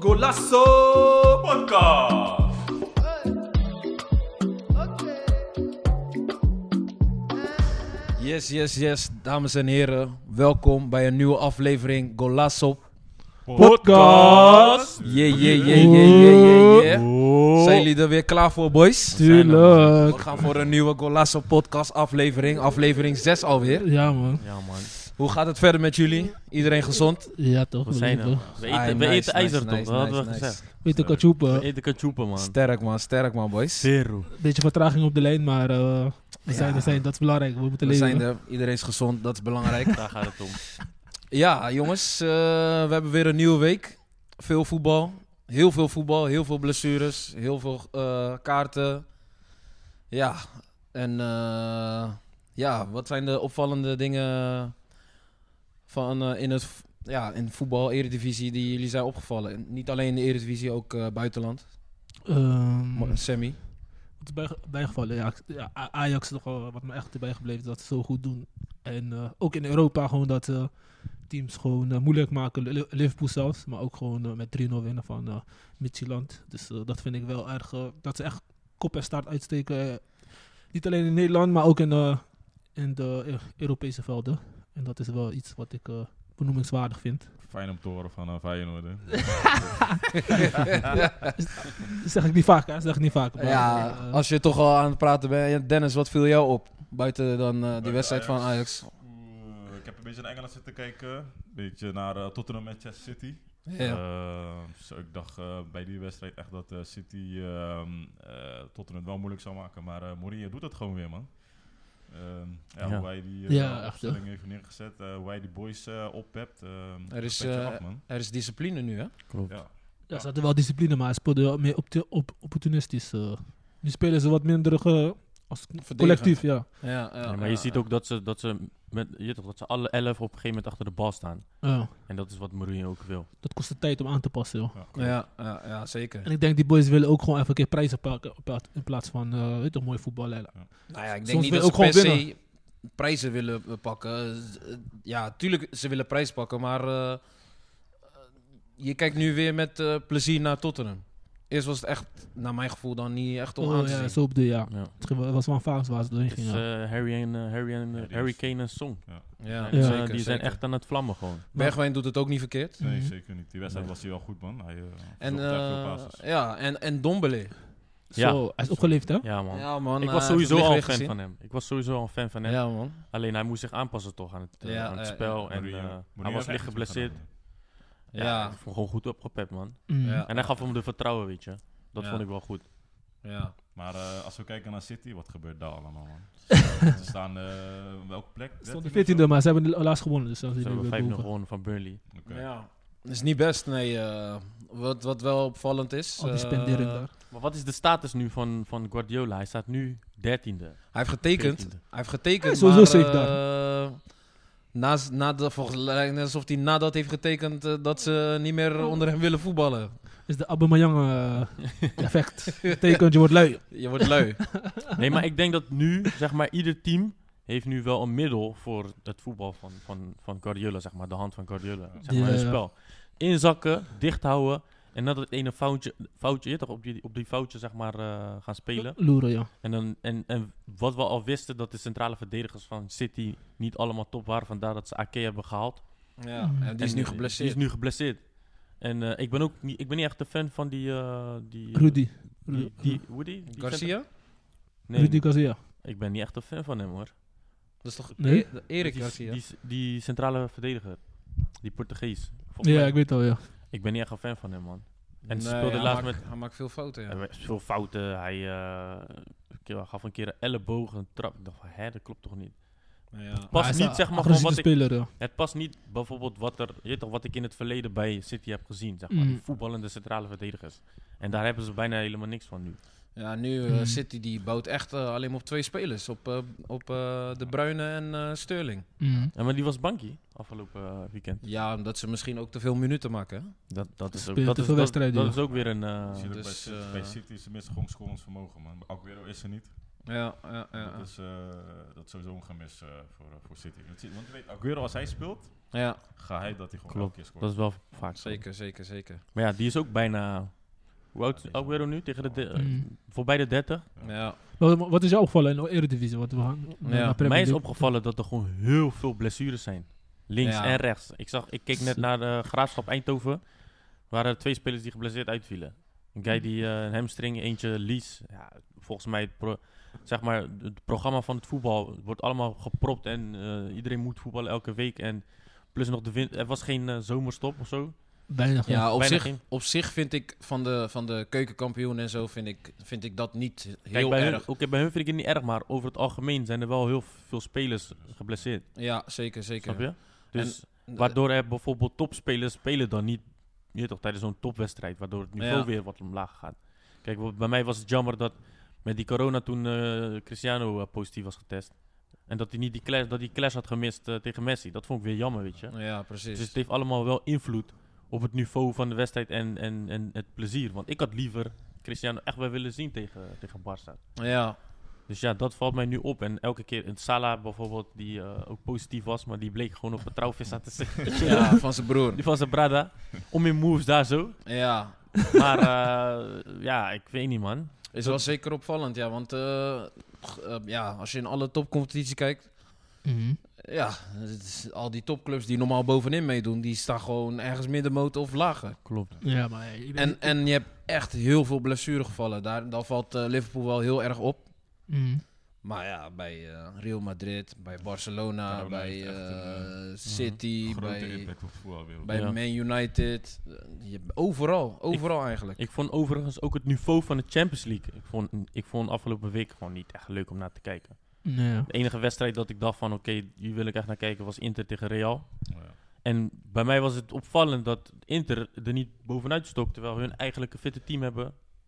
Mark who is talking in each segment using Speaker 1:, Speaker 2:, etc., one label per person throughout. Speaker 1: Golasso Podcast.
Speaker 2: Yes, yes, yes, dames en heren. Welkom bij een nieuwe aflevering Golasso.
Speaker 3: Podcast.
Speaker 2: Yeah, yeah, yeah, yeah, yeah, yeah, yeah. Zijn jullie er weer klaar voor, boys? We
Speaker 3: Tuurlijk.
Speaker 2: gaan voor een nieuwe Golasso Podcast aflevering. Aflevering 6 alweer.
Speaker 3: Ja, man.
Speaker 4: Ja, man.
Speaker 2: Hoe gaat het verder met jullie? Iedereen gezond?
Speaker 3: Ja, toch.
Speaker 4: We zijn er.
Speaker 3: toch.
Speaker 4: We
Speaker 2: Ah,
Speaker 4: eten, we
Speaker 2: nice,
Speaker 4: eten
Speaker 2: nice,
Speaker 4: ijzer,
Speaker 2: nice,
Speaker 4: toch? Dat hadden we
Speaker 2: nice, nice.
Speaker 4: gezegd.
Speaker 3: Weet je,
Speaker 4: We
Speaker 3: Kachupa.
Speaker 4: eten kachupa, man.
Speaker 2: Sterk, man. Sterk, man, boys.
Speaker 4: Zero.
Speaker 3: Beetje vertraging op de lijn, maar eh, we zijn
Speaker 2: Ja.
Speaker 3: er. Zijn, dat is belangrijk. We moeten
Speaker 2: We
Speaker 3: leven.
Speaker 2: zijn er. Iedereen is gezond. Dat is belangrijk.
Speaker 4: Daar gaat het om.
Speaker 2: Ja, jongens, eh, we hebben weer een nieuwe week. Veel voetbal. Heel veel voetbal, heel veel blessures, heel veel eh, kaarten. Ja, en eh, ja, wat zijn de opvallende dingen van, eh, in, het, v- ja, in voetbal, eredivisie, die jullie zijn opgevallen? En niet alleen in de eredivisie, ook eh, buitenland.
Speaker 4: Mm.
Speaker 3: Ehm,
Speaker 2: Mo- Sammy.
Speaker 3: het is bij, bijgevallen. Ja, ja, A- Ajax is toch wel wat me echt erbij gebleven is dat ze zo goed doen. En eh, ook in Europa gewoon dat eh, teams gewoon eh, moeilijk maken. Li- Liverpool zelfs, maar ook gewoon eh, met 3-0 winnen van eh Midtjylland. Dus eh, dat vind ik wel erg. eh, dat ze echt kop en staart uitsteken. eh, niet alleen in Nederland, maar ook in, eh, in de Eu- Europese velden. En dat is wel iets wat ik eh, benoemingswaardig vind.
Speaker 5: Fijn om te horen van eh, Feyenoord. hè.
Speaker 3: Dat zeg ik niet vaak, hè? Dat zeg ik niet vaak. maar,
Speaker 2: Ja,
Speaker 3: eh,
Speaker 2: als je toch al aan het praten bent. Dennis, wat viel jou op? Buiten dan eh, die wedstrijd van Ajax.
Speaker 5: Oeh, Eh, ik heb een beetje naar Engeland zitten kijken. Een beetje naar eh, Tottenham Manchester City.
Speaker 2: Ja.
Speaker 5: Eh, zo, ik dacht eh, bij die wedstrijd echt dat eh, City ehm, eh, Tottenham het wel moeilijk zou maken. Maar eh Mourinho doet dat gewoon weer, man. Ehm, ja,
Speaker 4: Ja.
Speaker 5: Hoe hij die eh,
Speaker 3: Ja, echt,
Speaker 5: opstelling heeft neergezet. eh, hoe hij die boys eh oppept. ehm,
Speaker 2: Er is,
Speaker 5: petje
Speaker 2: eh,
Speaker 5: af, man.
Speaker 2: Er is discipline nu, hè?
Speaker 4: Klopt.
Speaker 5: Ja.
Speaker 3: Ja, ze hadden wel discipline, maar ze speelden wel meer op op opportunistisch. eh. Nu spelen ze wat minder eh, als collectief, ja.
Speaker 2: Ja, ja,
Speaker 4: Ja, maar
Speaker 2: ja,
Speaker 4: je ziet ook dat ze, dat ze, met, je weet toch, dat ze alle elf op een gegeven moment achter de bal staan.
Speaker 3: Ja,
Speaker 4: En dat is wat Mourinho ook wil.
Speaker 3: Dat kost de tijd om aan te passen, joh.
Speaker 2: Ja, ja, ja, zeker.
Speaker 3: En ik denk die boys willen ook gewoon even een keer prijzen pakken op plaats- in plaats van, eh weet toch, mooi voetballen.
Speaker 2: Nou ja, ik denk
Speaker 3: Soms
Speaker 2: niet
Speaker 3: wil
Speaker 2: dat
Speaker 3: je
Speaker 2: ze
Speaker 3: ook
Speaker 2: per
Speaker 3: gewoon
Speaker 2: se prijzen willen eh, pakken. Z- eh, Ja, tuurlijk, ze willen prijs pakken, maar eh, eh, je kijkt nu weer met eh, plezier naar Tottenham. Eerst was het echt, naar mijn gevoel, dan niet echt om aan
Speaker 3: Oh,
Speaker 2: te
Speaker 3: ja,
Speaker 2: zien.
Speaker 3: zo op de, ja.
Speaker 4: Ja.
Speaker 3: Het ging wel- was wel een fase waar ze doorheen
Speaker 4: Het is
Speaker 3: gingen. ja.
Speaker 4: eh, Harry, en, eh, Harry, en, eh,
Speaker 5: Ja, die
Speaker 4: Harry
Speaker 5: is-
Speaker 4: Kane en Song.
Speaker 2: Ja,
Speaker 4: En, eh,
Speaker 2: zeker,
Speaker 4: die zijn
Speaker 2: zeker.
Speaker 4: echt aan het vlammen gewoon.
Speaker 2: Bergwijn doet het ook niet verkeerd.
Speaker 5: Nee,
Speaker 3: Mhm.
Speaker 5: zeker niet. Die wedstrijd was hij wel goed, man. Hij eh,
Speaker 2: En,
Speaker 5: verzorgde echt veel
Speaker 2: eh,
Speaker 5: basis.
Speaker 2: ja, en, en Dombele.
Speaker 4: Ja.
Speaker 3: Zo, hij is opgeleefd, hè?
Speaker 4: Ja, man.
Speaker 2: Ja, man.
Speaker 4: ik
Speaker 2: eh,
Speaker 4: was
Speaker 2: hij heeft
Speaker 4: sowieso
Speaker 2: het
Speaker 4: al een
Speaker 2: licht
Speaker 4: fan
Speaker 2: weer
Speaker 4: van hem. Ik was sowieso al een fan van
Speaker 2: gezien.
Speaker 4: hem.
Speaker 2: Ja, man.
Speaker 4: Alleen hij moest zich aanpassen toch aan het, eh,
Speaker 2: Ja,
Speaker 4: aan
Speaker 2: ja,
Speaker 4: het
Speaker 2: ja.
Speaker 4: spel. En
Speaker 5: Mourinho-
Speaker 4: eh,
Speaker 5: Mourinho
Speaker 4: hij was
Speaker 5: heeft echt
Speaker 4: licht
Speaker 5: iets
Speaker 4: geblesseerd.
Speaker 5: gedaan.
Speaker 2: Ja,
Speaker 4: Ja, ik vond hem gewoon goed opgepept, man.
Speaker 3: Mm.
Speaker 2: Ja.
Speaker 4: En hij gaf hem de vertrouwen, weet je. Dat
Speaker 2: Ja.
Speaker 4: vond ik wel goed.
Speaker 2: ja.
Speaker 5: Maar eh, als we kijken naar City, wat gebeurt daar allemaal, man? Dus, Ze ze staan eh welke plek?
Speaker 3: Ze stonden
Speaker 5: 13 of
Speaker 3: 14e, maar ze hebben helaas gewonnen. Dus dat is niet
Speaker 4: Ze hebben 5-0
Speaker 3: meer behoeven.
Speaker 4: gewonnen van Burnley.
Speaker 5: zo? Oké.
Speaker 2: Ja. Dat is niet best, nee. eh, wat, wat wel opvallend is...
Speaker 3: Al Oh, die
Speaker 2: eh,
Speaker 3: spendering daar.
Speaker 4: Maar wat is de status nu van, van Guardiola? Hij staat nu 13e.
Speaker 2: Hij heeft getekend.
Speaker 4: 14e.
Speaker 2: Hij heeft getekend,
Speaker 3: Hij is sowieso
Speaker 2: maar,
Speaker 3: safe
Speaker 2: eh, na, na de, volgens lijkt net alsof hij nadat heeft getekend eh, dat ze niet meer onder hem willen voetballen.
Speaker 3: Is de Aubameyang eh, effect. Dat Betekent, je wordt lui.
Speaker 2: Je wordt lui.
Speaker 4: Nee, maar ik denk dat nu, zeg maar, ieder team heeft nu wel een middel voor het voetbal van, van, van Guardiola, zeg maar. De hand van Guardiola, zeg maar,
Speaker 3: Ja,
Speaker 4: het
Speaker 3: ja.
Speaker 4: spel. Inzakken, dicht houden. En nadat het ene foutje, foutje je weet toch, op, die, op die foutje, zeg maar, eh, gaan spelen.
Speaker 3: Loeren, ja.
Speaker 4: En, dan, en, en wat we al wisten, dat de centrale verdedigers van City niet allemaal top waren. Vandaar dat ze Ake hebben gehaald.
Speaker 2: ja, en die is
Speaker 4: En,
Speaker 2: nu
Speaker 4: eh,
Speaker 2: geblesseerd.
Speaker 4: Die is nu geblesseerd. En eh, ik ben ook niet, ik ben niet echt een fan van die... eh, die eh,
Speaker 3: Rudy.
Speaker 4: Die, die, Woody? Die center-
Speaker 2: Garcia?
Speaker 4: Nee,
Speaker 3: Rudy Garcia.
Speaker 4: ik ben niet echt een fan van hem hoor.
Speaker 2: Dat is toch
Speaker 3: Nee?
Speaker 2: E- Erik
Speaker 4: die,
Speaker 2: Garcia?
Speaker 4: Die, die centrale verdediger. Die Portugees. Volgens
Speaker 3: Ja,
Speaker 4: mij-
Speaker 3: ik weet al, ja.
Speaker 4: ik ben niet echt een fan van hem man. En ze
Speaker 2: Nee,
Speaker 4: speelde
Speaker 2: hij
Speaker 4: laatst
Speaker 2: maakt-
Speaker 4: met...
Speaker 2: Hij maakt veel fouten, ja.
Speaker 4: Hij maakt Veel fouten. Hij eh, een keer- hij gaf een keer een elleboog, een trap. Ik dacht van, hè, dat klopt toch niet.
Speaker 2: ja.
Speaker 3: hij
Speaker 4: Past
Speaker 3: is
Speaker 4: niet,
Speaker 3: een
Speaker 4: zeg maar, van
Speaker 3: agressieve
Speaker 4: wat ik,
Speaker 3: speler, ja.
Speaker 4: het past niet bijvoorbeeld wat, er, je weet toch, wat ik in het verleden bij City heb gezien. Zeg maar.
Speaker 3: Mm.
Speaker 4: Die voetballende centrale verdedigers. En daar hebben ze bijna helemaal niks van nu.
Speaker 2: Ja, nu eh,
Speaker 4: Mm.
Speaker 3: Hmm.
Speaker 2: City die bouwt echt eh, alleen maar op twee spelers. Op, eh, op eh, De Bruyne en eh, Sterling.
Speaker 3: Mm.
Speaker 4: Ja, maar die was Banky afgelopen eh, weekend.
Speaker 2: Ja, omdat ze misschien ook te veel minuten maken. hè?
Speaker 4: Dat, dat, is, ook,
Speaker 3: Spelen
Speaker 4: dat,
Speaker 3: te
Speaker 4: is,
Speaker 3: veel
Speaker 4: dat,
Speaker 3: wedstrijden,
Speaker 4: dat
Speaker 3: ja.
Speaker 4: is ook weer een... eh,
Speaker 5: Je ziet ook
Speaker 2: dus,
Speaker 5: bij,
Speaker 2: eh,
Speaker 5: bij City is tenminste gewoon scorend vermogen, man. Aguero is er niet.
Speaker 2: Ja, ja, ja.
Speaker 5: Dat, is, eh, dat is sowieso een gemis eh, voor, eh, voor City. Want, want je weet, Aguero als hij speelt,
Speaker 2: ja
Speaker 5: ga hij dat hij gewoon
Speaker 4: Klopt,
Speaker 5: elke keer scoort.
Speaker 4: Dat is wel vaak zo.
Speaker 2: zeker, zeker, zeker.
Speaker 4: Maar ja, die is ook bijna... Hoe oud
Speaker 5: Ja,
Speaker 4: is
Speaker 5: die is
Speaker 4: Aguero
Speaker 5: wel-
Speaker 4: nu? Tegen de de-
Speaker 3: Mm.
Speaker 4: Voorbij de 30.
Speaker 5: Ja.
Speaker 2: Ja,
Speaker 3: Maar Wat is jou opgevallen in de Eredivisie? Wat we gaan, naar
Speaker 2: Mij
Speaker 3: Premier
Speaker 4: Mij is
Speaker 3: League?
Speaker 4: opgevallen dat er gewoon heel veel blessures zijn. Links
Speaker 2: Ja.
Speaker 4: en rechts. Ik, zag, ik keek net naar de Graafschap Eindhoven. Waren er twee spelers die geblesseerd uitvielen. Een guy die eh, een hamstring, eentje lies. Ja, volgens mij, het pro- zeg maar, het programma van het voetbal wordt allemaal gepropt. En eh, iedereen moet voetballen elke week. En plus nog de wind. Er was geen eh, zomerstop of zo.
Speaker 3: Weinig, ja.
Speaker 2: ja op,
Speaker 4: Bijna
Speaker 2: zich,
Speaker 4: geen.
Speaker 2: op zich vind ik van de, van de keukenkampioen en zo vind ik, vind ik dat niet
Speaker 4: Kijk,
Speaker 2: heel
Speaker 4: bij hun,
Speaker 2: erg.
Speaker 4: oké, bij hun vind ik het niet erg. Maar over het algemeen zijn er wel heel veel spelers geblesseerd.
Speaker 2: Ja, zeker, zeker.
Speaker 4: Snap je? Dus
Speaker 2: En-
Speaker 4: Waardoor er bijvoorbeeld topspelers spelen dan niet je weet toch, tijdens zo'n topwedstrijd, waardoor het niveau
Speaker 2: Ja.
Speaker 4: weer wat omlaag gaat. Kijk, wa- bij mij was het jammer dat met die corona toen eh, Cristiano eh, positief was getest. En dat hij niet die clash, dat die clash had gemist eh, tegen Messi. Dat vond ik weer jammer, weet je.
Speaker 2: Ja,
Speaker 4: Dus
Speaker 2: precies.
Speaker 4: het heeft allemaal wel invloed op het niveau van de wedstrijd en, en, en het plezier. Want ik had liever Cristiano echt wel willen zien tegen, tegen Barca.
Speaker 2: Ja,
Speaker 4: Dus ja, dat valt mij nu op. En elke keer, een Salah bijvoorbeeld, die eh, ook positief was, maar die bleek gewoon op een trouwvis aan te zitten.
Speaker 2: ja, van zijn broer.
Speaker 4: Die van zijn brada. Om in moves daar zo.
Speaker 2: Ja,
Speaker 4: Maar eh, ja, ik weet niet, man.
Speaker 2: Is wel zeker opvallend, ja. Want eh, g- eh, ja, als je in alle topcompetities kijkt...
Speaker 3: Mhm.
Speaker 2: Ja, het is- al die topclubs die normaal bovenin meedoen... die staan gewoon ergens middenmoot of lager.
Speaker 4: Klopt.
Speaker 3: ja, maar ik denk-
Speaker 2: En, en je hebt echt heel veel blessuregevallen. Daar, daar valt eh, Liverpool wel heel erg op.
Speaker 3: Mhm.
Speaker 2: Maar ja, bij eh, Real Madrid, bij Barcelona,
Speaker 5: Corona
Speaker 2: bij
Speaker 5: heeft echt een,
Speaker 2: eh, City,
Speaker 5: Grote
Speaker 2: bij,
Speaker 5: impact op de voetbalwereld.
Speaker 2: bij
Speaker 4: Ja.
Speaker 2: Man United. Eh, je, overal, overal eigenlijk.
Speaker 4: Ik vond overigens ook het niveau van de Champions League. Ik vond, ik vond afgelopen week gewoon niet echt leuk om naar te kijken.
Speaker 3: Nee, ja.
Speaker 4: De enige wedstrijd dat ik dacht van oké, hier wil ik echt naar kijken was Inter tegen Real.
Speaker 5: Ja.
Speaker 4: En bij mij was het opvallend dat Inter er niet bovenuit stokt. Terwijl hun eigenlijk een fitter team hebben.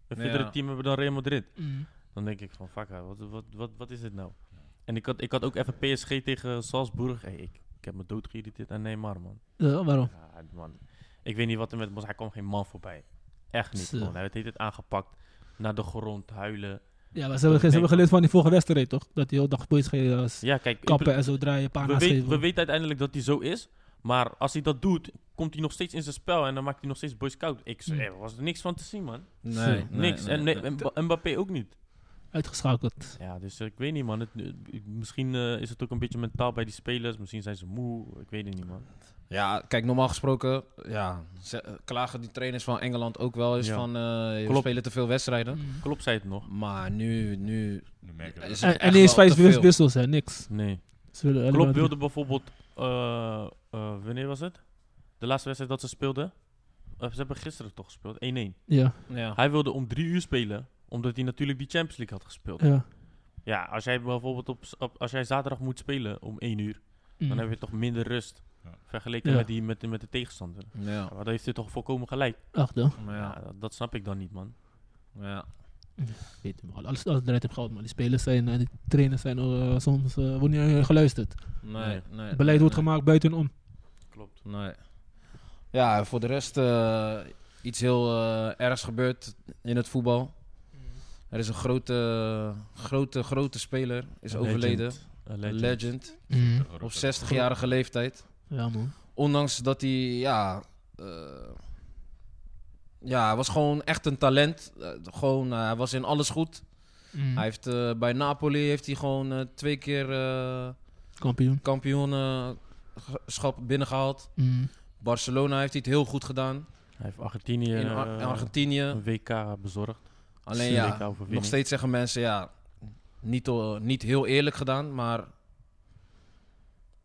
Speaker 4: Een fittere
Speaker 2: Ja.
Speaker 4: team hebben dan Real Madrid.
Speaker 3: Mhm.
Speaker 4: Dan denk ik van, fuck, hè, wat, wat, wat, wat is dit nou? En ik had, ik had ook even PSG tegen Salzburg. Hey, ik, ik heb me dood geïrriteerd aan Neymar, man.
Speaker 3: Ja,
Speaker 2: Oh.
Speaker 3: waarom?
Speaker 4: Ja, man. Ik weet niet wat er met hem was. Hij kwam geen man voorbij. Echt niet,
Speaker 3: Zo.
Speaker 4: man. Hij heeft het aangepakt. Naar de grond, huilen.
Speaker 3: Ja, maar ze hebben, ze hebben geleerd van die vorige wedstrijd, toch? Dat die heel dag boys geen eh, s-
Speaker 4: Ja, kijk. ik
Speaker 3: kappen en zo draaien, paar
Speaker 4: we, weet, we
Speaker 3: naast
Speaker 4: weten uiteindelijk dat hij zo is. Maar als hij dat doet, komt hij nog steeds in zijn spel. En dan maakt hij nog steeds boys koud. Ik zei,
Speaker 3: Mm.
Speaker 4: er was er niks van te zien, man.
Speaker 2: Nee, Hm. nee,
Speaker 4: niks.
Speaker 2: nee,
Speaker 4: en
Speaker 2: nee.
Speaker 4: nee, Mb- Mbappé ook niet.
Speaker 3: Uitgeschakeld.
Speaker 4: Ja, dus eh, ik weet niet, man. Het, eh, ik- misschien eh, is het ook een beetje mentaal bij die spelers. Misschien zijn ze moe. Ik weet het niet, man.
Speaker 2: Ja, kijk, normaal gesproken ja, ze- eh, klagen die trainers van Engeland ook wel eens
Speaker 4: Ja.
Speaker 2: van eh, je
Speaker 4: Klopt.
Speaker 2: spelen te veel wedstrijden.
Speaker 3: Mhm.
Speaker 4: Klopt zij het nog?
Speaker 2: Maar nu, nu
Speaker 5: Nu merk je
Speaker 2: is
Speaker 5: dat.
Speaker 2: het
Speaker 3: En,
Speaker 2: echt
Speaker 3: en ineens
Speaker 2: wel te
Speaker 3: vijf wis-
Speaker 2: veel.
Speaker 3: wissels, hè? Niks.
Speaker 4: Nee.
Speaker 3: Ze willen alleen
Speaker 4: Klopp
Speaker 3: maar-
Speaker 4: wilde bijvoorbeeld... eh, eh, wanneer was het? De laatste wedstrijd dat ze speelden? Eh, ze hebben gisteren toch gespeeld? 1-1.
Speaker 3: Ja,
Speaker 2: Ja.
Speaker 4: Hij wilde om drie uur spelen. Omdat hij natuurlijk die Champions League had gespeeld.
Speaker 3: ja.
Speaker 4: Ja, als jij bijvoorbeeld op, op- als jij zaterdag moet spelen om 1 uur...
Speaker 3: Mhm.
Speaker 4: Dan heb je toch minder rust.
Speaker 5: Ja.
Speaker 4: Vergeleken
Speaker 3: Ja.
Speaker 4: met, die, met, de- met de tegenstander.
Speaker 2: Ja.
Speaker 4: Ja, maar dat heeft hij toch volkomen gelijk.
Speaker 3: Mhm. Ach, dan.
Speaker 2: Maar
Speaker 4: Ja,
Speaker 2: Ja.
Speaker 4: dat, dat snap ik dan niet, man.
Speaker 2: Ja.
Speaker 3: Weet je, maar alles, alles draait op geld, maar die spelers zijn en die trainers zijn eh, soms eh, wordt niet eh, geluisterd.
Speaker 2: Nee, nee,
Speaker 3: Beleid wordt
Speaker 2: nee,
Speaker 3: gemaakt buitenom.
Speaker 4: Klopt.
Speaker 2: Nee. Ja, voor de rest eh, iets heel eh, ergs gebeurd in het voetbal. Er is een grote, grote, grote speler, is
Speaker 4: Een
Speaker 2: overleden.
Speaker 4: legend. Een
Speaker 2: Legend.
Speaker 4: legend.
Speaker 3: Mhm.
Speaker 2: Op 60-jarige leeftijd.
Speaker 3: Ja, man.
Speaker 2: Ondanks dat hij, ja... eh, ja, hij was gewoon echt een talent. Eh, gewoon, eh, hij was in alles goed.
Speaker 4: Mhm.
Speaker 3: Mm.
Speaker 2: Hij heeft, eh, bij Napoli heeft hij gewoon eh, twee keer eh
Speaker 3: Kampioen.
Speaker 2: kampioenschap binnengehaald.
Speaker 3: Mm.
Speaker 2: Barcelona heeft hij het heel goed gedaan.
Speaker 4: Hij heeft Argentinië,
Speaker 2: in Ar-
Speaker 4: eh,
Speaker 2: Argentinië.
Speaker 4: een WK bezorgd.
Speaker 2: Alleen
Speaker 4: Een WK
Speaker 2: ja,
Speaker 4: overwinning.
Speaker 2: nog steeds zeggen mensen, ja, niet, o- niet heel eerlijk gedaan, maar...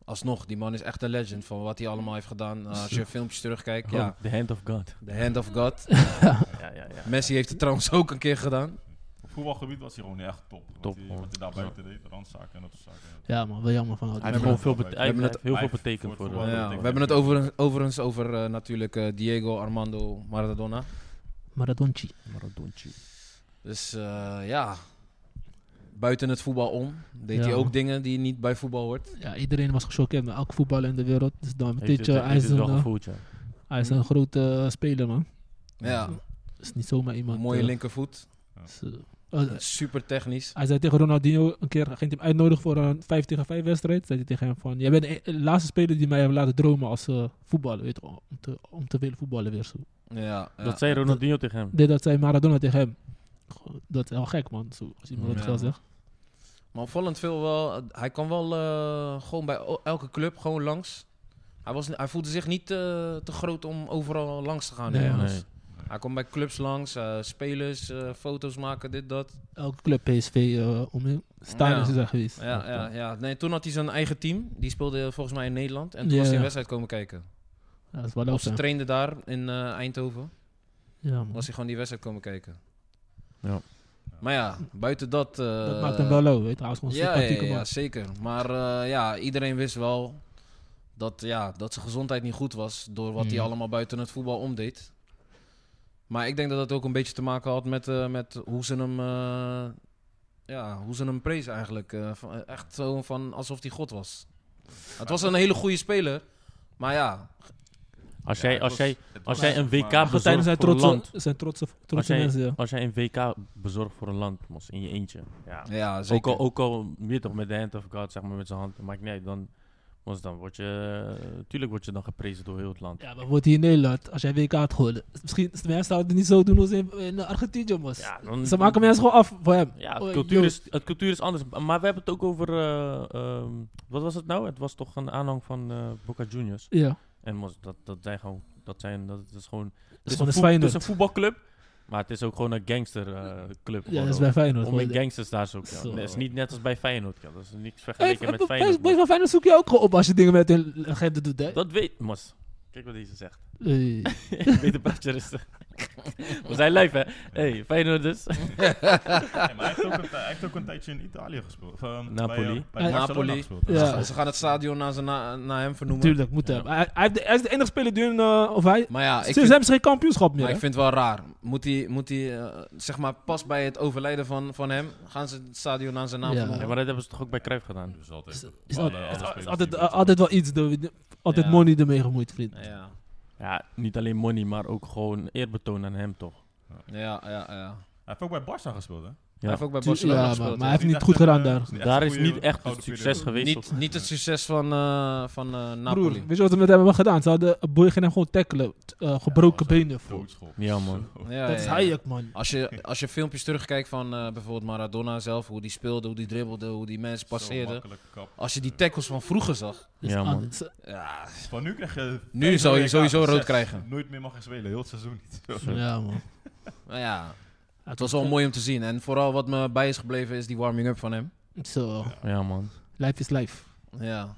Speaker 2: Alsnog, die man is echt een legend van wat hij allemaal heeft gedaan. Nou, Als je filmpjes terugkijkt,
Speaker 4: Gewoon
Speaker 3: Oh.
Speaker 2: ja.
Speaker 4: The hand of God.
Speaker 2: The hand of God.
Speaker 4: Ja, ja, ja.
Speaker 2: Messi heeft het trouwens ook een keer gedaan.
Speaker 5: Op voetbalgebied was hij gewoon echt top. Wat
Speaker 4: Top,
Speaker 5: hij-
Speaker 4: gewoon.
Speaker 5: Wat hij daar buiten deed, randzaken en dat soort zaken.
Speaker 3: Ja, man. Wel jammer van
Speaker 4: Hij
Speaker 3: Aldi.
Speaker 4: heeft gewoon veel,
Speaker 5: We
Speaker 4: bete- hij
Speaker 2: hebben
Speaker 4: heeft heel veel
Speaker 5: Hij heeft
Speaker 4: betekend
Speaker 5: voor
Speaker 4: voor eh,
Speaker 5: het
Speaker 4: de
Speaker 5: voetbal.
Speaker 2: Ja, we hebben het over, overigens over eh, natuurlijk eh, Diego Armando Maradona.
Speaker 3: Maradonchi.
Speaker 4: Maradonchi.
Speaker 2: Dus eh, ja, buiten het voetbal om deed
Speaker 3: Ja.
Speaker 2: hij ook dingen die niet bij voetbal hoort.
Speaker 3: Ja, iedereen was gechoqueerd met elk voetballer in de wereld. Dus dan
Speaker 4: Heeft
Speaker 3: meteen,
Speaker 4: het-
Speaker 3: hij
Speaker 4: heeft
Speaker 3: is
Speaker 4: het wel
Speaker 3: een, eh,
Speaker 4: gevoeld, ja.
Speaker 3: hij is een grote eh, speler, man.
Speaker 2: Ja,
Speaker 3: Is niet zomaar
Speaker 2: een
Speaker 3: iemand.
Speaker 2: mooie
Speaker 3: eh,
Speaker 2: linkervoet.
Speaker 3: is, eh, Eh,
Speaker 2: Super technisch.
Speaker 3: hij zei tegen Ronaldinho een keer, ging hij hem uitnodigen voor een 5 tegen 5 wedstrijd. Zei hij tegen hem van, jij bent de e- de laatste speler die mij heeft laten dromen als eh, voetballer, weet je, wel, om, te, om te willen voetballen weer zo.
Speaker 2: Ja, ja.
Speaker 4: Dat zei Ronaldinho tegen hem.
Speaker 3: Dit, dat zei Maradona tegen hem. Goh, Dat is wel gek man, zo, als iemand dat
Speaker 2: Ja.
Speaker 3: zo zegt.
Speaker 2: Maar opvallend veel wel. Hij kwam wel eh, gewoon bij o- elke club gewoon langs. Hij, was, hij voelde zich niet eh, te groot om overal langs te gaan.
Speaker 3: Nee,
Speaker 2: jongens.
Speaker 4: nee.
Speaker 2: Hij kwam bij clubs langs, eh, spelers, eh, foto's maken, dit, dat.
Speaker 3: Elke club PSV eh, om hem staan
Speaker 2: Ja.
Speaker 3: is hij daar geweest.
Speaker 2: Ja, ja, ja. Nee, toen had hij zijn eigen team. Die speelde volgens mij in Nederland. En toen
Speaker 3: Ja,
Speaker 2: was hij
Speaker 3: ja.
Speaker 2: een wedstrijd komen kijken.
Speaker 3: Ja, dat is wel
Speaker 2: Of ze
Speaker 3: leuk. hè.
Speaker 2: trainden daar in eh, Eindhoven.
Speaker 3: Ja, man.
Speaker 2: Was hij gewoon die wedstrijd komen kijken.
Speaker 4: Ja.
Speaker 2: Maar ja, buiten dat... eh,
Speaker 3: dat maakt hem wel leuk, weet je. Hij was gewoon een
Speaker 2: Ja, ja,
Speaker 3: sympathieke
Speaker 2: ja,
Speaker 3: man.
Speaker 2: zeker. Maar eh, ja, iedereen wist wel dat, ja, dat zijn gezondheid niet goed was door wat hij
Speaker 3: Mm.
Speaker 2: allemaal buiten het voetbal omdeed. Maar ik denk dat dat ook een beetje te maken had met, eh, met hoe ze hem, eh, ja, hoe ze hem prezen eigenlijk. Eh, van- eh, echt zo van alsof hij God was. Het was een hele goede speler, maar ja,
Speaker 4: Als
Speaker 5: Ja,
Speaker 4: jij,
Speaker 5: het
Speaker 4: als
Speaker 5: was-
Speaker 4: jij,
Speaker 5: het
Speaker 4: als
Speaker 5: was-
Speaker 4: jij een
Speaker 5: maar-
Speaker 4: WK
Speaker 3: Argentijnen
Speaker 4: bezorgt
Speaker 3: zijn
Speaker 4: voor een
Speaker 3: trotse,
Speaker 4: land.
Speaker 3: zijn trotse,
Speaker 4: Als
Speaker 3: trotse
Speaker 4: jij,
Speaker 3: mensen, ja.
Speaker 4: als jij een WK bezorgt voor een land, mos, in je eentje. Ja.
Speaker 2: ja
Speaker 4: Ook
Speaker 2: zeker.
Speaker 4: al, ook al meer toch met de hand of God, zeg maar, met zijn hand. Maakt niet uit, dan, mos, dan word je... eh, tuurlijk word je dan geprezen door heel het land.
Speaker 3: Ja, maar wordt hier in Nederland, als jij WK had geworden. Misschien, mensen zouden het niet zo doen als in, in Argentinië, mos.
Speaker 4: Ja, dan-
Speaker 3: Ze maken mensen gewoon af voor hem.
Speaker 4: Ja,
Speaker 3: Oh,
Speaker 4: het cultuur,
Speaker 3: yo.
Speaker 4: is, het cultuur is anders. Maar we hebben het ook over... eh, ehm, wat was het nou? Het was toch een aanhang van eh, Boca Juniors.
Speaker 3: Ja,
Speaker 4: En mos, dat, dat zijn gewoon... Dat, zijn, dat, is gewoon...
Speaker 3: dat
Speaker 4: Het
Speaker 3: is
Speaker 4: is,
Speaker 3: gewoon een
Speaker 4: een voet- het is een
Speaker 3: Feyenoord.
Speaker 4: voetbalclub, maar het is ook gewoon een gangsterclub. club
Speaker 3: Ja,
Speaker 4: gewoon
Speaker 3: dat is
Speaker 4: ook.
Speaker 3: bij Feyenoord.
Speaker 4: Om in
Speaker 3: gewoon.
Speaker 4: gangsters daar zo. Ja.
Speaker 3: Zo.
Speaker 4: Nee, Het is niet net als bij Feyenoord. Ja. Dat is niks
Speaker 3: Hey,
Speaker 4: vergeleken
Speaker 3: bij-
Speaker 4: met
Speaker 3: bij-
Speaker 4: Feyenoord.
Speaker 3: bij
Speaker 4: man.
Speaker 3: Van Feyenoord zoek je ook gewoon op als je dingen met hun legende doet, hè.
Speaker 4: Dat weet Mos. Kijk wat deze zegt.
Speaker 3: Hey.
Speaker 4: Beter praatje rustig. We zijn live, hè? hey, Feyenoord dus.
Speaker 5: Nee, maar hij heeft, ook een, tij- hij heeft ook een tijdje in Italië gespeeld. Of, eh,
Speaker 4: Napoli.
Speaker 5: Bij, eh, bij
Speaker 3: Ja,
Speaker 5: Barcelona
Speaker 2: Napoli.
Speaker 5: gespeeld.
Speaker 3: Ja.
Speaker 2: Ze- Ze gaan het stadion naar, zijn- na- naar hem vernoemen.
Speaker 3: Tuurlijk, moet
Speaker 4: Ja.
Speaker 3: hem. Hij, hij, heeft de- hij is de enige speler die hun, eh, of hij...
Speaker 2: Maar ja, ik
Speaker 3: Sinds
Speaker 2: vind-
Speaker 3: hebben ze geen kampioenschap meer,
Speaker 2: Maar
Speaker 3: hè.
Speaker 2: ik vind het wel raar. Moet hij, moet hij eh, zeg maar, pas bij het overlijden van, van hem, gaan ze het stadion aan zijn naam
Speaker 3: Ja.
Speaker 2: vernoemen?
Speaker 4: Ja, maar dat hebben ze toch ook bij Cruijff gedaan?
Speaker 5: Dus altijd.
Speaker 3: Is-
Speaker 5: Alle-
Speaker 3: Is al-
Speaker 5: alle
Speaker 3: is al-
Speaker 5: spelers
Speaker 3: is altijd,
Speaker 5: die-
Speaker 3: altijd wel iets, door- altijd
Speaker 2: Ja.
Speaker 3: money ermee gemoeid, vriend.
Speaker 2: Ja,
Speaker 4: Ja, niet alleen money, maar ook gewoon eerbetoon aan hem, toch?
Speaker 2: ja, ja. ja.
Speaker 5: Hij heeft ook bij Barça gespeeld, hè?
Speaker 2: Hij heeft ook bij
Speaker 3: Tu-
Speaker 2: Barcelona
Speaker 3: ja,
Speaker 2: gespeeld.
Speaker 3: maar-
Speaker 2: hè?
Speaker 3: maar hij heeft
Speaker 5: Niet
Speaker 3: niet
Speaker 5: echt
Speaker 3: goed
Speaker 5: een,
Speaker 3: gedaan
Speaker 5: eh,
Speaker 3: daar.
Speaker 5: niet echt
Speaker 4: daar
Speaker 5: een
Speaker 4: is
Speaker 5: goede
Speaker 4: niet echt het
Speaker 5: gouden
Speaker 4: succes
Speaker 5: periode.
Speaker 4: geweest.
Speaker 2: niet,
Speaker 4: of-
Speaker 2: niet het succes van, eh, van eh,
Speaker 3: Broer,
Speaker 2: Napoli.
Speaker 3: weet je wat ze met hem hebben gedaan? Ze hadden een boy ging hem gewoon tackelen. T- eh, gebroken
Speaker 5: Ja, dat was
Speaker 3: benen. Voor.
Speaker 5: Doodschop.
Speaker 4: Ja, man.
Speaker 5: Zo.
Speaker 2: Ja,
Speaker 3: dat is
Speaker 2: ja, ja.
Speaker 3: Hayek, man.
Speaker 2: Als je, als je filmpjes terugkijkt van eh, bijvoorbeeld Maradona zelf, hoe die speelde, hoe die dribbelde, hoe die mensen
Speaker 5: Zo
Speaker 2: passeerden.
Speaker 5: makkelijk kap. Eh,
Speaker 2: Als je die tackles van vroeger zag,
Speaker 3: Dat is
Speaker 4: Ja, man.
Speaker 3: anders.
Speaker 2: ja,
Speaker 5: Van nu krijg je...
Speaker 2: Nu
Speaker 5: vijf
Speaker 2: zou je
Speaker 5: WK's,
Speaker 2: sowieso rood
Speaker 5: zes.
Speaker 2: krijgen.
Speaker 5: Nooit meer mag je spelen, heel het seizoen niet. Zo.
Speaker 3: Ja, man.
Speaker 2: nou ja,
Speaker 3: Het
Speaker 2: het was wel mooi om te zien. En vooral wat me bij is gebleven is die warming-up van hem.
Speaker 3: Zo,
Speaker 4: Ja, man.
Speaker 3: eh, life is life.
Speaker 2: Ja.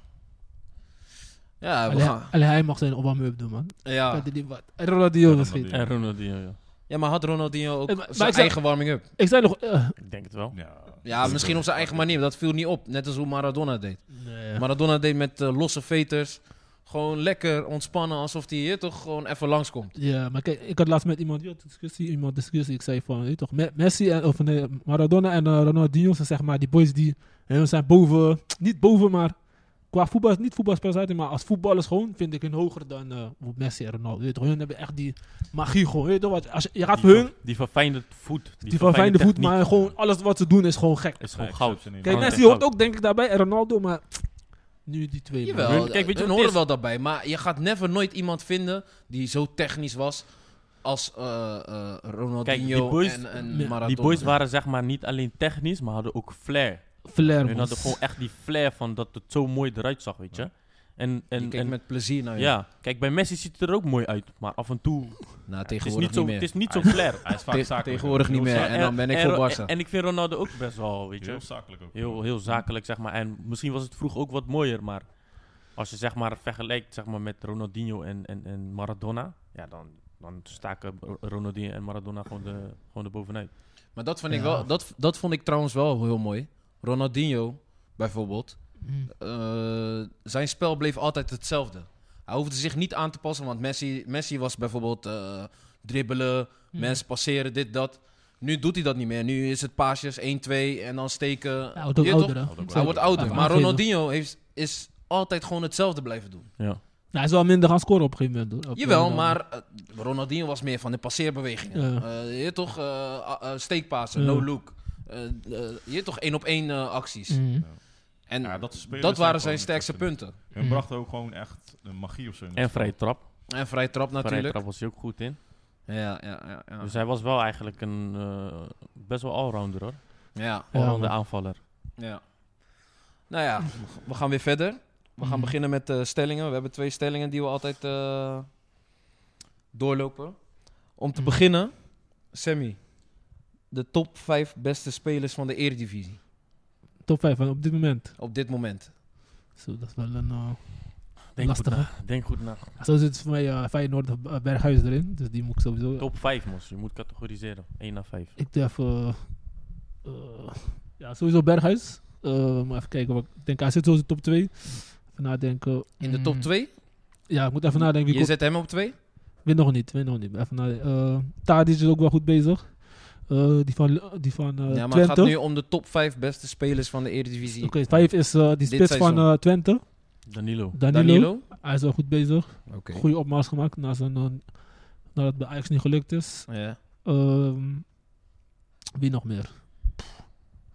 Speaker 2: Ja, we
Speaker 3: Alleen,
Speaker 2: gaan. Ah.
Speaker 3: alleen hij mag zijn opwarm-up doen, man.
Speaker 2: Ja.
Speaker 3: Dat is niet wat. En Ronaldinho
Speaker 5: Ja,
Speaker 3: misschien.
Speaker 5: Ronaldinho.
Speaker 4: En Ronaldinho, ja.
Speaker 2: ja, maar had Ronaldinho ook
Speaker 3: Eh, maar- maar
Speaker 2: zijn
Speaker 3: ik zei-
Speaker 2: eigen warming-up?
Speaker 3: Ik zei nog... eh,
Speaker 4: Ik denk het wel.
Speaker 5: Ja,
Speaker 2: Ja, misschien op zijn eigen manier. want Dat viel niet op. Net als hoe Maradona deed.
Speaker 3: nee.
Speaker 2: Maradona deed met eh, losse veters. Gewoon lekker ontspannen. Alsof hij hier toch gewoon even langskomt.
Speaker 3: Ja, maar kijk, ik had laatst met iemand, ja, discussie, iemand discussie. Ik zei van, weet je toch, Me- Messi en, of nee, Maradona en eh, Ronaldinho zijn zeg maar die boys die, hun zijn boven, niet boven, maar qua voetbal, niet voetbalspelers uit, maar als voetballers gewoon, vind ik hun hoger dan eh, bijvoorbeeld Messi en Ronaldo. Weet je toch, hun hebben echt die magie gewoon, weet je toch, wat, als je, je gaat
Speaker 4: die,
Speaker 3: hun,
Speaker 4: ver- die verfijnde voet.
Speaker 3: die, verfijnde voet,
Speaker 4: techniek
Speaker 3: maar gewoon alles wat ze doen is gewoon gek.
Speaker 4: Is
Speaker 5: Nee,
Speaker 4: gewoon
Speaker 5: ik
Speaker 4: goud.
Speaker 5: snap ze niet.
Speaker 3: Kijk,
Speaker 5: Gewoon
Speaker 4: Messi
Speaker 3: Messi hoort ook denk ik daarbij en Ronaldo, maar nu die twee. man.
Speaker 2: Jawel.
Speaker 4: Hun- kijk, weet je
Speaker 2: hun
Speaker 4: wat het
Speaker 2: horen
Speaker 4: is?
Speaker 2: wel daarbij. Maar je gaat never nooit iemand vinden die zo technisch was. Als eh, eh, Ronaldinho
Speaker 4: die boys-
Speaker 2: en, en
Speaker 3: Ja. Die
Speaker 2: Maradona.
Speaker 4: Die boys waren zeg maar niet alleen technisch, maar hadden ook flair.
Speaker 3: Flair,
Speaker 4: Hun
Speaker 3: man.
Speaker 4: hadden gewoon echt die flair van dat het zo mooi eruit zag, weet je. En,
Speaker 2: Je
Speaker 4: en,
Speaker 2: keek
Speaker 4: en
Speaker 2: met plezier naar je.
Speaker 4: ja, kijk, bij Messi ziet het er ook mooi uit, maar af en toe.
Speaker 2: Nou,
Speaker 4: Het is
Speaker 2: tegenwoordig
Speaker 4: niet zo,
Speaker 2: meer.
Speaker 4: het is niet zo flair.
Speaker 5: Hij is vaak
Speaker 2: Te-
Speaker 5: zakelijk.
Speaker 2: tegenwoordig niet
Speaker 5: Heel
Speaker 2: meer.
Speaker 5: zakelijk.
Speaker 2: En dan ben ik voor Barca.
Speaker 4: En, en ik vind Ronaldo ook best wel, weet je.
Speaker 5: Heel zakelijk ook.
Speaker 4: Heel, heel zakelijk, zeg maar. En misschien was het vroeg ook wat mooier, maar als je zeg maar vergelijkt zeg maar, met Ronaldinho en, en, en Maradona, ja, dan, dan staken Ronaldinho en Maradona gewoon de, gewoon de bovenuit.
Speaker 2: Maar dat vond, ik
Speaker 3: Ja.
Speaker 2: wel, dat, dat vond ik trouwens wel heel mooi. Ronaldinho, bijvoorbeeld.
Speaker 3: Mm.
Speaker 2: eh, zijn spel bleef altijd hetzelfde. Hij hoefde zich niet aan te passen, want Messi, Messi was bijvoorbeeld eh, dribbelen,
Speaker 3: Mm.
Speaker 2: mensen passeren, dit, dat. Nu doet hij dat niet meer. Nu is het paasjes 1-2 en dan steken.
Speaker 3: Hij wordt ook
Speaker 2: Je toch?
Speaker 3: ouder, hè.
Speaker 5: Hij wordt
Speaker 2: Hij wordt ouder.
Speaker 3: Ja,
Speaker 2: Maar
Speaker 3: aangeven.
Speaker 2: Ronaldinho heeft, is altijd gewoon hetzelfde blijven doen.
Speaker 4: Ja.
Speaker 3: Nou, hij is wel minder gaan scoren op een gegeven moment. hoor. Op,
Speaker 2: Jawel,
Speaker 3: eh,
Speaker 2: maar eh, Ronaldinho was meer van de passeerbewegingen.
Speaker 3: Ja.
Speaker 2: Eh, je toch? eh, a- eh, steekpassen,
Speaker 3: Ja.
Speaker 2: no look. eh, eh, je hebt toch één op één eh, acties.
Speaker 3: Mhm.
Speaker 2: En
Speaker 5: Ja, dat
Speaker 2: dat,
Speaker 5: de spelers
Speaker 2: waren
Speaker 5: ook
Speaker 2: zijn
Speaker 5: gewoon
Speaker 2: sterkste
Speaker 5: echt een-
Speaker 2: punten. Mhm.
Speaker 5: Hun brachten ook gewoon echt een magie of zo. in dat
Speaker 4: En
Speaker 5: spel.
Speaker 4: vrije trap.
Speaker 2: En vrij trap
Speaker 4: Vrije
Speaker 2: natuurlijk.
Speaker 4: trap was hij ook goed in.
Speaker 2: Ja, ja, ja. ja.
Speaker 4: Dus hij was wel eigenlijk een eh, best wel allrounder hoor.
Speaker 2: ja,
Speaker 3: Ja,
Speaker 4: Allrounder
Speaker 3: man.
Speaker 4: aanvaller.
Speaker 2: ja. Nou ja, we gaan weer verder. We gaan
Speaker 3: Mhm.
Speaker 2: beginnen met eh, stellingen. We hebben twee stellingen die we altijd eh, doorlopen. Om te
Speaker 3: Mhm.
Speaker 2: beginnen, Sammy. De top 5 beste spelers van de Eredivisie
Speaker 3: Top 5 op dit moment.
Speaker 2: op dit moment.
Speaker 3: Zo, dat is wel een... eh,
Speaker 4: Denk goed,
Speaker 3: Lastig,
Speaker 4: na. Denk goed na.
Speaker 3: zo zit voor mij eh, Feyenoord of eh, Berghuis erin. Dus die moet ik sowieso...
Speaker 4: Top 5 mos. Je moet categoriseren. 1 naar 5.
Speaker 3: Ik doe even... eh, ja, sowieso Berghuis. Eh, maar even kijken. Wat, ik denk hij zit sowieso top 2. Even nadenken.
Speaker 2: In de
Speaker 3: Mm.
Speaker 2: top 2?
Speaker 3: Ja, ik moet even nadenken. Wie
Speaker 2: Je
Speaker 3: komt... Eh,
Speaker 2: zet hem op 2?
Speaker 3: Win nog niet, win nog niet. Even nadenken. Eh, Tadic is ook wel goed bezig. Eh, die van, die van
Speaker 2: Ja,
Speaker 3: eh,
Speaker 2: maar het
Speaker 3: Twente.
Speaker 2: gaat nu om de top 5 beste spelers van de Eredivisie.
Speaker 3: Oké, 5 is eh, die
Speaker 2: Dit
Speaker 3: spits van
Speaker 2: seizoen.
Speaker 3: eh, Twente.
Speaker 4: Danilo.
Speaker 3: Danilo.
Speaker 2: Danilo?
Speaker 3: Hij is wel goed bezig.
Speaker 2: Oké.
Speaker 3: Goede opmars gemaakt na zijn, eh, nadat het bij Ajax niet gelukt is.
Speaker 2: Ja.
Speaker 3: Ehm, wie nog meer? Pff,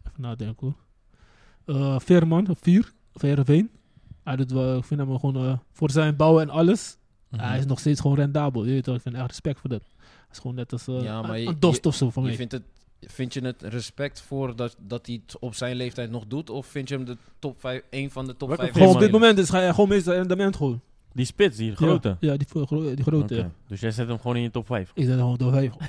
Speaker 3: Even nadenken hoor. Eh Veerman, op 4. Veerveen. Hij doet wel, ik vind hem gewoon eh, voor zijn bouwen en alles.
Speaker 2: Mhm.
Speaker 3: Hij is nog steeds gewoon rendabel. Je weet toch, ik vind echt respect voor dat. Hij is gewoon net als eh,
Speaker 2: Ja, maar
Speaker 3: een-
Speaker 2: je-
Speaker 3: een dost of zo van
Speaker 2: Je
Speaker 3: mij.
Speaker 2: vindt het, vind je het respect voor dat, dat hij het op zijn leeftijd nog doet? Of vind je hem de top 5, een van de top
Speaker 4: Welke
Speaker 2: 5?
Speaker 3: Gewoon op dit
Speaker 4: Veerman.
Speaker 3: moment is hij gewoon meestal rendement gewoon.
Speaker 4: Die spits, die grote.
Speaker 3: Ja, ja, die, voor- gro- die grote.
Speaker 4: Oké.
Speaker 3: ja.
Speaker 4: Dus jij zet hem gewoon in je top 5.
Speaker 3: Ik zet gewoon door vijf.
Speaker 4: Oké.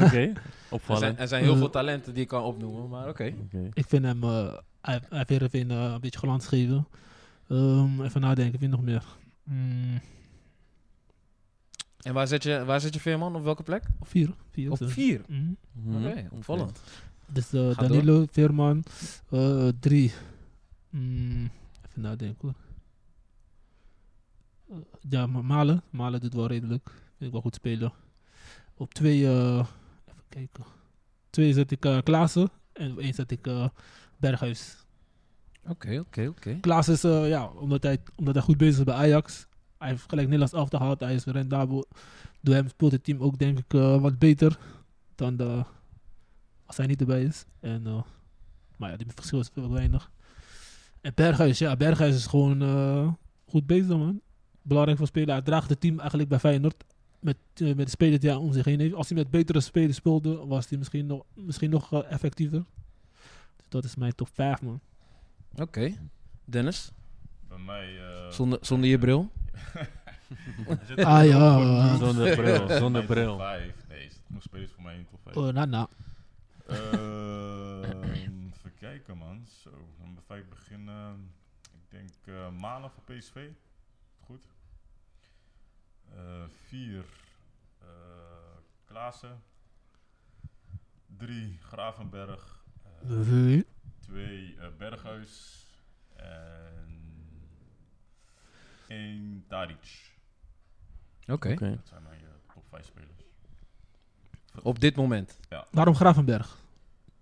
Speaker 2: Er zijn,
Speaker 4: Opvallend.
Speaker 2: er zijn heel
Speaker 3: Eh.
Speaker 2: veel talenten die ik kan opnoemen, maar oké.
Speaker 4: Oké.
Speaker 3: Ik vind hem, eh hij, hij heeft Heerenveen, eh, een beetje glans geven. Ehm, even nadenken, wie nog meer? Mm,
Speaker 2: En waar zet, je, waar zet je Veerman? Op welke plek?
Speaker 3: op vier. vier
Speaker 2: Op
Speaker 3: zo.
Speaker 2: 4?
Speaker 3: Mhm.
Speaker 4: Mhm.
Speaker 2: Oké, opvallend.
Speaker 3: Dus
Speaker 2: Ga
Speaker 3: eh,
Speaker 2: door.
Speaker 3: Danilo, Veerman, eh, drie. Mm, even nadenken hoor. Eh, ja, Ma- Malen. Malen doet wel redelijk. Vind ik wel goed spelen. Op twee, eh, even kijken. Twee zet ik eh Klaassen. En op één zet ik eh, Berghuis.
Speaker 2: Oké, oké, oké.
Speaker 3: Klaas is, eh, ja, omdat hij, omdat hij goed bezig is bij Ajax. Hij heeft gelijk Nederlands af te Hij is rendabel. Door hem speelt het team ook, denk ik, eh, wat beter dan de, als hij niet erbij is. En, eh, maar ja, die verschil is wel weinig. En Berghuis, ja, Berghuis is gewoon eh, goed bezig, man. Belangrijk voor spelen. Hij draagt het team eigenlijk bij Feyenoord. Met, eh, met de spelers die hij om zich heen heeft. Als hij met betere spelers speelde, was hij misschien nog, misschien nog eh, effectiever. Dus dat is mijn top 5, man.
Speaker 2: Oké. Dennis,
Speaker 5: Bij mij... eh
Speaker 2: zonder, zonder je bril?
Speaker 5: hij zit er
Speaker 3: Ah,
Speaker 5: ook
Speaker 3: ja.
Speaker 5: voor nu.
Speaker 4: Zonder bril,
Speaker 5: Mijn
Speaker 4: zonder
Speaker 5: top
Speaker 4: bril.
Speaker 5: vijf. Nee, het nog spelers voor mij in de top 5.
Speaker 3: Oh, nou, nou.
Speaker 5: Ehm, even kijken, man. Zo, dan bij vijf beginnen. Ik denk eh Malen voor PSV. Goed. Eh, vier. eh Klaassen. Drie. Gravenberg. Eh, twee. eh, Berghuis. En. één. Tadic.
Speaker 2: Oké.
Speaker 4: Oké.
Speaker 5: Dat zijn mijn eh, top vijf spelers.
Speaker 2: Op dit moment.
Speaker 3: Waarom Gravenberg?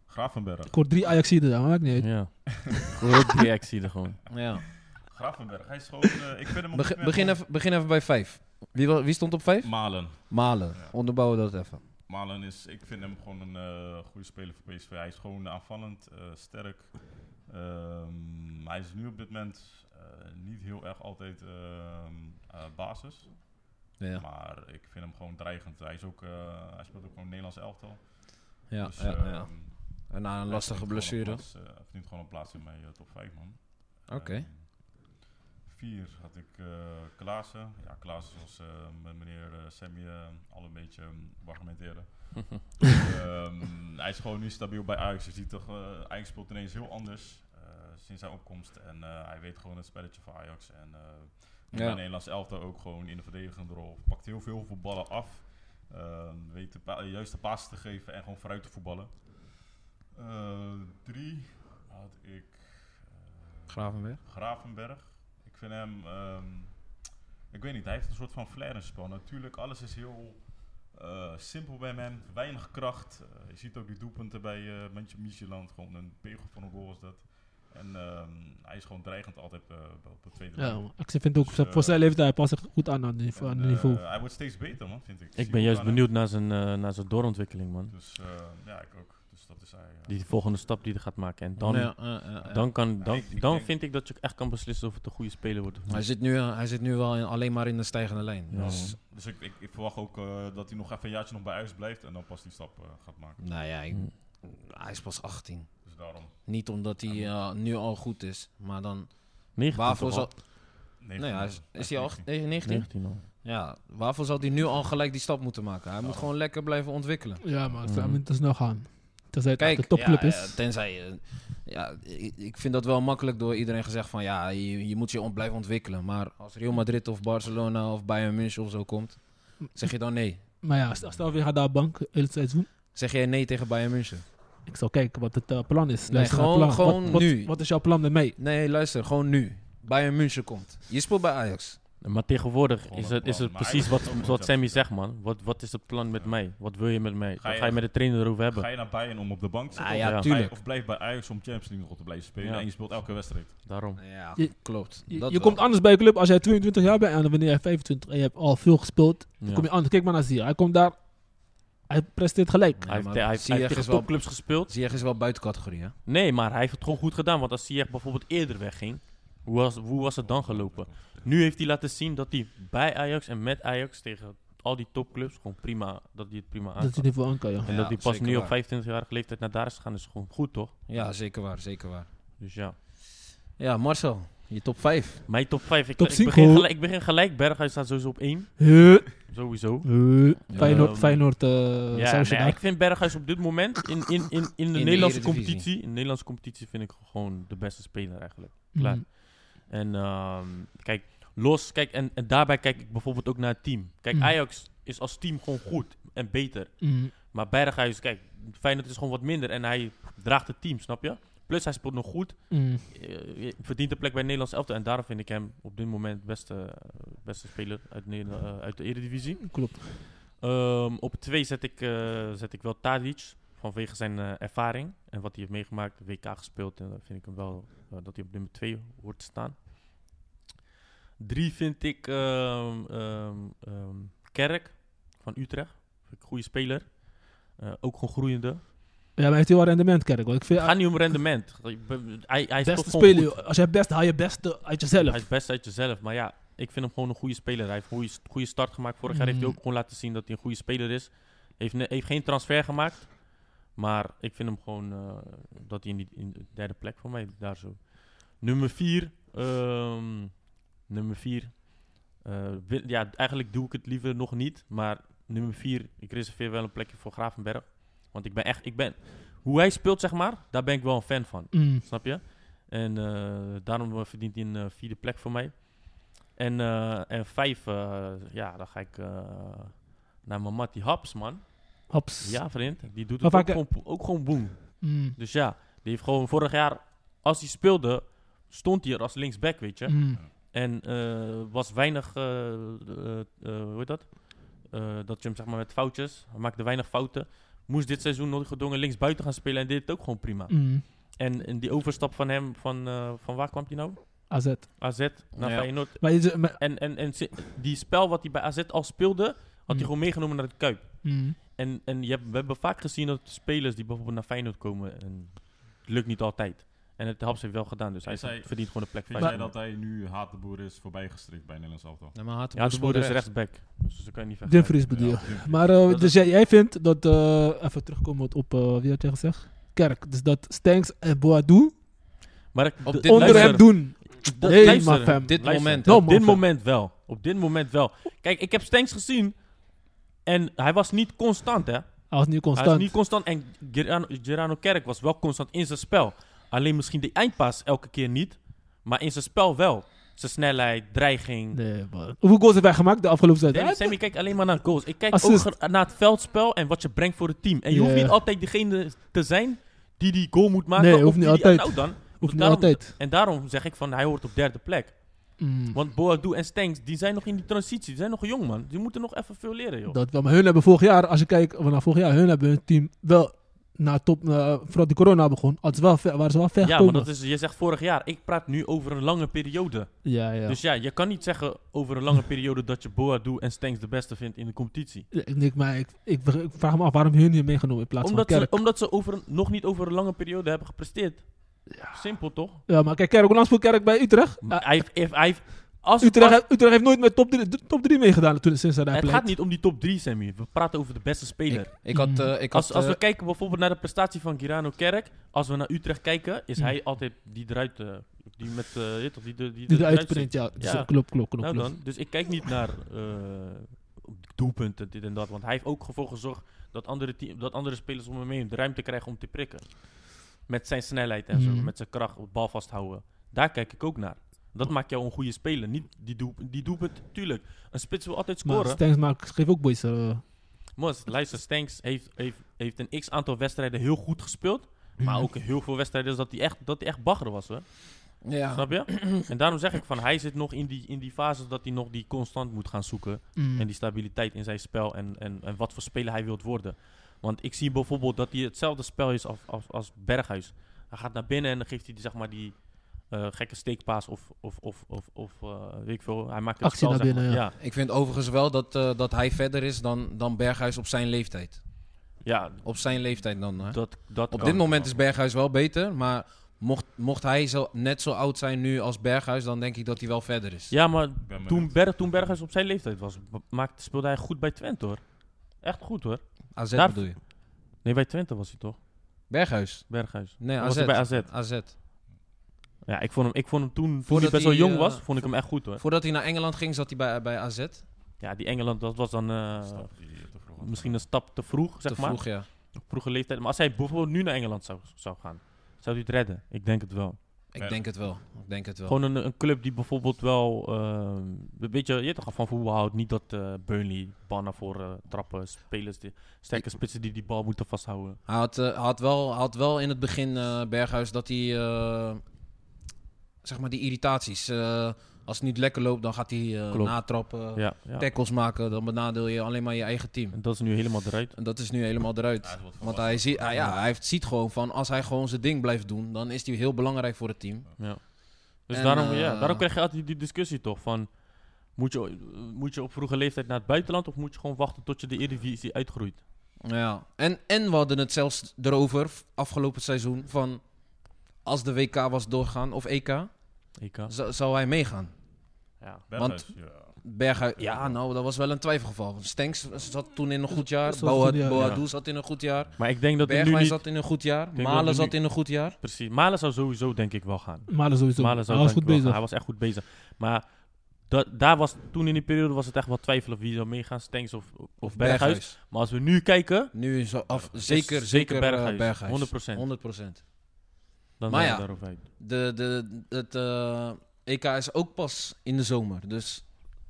Speaker 5: Gravenberg.
Speaker 3: Ik hoor drie Ajaxiden daar, maar maakt niet uit.
Speaker 4: Ja. Groot reactie er gewoon.
Speaker 2: Ja.
Speaker 5: Gravenberg. Hij is gewoon. eh, ik vind hem op dit
Speaker 2: Beg-
Speaker 5: moment
Speaker 2: begin,
Speaker 5: gewoon-
Speaker 2: even, begin even bij 5. Wie, wa- wie stond op 5?
Speaker 5: Malen.
Speaker 2: Malen.
Speaker 5: Ja.
Speaker 2: Onderbouwen dat even.
Speaker 5: Malen is, ik vind hem gewoon een eh, goede speler voor PSV. Hij is gewoon aanvallend, eh, sterk. Ehm, hij is nu op dit moment eh, niet heel erg altijd ehm, eh, basis.
Speaker 2: Ja.
Speaker 5: Maar ik vind hem gewoon dreigend. Hij, is ook, eh, hij speelt ook gewoon Nederlands elftal.
Speaker 2: Ja,
Speaker 5: Dus,
Speaker 2: ja,
Speaker 5: ehm,
Speaker 2: ja. En na een
Speaker 5: hij
Speaker 2: lastige
Speaker 5: verdient gewoon
Speaker 2: blessure.
Speaker 5: een plaats, eh, Hij verdient gewoon een plaats in mijn eh, top 5, man.
Speaker 2: Oké.
Speaker 5: Ehm, vier had ik eh Klaassen. Ja, Klaassen zoals eh, m- meneer eh, Sammy eh, al een beetje mm, argumenteren. Ehm, hij is gewoon nu stabiel bij Ajax. Je ziet toch, eh, Ajax speelt ineens heel anders eh, sinds zijn opkomst. En eh, hij weet gewoon het spelletje van Ajax. En eh nu
Speaker 2: Ja.
Speaker 5: bij Nederlands elftal ook gewoon in de verdedigende rol. Pakt heel veel voetballen af. Ehm, weet de pa- juiste paas te geven en gewoon vooruit te voetballen. Eh, drie had ik... eh,
Speaker 2: Gravenberg.
Speaker 5: Gravenberg. Ik vind hem, ehm, ik weet niet, hij heeft een soort van flair in zijn spel. Natuurlijk, alles is heel eh, simpel bij hem, weinig kracht. Eh, je ziet ook die doelpunten bij eh Mantje Micheland, gewoon een pegel van een goal is dat. En ehm, hij is gewoon dreigend altijd eh, op de tweede
Speaker 3: Ja,
Speaker 5: lijn.
Speaker 3: maar ik vind ook, voor zijn leeftijd, hij past zich goed aan aan het niveau.
Speaker 5: En,
Speaker 3: Aan
Speaker 5: eh,
Speaker 3: het niveau.
Speaker 5: hij wordt steeds beter, man, vind ik. zie
Speaker 4: Ik ben
Speaker 5: hem
Speaker 4: juist
Speaker 5: aan hem.
Speaker 4: benieuwd naar zijn, eh, naar zijn doorontwikkeling, man.
Speaker 5: Dus eh, ja, ik ook. Dus Dus dat is hij. eh,
Speaker 4: Die volgende stap die hij gaat maken. En dan,
Speaker 2: Ja, ja, ja, ja.
Speaker 4: dan, kan, dan,
Speaker 5: ik- ik
Speaker 4: dan
Speaker 5: denk-
Speaker 4: vind ik dat je echt kan beslissen of het een goede speler wordt of
Speaker 2: eh. Hij
Speaker 4: niet.
Speaker 2: zit nu, hij zit nu wel in- alleen maar in de stijgende lijn.
Speaker 4: Ja.
Speaker 2: Dus,
Speaker 5: Dus ik, ik, ik verwacht ook eh, dat hij nog even een jaartje nog bij Ajax blijft en dan pas die stap eh, gaat maken.
Speaker 2: nou ja, ik-
Speaker 4: Hmm.
Speaker 2: hij is pas 18.
Speaker 5: Dus daarom.
Speaker 2: Niet omdat hij eh, nu al goed is, maar dan...
Speaker 4: 19
Speaker 2: Waarvoor
Speaker 4: toch al?
Speaker 2: zal... Nee, hij Nou is, is hij al acht- nee, 19?
Speaker 4: 19 al.
Speaker 2: Ja, waarvoor zal hij nu al gelijk die stap moeten maken? Hij moet gewoon lekker blijven ontwikkelen.
Speaker 3: Ja, maar het zou
Speaker 4: Mhm.
Speaker 3: hem te snel gaan. Tenzij het echt
Speaker 2: Kijk,
Speaker 3: een topclub
Speaker 2: ja,
Speaker 3: is.
Speaker 2: ja, tenzij... eh, ja, ik, ik vind dat wel makkelijk door iedereen gezegd van... Ja, je, je moet je ont- blijven ontwikkelen. Maar als Real Madrid of Barcelona of Bayern München of zo komt... Zeg je dan nee?
Speaker 3: Maar ja, stel, stel weer gaat daar bank eh, het seizoen.
Speaker 2: Zeg jij nee tegen Bayern München?
Speaker 3: Ik zal kijken wat het eh, plan is.
Speaker 2: Nee,
Speaker 3: Luister naar het
Speaker 2: gewoon-
Speaker 3: plan.
Speaker 2: gewoon
Speaker 3: wat, wat,
Speaker 2: nu.
Speaker 3: Wat is jouw plan ermee?
Speaker 2: Nee, luister, gewoon nu. Bayern München komt. Je speelt bij Ajax.
Speaker 4: Maar tegenwoordig
Speaker 5: Gewoon
Speaker 4: is
Speaker 5: een
Speaker 4: het, is
Speaker 5: plan.
Speaker 4: het
Speaker 5: Maar
Speaker 4: precies
Speaker 5: eigenlijk
Speaker 4: wat,
Speaker 5: is het ook
Speaker 4: wat
Speaker 5: wat
Speaker 4: Sammy
Speaker 5: Jeff
Speaker 4: zegt, man. Wat, wat is het plan met mij? Wat wil je met mij? Wat
Speaker 5: je-
Speaker 4: ga je met de trainer erover hebben?
Speaker 5: Ga je naar Bayern om op de bank te
Speaker 2: Nou
Speaker 5: zitten?
Speaker 2: ja,
Speaker 4: ja.
Speaker 5: Of, blijf,
Speaker 2: tuurlijk.
Speaker 5: of blijf bij Ajax om Champions League nog te blijven spelen
Speaker 4: Ja.
Speaker 5: en je speelt elke wedstrijd.
Speaker 4: Daarom.
Speaker 2: Ja,
Speaker 3: Je-
Speaker 2: klopt.
Speaker 3: Je,
Speaker 2: Dat
Speaker 3: je
Speaker 2: wel.
Speaker 3: komt anders bij een club als jij 22 jaar bent en dan wanneer jij 25 en je hebt al veel gespeeld. Dan
Speaker 4: Ja.
Speaker 3: kom je anders. Kijk maar naar Zia. Hij komt daar. Hij presteert gelijk.
Speaker 2: Ja,
Speaker 4: Hij heeft,
Speaker 2: maar
Speaker 4: hij heeft, hij
Speaker 2: Ziyech
Speaker 4: heeft tegen
Speaker 2: is wel-
Speaker 4: topclubs gespeeld.
Speaker 2: Ziyech is wel buiten categorie, hè?
Speaker 4: Nee, maar hij heeft het gewoon goed gedaan. Want als Ziyech bijvoorbeeld eerder wegging, hoe was, hoe was het dan gelopen? Nu heeft hij laten zien dat hij bij Ajax en met Ajax tegen al die topclubs gewoon prima, dat hij het prima aan.
Speaker 3: Dat hij niet veel aan kan, ja.
Speaker 4: En
Speaker 2: Ja,
Speaker 4: dat hij pas
Speaker 2: zeker
Speaker 4: nu
Speaker 2: waar.
Speaker 4: op 25-jarige leeftijd naar daar is gegaan, is gewoon goed, toch?
Speaker 2: Ja, zeker waar, zeker waar.
Speaker 4: Dus ja.
Speaker 2: Ja, Marcel, je top 5.
Speaker 4: Mijn top 5. Ik,
Speaker 3: Top
Speaker 4: ik,
Speaker 3: cinco.
Speaker 4: begin gelijk, ik begin gelijk. Berghuis staat sowieso op 1.
Speaker 3: Huh.
Speaker 4: Sowieso.
Speaker 3: Huh.
Speaker 4: Ehm,
Speaker 3: Feyenoord, Feyenoord eh
Speaker 4: Ja,
Speaker 3: sausje
Speaker 4: nee,
Speaker 3: daar.
Speaker 4: ik vind Berghuis op dit moment in, in, in, in de
Speaker 2: de
Speaker 4: Nederlandse
Speaker 2: Eredivisie.
Speaker 4: competitie. In de Nederlandse competitie vind ik gewoon de beste speler eigenlijk. Klaar.
Speaker 3: Mm.
Speaker 4: En ehm, kijk, los. Kijk, en, en daarbij kijk ik bijvoorbeeld ook naar het team. Kijk,
Speaker 3: Mhm.
Speaker 4: Ajax is als team gewoon goed en beter.
Speaker 3: Mm.
Speaker 4: Maar Berghuis, dus, kijk, Feyenoord is gewoon wat minder. En hij draagt het team, snap je? Plus hij speelt nog goed.
Speaker 3: Mm.
Speaker 4: eh, verdient een plek bij het Nederlands elftal. En daarom vind ik hem op dit moment beste, eh, beste speler uit, Nederland- eh, uit de Eredivisie.
Speaker 3: Klopt.
Speaker 4: Ehm, op twee zet ik, eh, zet ik wel Tadic. Vanwege zijn eh, ervaring en wat hij heeft meegemaakt. WK gespeeld. En dan vind ik hem wel eh, dat hij op nummer twee hoort te staan. Drie vind ik ehm, ehm, ehm, Kerk van Utrecht. Vind ik een goede speler. Eh, ook gewoon groeiende.
Speaker 3: Ja, maar hij heeft heel wat rendement, Kerk. hoor. Ik vind
Speaker 4: Het gaat niet om rendement. Hij, hij is
Speaker 3: beste
Speaker 4: toch gewoon goed.
Speaker 3: spelen. joh. Als jij best, haal je beste uit
Speaker 4: Hij
Speaker 3: jezelf.
Speaker 4: is best uit jezelf. Maar ja, ik vind hem gewoon een goede speler. Hij heeft een goede, goede start gemaakt. Vorig jaar heeft hij
Speaker 3: Mm.
Speaker 4: ook gewoon laten zien dat hij een goede speler is. Heeft, ne- heeft geen transfer gemaakt. Maar ik vind hem gewoon eh, dat hij in, die, in de derde plek voor mij daar zo. Nummer vier. ehm, nummer vier. eh, wil- ja, eigenlijk doe ik het liever nog niet. Maar nummer vier, ik reserveer wel een plekje voor Gravenberg. Want ik ben echt, ik ben, hoe hij speelt zeg maar, daar ben ik wel een fan van.
Speaker 3: Mm.
Speaker 4: Snap je? En eh, daarom eh, verdient hij een eh, vierde plek voor mij. En, eh, en vijf, eh, ja, dan ga ik eh, naar mijn mattie Haps, man.
Speaker 3: Haps.
Speaker 4: Ja, vriend. Die doet
Speaker 3: Maar
Speaker 4: het ook
Speaker 3: vaak- eh,
Speaker 4: gewoon, ook gewoon boem.
Speaker 3: Mm.
Speaker 4: Dus ja, die heeft gewoon vorig jaar, als hij speelde, stond hij er als linksback, weet je.
Speaker 3: Mm.
Speaker 4: En eh, was weinig, eh, eh, eh, hoe heet dat? Eh, dat je hem zeg maar met foutjes, hij maakte weinig fouten. Moest dit seizoen nog gedwongen linksbuiten gaan spelen en deed het ook gewoon prima.
Speaker 3: Mm.
Speaker 4: En, en die overstap van hem, van, eh, van waar kwam die nou?
Speaker 3: AZ.
Speaker 4: AZ naar
Speaker 2: Ja.
Speaker 4: Feyenoord.
Speaker 3: Maar, is- maar-
Speaker 4: En, en, en si- die spel wat hij bij AZ al speelde, had hij
Speaker 2: Hmm.
Speaker 3: Mm.
Speaker 4: gewoon meegenomen naar de Kuip.
Speaker 3: Mm.
Speaker 4: En, en je hebt, we hebben vaak gezien dat spelers die bijvoorbeeld naar Feyenoord komen, en het lukt niet altijd. En het Haps heeft wel gedaan, dus hij
Speaker 5: Is hij-
Speaker 4: verdient gewoon een plek.
Speaker 5: Vind
Speaker 4: vijf.
Speaker 5: jij dat hij nu haat de boer is voorbij gestrikt bij Nederlands elftal?
Speaker 2: Ja, maar
Speaker 4: Ja, de boer is rechtsback, dus dat kan je niet vergeten.
Speaker 3: Dumfries bedoel je.
Speaker 5: Ja,
Speaker 3: Maar eh,
Speaker 4: Dat
Speaker 3: dus jij, jij vindt dat, eh, even terugkomen op eh, wie had jij gezegd? Kerk. Dus dat Stanks en Boadu
Speaker 4: Maar ik,
Speaker 2: Op
Speaker 4: d-
Speaker 2: dit
Speaker 3: onder
Speaker 4: luister,
Speaker 3: hem doen.
Speaker 4: dat-
Speaker 3: Nee,
Speaker 4: luister,
Speaker 3: maar fam.
Speaker 2: Op dit
Speaker 4: Luister,
Speaker 2: moment.
Speaker 3: No,
Speaker 4: Op dit
Speaker 3: man, fam.
Speaker 4: moment wel. Op dit moment wel. Kijk, ik heb Stanks gezien en hij was niet constant, hè.
Speaker 3: Hij was nu
Speaker 4: Hij is
Speaker 3: constant.
Speaker 4: niet constant. En Gerano, Gerano Kerk was wel constant in zijn spel. Alleen misschien de eindpas elke keer niet. Maar in zijn spel wel. Zijn snelheid, dreiging.
Speaker 3: Nee, man. Hoeveel goals heeft hij gemaakt de afgelopen
Speaker 4: Sammy,
Speaker 3: wedstrijd?
Speaker 4: Sammy kijkt alleen maar naar goals. Ik kijk
Speaker 3: Assist.
Speaker 4: ook ge- naar het veldspel en wat je brengt voor het team. En je hoeft
Speaker 3: Ja.
Speaker 4: niet altijd degene te zijn die die goal moet maken.
Speaker 3: Nee,
Speaker 4: of
Speaker 3: hoeft niet
Speaker 4: die die-
Speaker 3: altijd.
Speaker 4: nou dan.
Speaker 3: Hoeft niet
Speaker 4: daarom-
Speaker 3: altijd.
Speaker 4: En daarom zeg ik van hij hoort op derde plek.
Speaker 3: Mm.
Speaker 4: Want Boadu en Stenks, die zijn nog in die transitie. Die zijn nog jong, man. Die moeten nog even veel leren, joh.
Speaker 3: Dat wel. Maar hun hebben vorig jaar, als je kijkt oh, naar vorig jaar, hun hebben hun team wel na top, eh, voordat die corona begon, hadden ze wel, ver- waren ze wel ver
Speaker 4: Ja, maar
Speaker 3: gekomen.
Speaker 4: dat is, je zegt vorig jaar. Ik praat nu over een lange periode.
Speaker 3: Ja, ja.
Speaker 4: Dus ja, je kan niet zeggen over een lange periode dat je Boadu en Stenks de beste vindt in de competitie.
Speaker 3: ik, ik- maar ik, ik, ik vraag me af waarom hun niet meegenomen in plaats
Speaker 4: Omdat
Speaker 3: van
Speaker 4: ze,
Speaker 3: Kerk.
Speaker 4: omdat ze over, een- nog niet over een lange periode hebben gepresteerd. Simpel toch?
Speaker 3: Ja, maar kijk, Kerk, hoe lang speelt Kerk bij Utrecht?
Speaker 4: Maar
Speaker 3: Ja,
Speaker 4: hij heeft- heeft- hij heeft- als,
Speaker 3: Utrecht,
Speaker 4: als-
Speaker 3: heeft- Utrecht heeft nooit met top 3 top drie meegedaan toen, sinds hij daar
Speaker 4: het
Speaker 3: pleit.
Speaker 4: gaat niet om die top 3, Sammy. We praten over de beste speler.
Speaker 2: Ik, ik had,
Speaker 3: Mm.
Speaker 2: eh, ik had
Speaker 4: als, als
Speaker 2: eh,
Speaker 4: we kijken bijvoorbeeld naar de prestatie van Girano Kerk. Als we naar Utrecht kijken, is
Speaker 3: Mm.
Speaker 4: hij altijd die eruit. eh, die met. eh, je weet toch, die, die, die,
Speaker 3: Die
Speaker 4: eruit
Speaker 3: eruit sprint, ja. Dus,
Speaker 4: Ja.
Speaker 3: eh, Klopt, klopt, klopt.
Speaker 4: Nou
Speaker 3: klopt.
Speaker 4: dan, dus ik kijk niet naar eh, doelpunten, dit en dat. Want hij heeft ook ervoor gezorgd dat andere, team, dat andere spelers om hem heen de ruimte krijgen om te prikken. Met zijn snelheid en zo,
Speaker 3: Mhm.
Speaker 4: met zijn kracht, op bal vasthouden. Daar kijk ik ook naar.
Speaker 3: Oh.
Speaker 4: Dat maakt jou een goede speler. Niet die, doel, die doelpunt, tuurlijk. Een spits wil altijd
Speaker 3: Maar
Speaker 4: scoren.
Speaker 3: Stengs maakt, geeft ook boys. eh,
Speaker 4: Mos, luister, Stanks heeft, heeft, heeft een x-aantal wedstrijden heel goed gespeeld. Maar ook heel veel wedstrijden dat hij echt, dat hij echt bagger was, hoor.
Speaker 3: Ah.
Speaker 2: ja.
Speaker 4: Snap je? En daarom zeg ik van, hij zit nog in die, in die fase dat hij nog die constant moet gaan zoeken.
Speaker 3: mm.
Speaker 4: En die stabiliteit in zijn spel en, en, en wat voor speler hij wilt worden. Want ik zie bijvoorbeeld dat hij hetzelfde spel is als, als, als Berghuis. Hij gaat naar binnen en dan geeft hij die, zeg maar, die eh, gekke steekpaas of, of, of, of, of eh, weet ik veel. Hij maakt het
Speaker 3: Actie
Speaker 4: spel,
Speaker 3: naar
Speaker 4: zeg
Speaker 3: binnen,
Speaker 4: maar.
Speaker 3: ja.
Speaker 4: Ja.
Speaker 2: Ik vind overigens wel dat, eh, dat hij verder is dan, dan Berghuis op zijn leeftijd.
Speaker 4: Ja,
Speaker 2: Op zijn leeftijd dan. Hè?
Speaker 4: dat, dat
Speaker 2: Op
Speaker 4: kan.
Speaker 2: dit moment is Berghuis wel beter, maar mocht, mocht hij zo, net zo oud zijn nu als Berghuis, dan denk ik dat hij wel verder is.
Speaker 4: Ja, maar
Speaker 5: ben
Speaker 4: toen,
Speaker 5: benieuwd.
Speaker 4: Berg, toen Berghuis op zijn leeftijd was, b- maakte, speelde hij goed bij Twente, hoor. Echt goed, hoor.
Speaker 2: AZ
Speaker 4: Daar-
Speaker 2: bedoel je?
Speaker 4: Nee, bij Twente was hij toch?
Speaker 2: Berghuis?
Speaker 4: Berghuis.
Speaker 2: Nee,
Speaker 4: Dan
Speaker 2: AZ.
Speaker 4: was hij bij AZ.
Speaker 2: AZ.
Speaker 4: Ja, ik vond hem, ik vond hem toen, toen hij
Speaker 2: Voordat
Speaker 4: best wel
Speaker 2: hij,
Speaker 4: jong
Speaker 2: eh,
Speaker 4: was, vond ik hem echt goed, hoor.
Speaker 2: Voordat hij naar Engeland ging, zat hij bij, bij AZ.
Speaker 4: Ja, die Engeland, dat was dan... eh,
Speaker 5: Stap die je te vroeg had.
Speaker 4: misschien een stap te vroeg, zeg
Speaker 2: Te
Speaker 4: maar.
Speaker 2: vroeg, ja.
Speaker 4: Vroege leeftijd. Maar als hij bijvoorbeeld nu naar Engeland zou, zou gaan, zou hij het redden? Ik denk het wel.
Speaker 2: Ik
Speaker 5: Ja.
Speaker 2: denk het wel. Ik denk het wel.
Speaker 4: Gewoon een, een club die bijvoorbeeld wel ehm, een beetje, je weet toch van voetbal houdt. Niet dat eh, Burnley bannen voor eh, trappen, spelers, die, sterke spitsen die die bal moeten vasthouden.
Speaker 2: Hij had, eh, had, wel, had wel in het begin, eh, Berghuis, dat hij... eh, zeg maar die irritaties. eh, als het niet lekker loopt, dan gaat hij eh,
Speaker 4: Klopt.
Speaker 2: natrappen,
Speaker 4: Ja, ja.
Speaker 2: tackles maken. Dan benadeel je alleen maar je eigen team.
Speaker 4: En dat is nu helemaal eruit.
Speaker 2: En dat is nu helemaal eruit.
Speaker 5: Hij is wat
Speaker 2: Want
Speaker 5: volwassen.
Speaker 2: hij, zie, ah ja, hij heeft, ziet gewoon van als hij gewoon zijn ding blijft doen, dan is hij heel belangrijk voor het team.
Speaker 4: Ja. Dus
Speaker 2: En,
Speaker 4: daarom, ja,
Speaker 2: eh,
Speaker 4: daarom krijg je altijd die discussie toch van... Moet je, moet je op vroege leeftijd naar het buitenland of moet je gewoon wachten tot je de Eredivisie uitgroeit?
Speaker 2: Ja. En, en we hadden het zelfs erover f- afgelopen seizoen van als de WK was doorgaan of EK,
Speaker 4: EK.
Speaker 2: zou- zou hij meegaan.
Speaker 4: Ja.
Speaker 5: Berghuis, ja.
Speaker 2: Berghuis, ja, nou, dat was wel een twijfelgeval. Want Stenks zat toen in een goed jaar,
Speaker 3: Zat toen,
Speaker 2: Boa-
Speaker 3: ja.
Speaker 2: Boadu zat in een goed jaar,
Speaker 4: Maar ik denk dat er nu
Speaker 2: Bergwijn
Speaker 4: niet...
Speaker 2: zat in een goed jaar,
Speaker 4: denk dat
Speaker 2: Malen
Speaker 4: we nu-
Speaker 2: zat in een goed jaar.
Speaker 4: Precies. Malen zou sowieso denk ik wel gaan.
Speaker 3: Malen sowieso.
Speaker 4: Malen zou
Speaker 3: hij was
Speaker 4: denk
Speaker 3: goed
Speaker 4: ik
Speaker 3: bezig.
Speaker 4: wel gaan. Hij was echt goed bezig. Maar dat, daar was, toen in die periode was het echt wel twijfelen wie zou meegaan, Stengs of, of Berghuis. Maar als we nu kijken,
Speaker 2: Nu is al- af,
Speaker 4: is
Speaker 2: zeker,
Speaker 4: zeker
Speaker 2: zeker eh, Berghuis.
Speaker 4: Berghuis. 100%.
Speaker 2: 100%.
Speaker 4: dan
Speaker 2: Maar
Speaker 4: zijn
Speaker 2: ja.
Speaker 4: we daarover uit.
Speaker 2: De, de, het eh, EK is ook pas in de zomer. Dus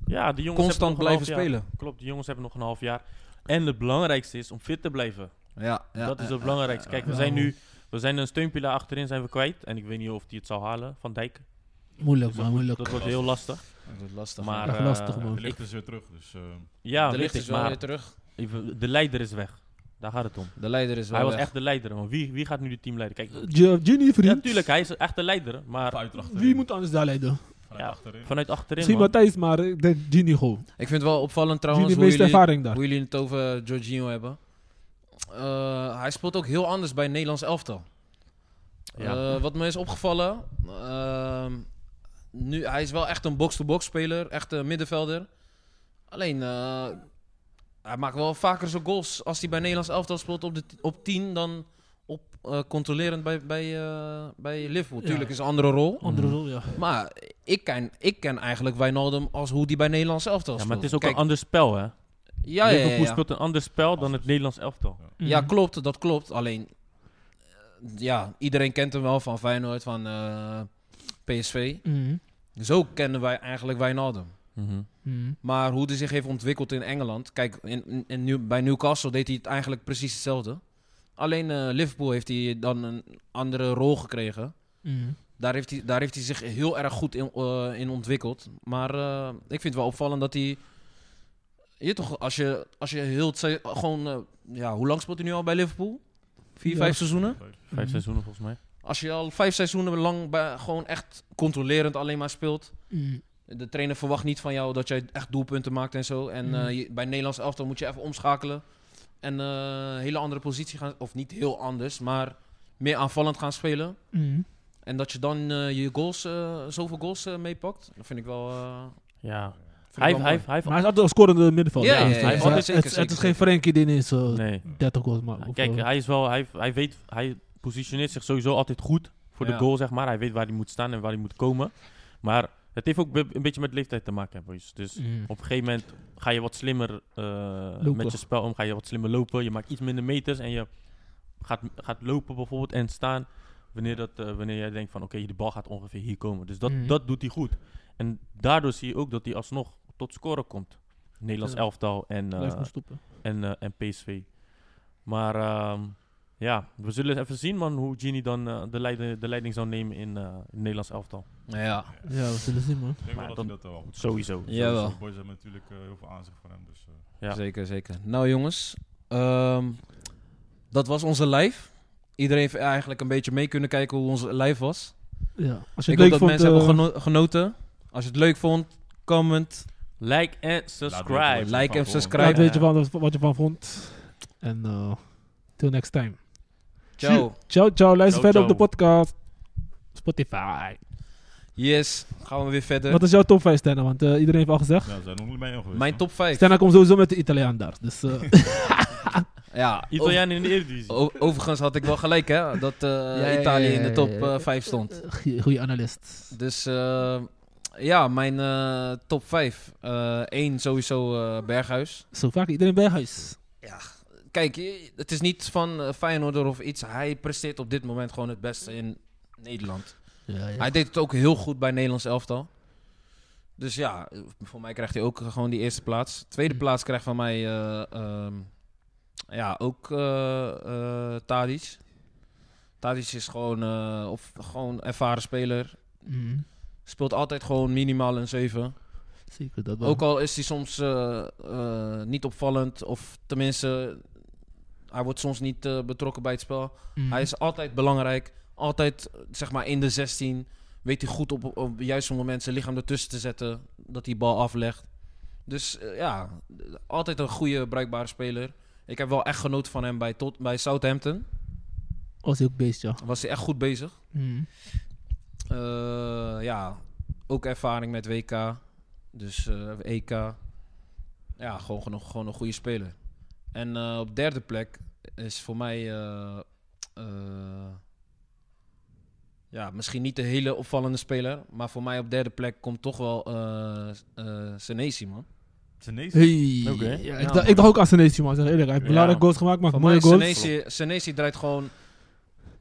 Speaker 4: Ja, die jongens hebben nog
Speaker 2: constant
Speaker 4: een
Speaker 2: blijven
Speaker 4: half jaar.
Speaker 2: spelen.
Speaker 4: Klopt, die jongens hebben nog een half jaar. En het belangrijkste is om fit te blijven.
Speaker 2: Ja, ja,
Speaker 4: dat is
Speaker 2: ja,
Speaker 4: het belangrijkste. Kijk, we
Speaker 3: ja.
Speaker 4: zijn nu we zijn een steunpilaar achterin zijn we kwijt. En ik weet niet of die het zal halen, Van Dijk.
Speaker 3: Moeilijk,
Speaker 4: Dus
Speaker 3: maar moeilijk.
Speaker 4: Dat wordt heel lastig.
Speaker 2: ja. Dat wordt lastig.
Speaker 4: Maar,
Speaker 3: Echt
Speaker 4: eh,
Speaker 3: lastig, man.
Speaker 5: De licht is weer terug, dus... eh,
Speaker 4: Ja,
Speaker 2: de
Speaker 4: weet
Speaker 2: licht
Speaker 4: ik,
Speaker 2: is wel
Speaker 4: maar
Speaker 2: weer terug.
Speaker 4: even- de leider is weg. Daar gaat het om.
Speaker 2: De leider is wel
Speaker 4: Hij was
Speaker 2: weg.
Speaker 4: echt de leider. Want wie, wie gaat nu het team leiden? Kijk,
Speaker 3: Ju- Junior
Speaker 4: Ja,
Speaker 3: vriend.
Speaker 4: natuurlijk, hij is echt de leider. Maar
Speaker 5: Vanuit achterin.
Speaker 3: Wie moet anders daar leiden?
Speaker 5: Vanuit
Speaker 4: Ja.
Speaker 5: achterin.
Speaker 4: vanuit achterin.
Speaker 3: Misschien
Speaker 4: man.
Speaker 3: Matthijs, maar ik denk Gini gewoon.
Speaker 2: Ik vind het wel opvallend trouwens
Speaker 3: Gini
Speaker 2: hoe
Speaker 3: meeste
Speaker 2: jullie,
Speaker 3: ervaring daar.
Speaker 2: hoe jullie het over Jorginho hebben. Eh, hij speelt ook heel anders bij het Nederlands elftal.
Speaker 4: Ja.
Speaker 2: Eh, wat me is opgevallen, ehm, nu, hij is wel echt een box-to-box speler, echt een middenvelder. Alleen, eh, hij maakt wel vaker zijn goals als hij bij Nederlands elftal speelt op, de, t- op 10 dan op eh, controlerend bij, bij, eh, bij Liverpool.
Speaker 3: Ja.
Speaker 2: Tuurlijk is een andere rol.
Speaker 4: Mm.
Speaker 3: Andere rol, ja.
Speaker 2: Maar ik ken, ik ken eigenlijk Wijnaldum als hoe die bij Nederlands elftal
Speaker 4: Ja,
Speaker 2: speelt.
Speaker 4: maar het is ook
Speaker 2: Kijk,
Speaker 4: een ander spel, hè?
Speaker 2: ja, ja, ja,
Speaker 4: Liverpool
Speaker 2: ja.
Speaker 4: speelt een ander spel dan het Nederlands elftal.
Speaker 2: Ja,
Speaker 3: Mhm.
Speaker 2: klopt, dat klopt. Alleen, eh, ja, iedereen kent hem wel van Feyenoord, van eh, PSV.
Speaker 3: Mhm.
Speaker 2: Zo kennen wij eigenlijk Wijnaldum.
Speaker 4: Mhm.
Speaker 3: Mhm.
Speaker 2: Maar hoe hij zich heeft ontwikkeld in Engeland. Kijk, in, in, in Nieuw- bij Newcastle deed hij het eigenlijk precies hetzelfde. Alleen eh, Liverpool heeft hij dan een andere rol gekregen.
Speaker 3: Mhm.
Speaker 2: Daar heeft hij, daar heeft hij zich heel erg goed in, eh, in ontwikkeld. Maar eh, ik vind het wel opvallend dat hij. Je toch, als je, als je heel. het se- Gewoon, eh, ja, hoe lang speelt hij nu al bij Liverpool? Vier,
Speaker 3: Ja.
Speaker 2: vijf seizoenen.
Speaker 4: Vijf
Speaker 3: Mhm.
Speaker 4: seizoenen volgens mij.
Speaker 2: Als je al vijf seizoenen lang bij- gewoon echt controlerend alleen maar speelt.
Speaker 3: Mm.
Speaker 2: De trainer verwacht niet van jou dat jij echt doelpunten maakt en zo. En
Speaker 3: Mhm.
Speaker 2: eh, je- bij Nederlands elftal moet je even omschakelen. En eh, een hele andere positie gaan. Of niet heel anders, maar meer aanvallend gaan spelen.
Speaker 3: Mm.
Speaker 2: En dat je dan eh, je goals, eh, zoveel goals eh, meepakt. Dat vind ik wel. eh,
Speaker 4: Ja.
Speaker 2: vind ik wel
Speaker 4: Hij, heeft- hij,
Speaker 2: mooi.
Speaker 4: heeft- hij heeft
Speaker 3: Maar hij is altijd een scorende middenvelder.
Speaker 2: Ja, ja,
Speaker 4: ja, ja.
Speaker 3: Dus
Speaker 4: Altijd
Speaker 3: het-
Speaker 2: zeker,
Speaker 3: het, het
Speaker 2: zeker,
Speaker 3: is
Speaker 2: zeker.
Speaker 3: geen Frenkie die ineens eh,
Speaker 4: Nee.
Speaker 3: 30 goals maakt. of,
Speaker 4: Kijk,
Speaker 3: eh,
Speaker 4: hij is wel, hij, hij weet, hij positioneert zich sowieso altijd goed voor
Speaker 2: Ja.
Speaker 4: de goal, zeg maar. Hij weet waar hij moet staan en waar hij moet komen. Maar het heeft ook be- een beetje met leeftijd te maken, boys. Dus
Speaker 3: mm.
Speaker 4: op een gegeven moment ga je wat slimmer eh,
Speaker 3: Lopen.
Speaker 4: met je spel om, ga je wat slimmer lopen. Je maakt iets minder meters en je gaat, gaat lopen bijvoorbeeld en staan wanneer, dat, eh, wanneer jij denkt van oké, de bal gaat ongeveer hier komen. Dus dat,
Speaker 3: Mhm.
Speaker 4: dat doet hij goed. En daardoor zie je ook dat hij alsnog tot scoren komt. Nederlands
Speaker 3: Ja.
Speaker 4: elftal en, eh,
Speaker 3: Blijf maar stoppen.
Speaker 4: en, eh, en PSV. Maar ehm, ja, we zullen even zien man, hoe Gini dan eh, de, leiding, de leiding zou nemen in eh, het Nederlands elftal.
Speaker 2: Ja.
Speaker 3: Ja, we zullen zien, man.
Speaker 5: Ik denk wel
Speaker 4: Maar
Speaker 5: dat
Speaker 4: dan-
Speaker 5: hij dat wel goed
Speaker 4: Sowieso.
Speaker 2: Jawel.
Speaker 5: De boys hebben natuurlijk eh, heel veel aanzicht voor hem. Dus, eh,
Speaker 4: Ja.
Speaker 2: Zeker, zeker. Nou jongens, ehm, dat was onze live. Iedereen heeft eigenlijk een beetje mee kunnen kijken hoe onze live was.
Speaker 3: Ja.
Speaker 4: E
Speaker 3: Als je
Speaker 2: Ik hoop
Speaker 3: het leuk
Speaker 2: dat
Speaker 3: vond,
Speaker 2: mensen
Speaker 3: eh,
Speaker 2: hebben geno- genoten. Als je het leuk vond, comment.
Speaker 4: Like en subscribe.
Speaker 2: Like en
Speaker 5: Van Vollen.
Speaker 2: subscribe.
Speaker 3: laat
Speaker 4: Ja.
Speaker 3: weten wat, wat je van vond. En eh, till next time.
Speaker 2: Ciao.
Speaker 3: Ciao, ciao. Luister
Speaker 4: Ciao,
Speaker 3: verder op de
Speaker 4: ciao.
Speaker 3: podcast. Spotify.
Speaker 2: Yes, gaan we weer verder.
Speaker 3: Wat is jouw top 5, Stenna? Want eh, iedereen heeft al gezegd.
Speaker 5: nou, ze zijn nog niet bij jou geweest.
Speaker 2: Mijn
Speaker 5: hè?
Speaker 2: top 5.
Speaker 3: Stenna komt sowieso met de Italiaan daar. Dus eh,
Speaker 2: Ja, over-
Speaker 4: Italiaan in de Eredivisie.
Speaker 2: o- overigens had ik wel gelijk hè, dat eh,
Speaker 3: ja, ja,
Speaker 2: Italië
Speaker 3: ja,
Speaker 2: in de
Speaker 3: ja,
Speaker 2: top
Speaker 3: ja.
Speaker 2: 5 stond.
Speaker 3: goeie- goeie analist.
Speaker 2: Dus eh, ja, mijn eh, top 5. Eén sowieso eh, Berghuis.
Speaker 3: Zo vaak iedereen bij huis.
Speaker 2: Kijk, je- het is niet van eh, Feyenoord of iets. Hij presteert op dit moment gewoon het beste in Nederland.
Speaker 3: Ja, ja.
Speaker 2: Hij deed het ook heel goed bij Nederlands elftal. Dus ja, eh, voor mij krijgt hij ook gewoon die eerste plaats. Tweede
Speaker 3: Mm.
Speaker 2: plaats krijgt van mij eh, ehm, ja, ook eh eh Tadic. Tadic is gewoon, eh, of, gewoon ervaren speler.
Speaker 3: Mm,
Speaker 2: Speelt altijd gewoon minimaal een 7.
Speaker 3: zeker dat wel.
Speaker 2: Ook al is hij soms eh, eh, niet opvallend, of tenminste, hij wordt soms niet eh, betrokken bij het spel.
Speaker 3: Mm.
Speaker 2: Hij is altijd belangrijk, altijd eh, zeg maar in de 16. Weet hij goed op, op, op het juiste moment zijn lichaam ertussen te zetten, dat hij bal aflegt. Dus eh, ja, d- altijd een goede, bruikbare speler. Ik heb wel echt genoten van hem bij, tot, bij Southampton.
Speaker 3: Was hij ook beest, ja.
Speaker 2: Was hij echt goed bezig.
Speaker 3: Mm.
Speaker 2: Eh, ja, ook ervaring met WK. Dus eh, EK. Ja, gewoon, gewoon, gewoon een goede speler. En eh, op derde plek is voor mij... eh, eh, ja, misschien niet de hele opvallende speler. Maar voor mij op derde plek komt toch wel eh eh, Senesi, man.
Speaker 5: Tenese?
Speaker 3: Hey.
Speaker 4: Oké.
Speaker 3: Ja,
Speaker 2: Ja,
Speaker 3: ik, dacht,
Speaker 2: man.
Speaker 3: ik dacht ook aan Senesi, man. Zeg eerlijk, hij heeft
Speaker 4: Ja.
Speaker 3: belangrijke goals gemaakt, maakt
Speaker 2: Voor
Speaker 3: mooie
Speaker 2: mij
Speaker 3: goals.
Speaker 2: Senesi, Senesi draait gewoon...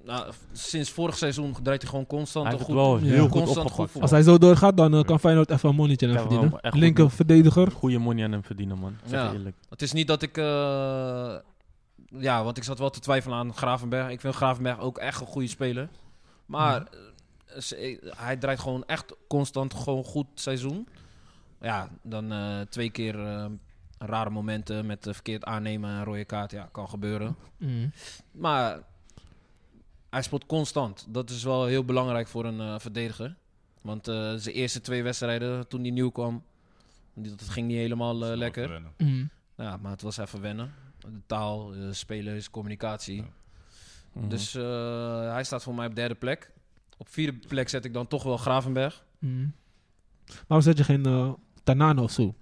Speaker 2: Nou, sinds vorig seizoen draait hij gewoon constant
Speaker 4: Hij
Speaker 2: een
Speaker 4: heeft het
Speaker 2: goed.
Speaker 4: wel
Speaker 3: Ja.
Speaker 4: heel goed
Speaker 2: Constant goed
Speaker 4: opgepakt.
Speaker 2: voetbal.
Speaker 3: Als hij zo doorgaat, dan eh, kan Feyenoord even een monnetje aan hem
Speaker 4: Ja, wel,
Speaker 3: verdienen.
Speaker 4: echt goed,
Speaker 3: Linker
Speaker 4: man.
Speaker 3: verdediger.
Speaker 4: Goede money aan hem verdienen, man. Zeg
Speaker 2: Ja.
Speaker 4: je eerlijk.
Speaker 2: Het is niet dat ik. eh, ja, want ik zat wel te twijfelen aan Gravenberg. Ik vind Gravenberg ook echt een goede speler. Maar eh, ze- eh, hij draait gewoon echt constant gewoon goed seizoen. Ja, dan eh, twee keer eh, rare momenten met eh, verkeerd aannemen en rode kaart. Ja, kan gebeuren.
Speaker 3: Mm.
Speaker 2: Maar hij speelt constant. Dat is wel heel belangrijk voor een eh, verdediger. Want eh, zijn eerste twee wedstrijden toen hij nieuw kwam, die- dat ging niet helemaal eh,
Speaker 5: Snel
Speaker 2: lekker.
Speaker 5: even wennen.
Speaker 3: Mm.
Speaker 2: Ja, maar het was even wennen. De taal, de spelers, communicatie.
Speaker 5: Ja.
Speaker 4: Mhm.
Speaker 2: Dus eh, hij staat voor mij op derde plek. Op vierde plek zet ik dan toch wel Gravenberg.
Speaker 3: Mm. Waarom zet je geen eh, Tanane of zo?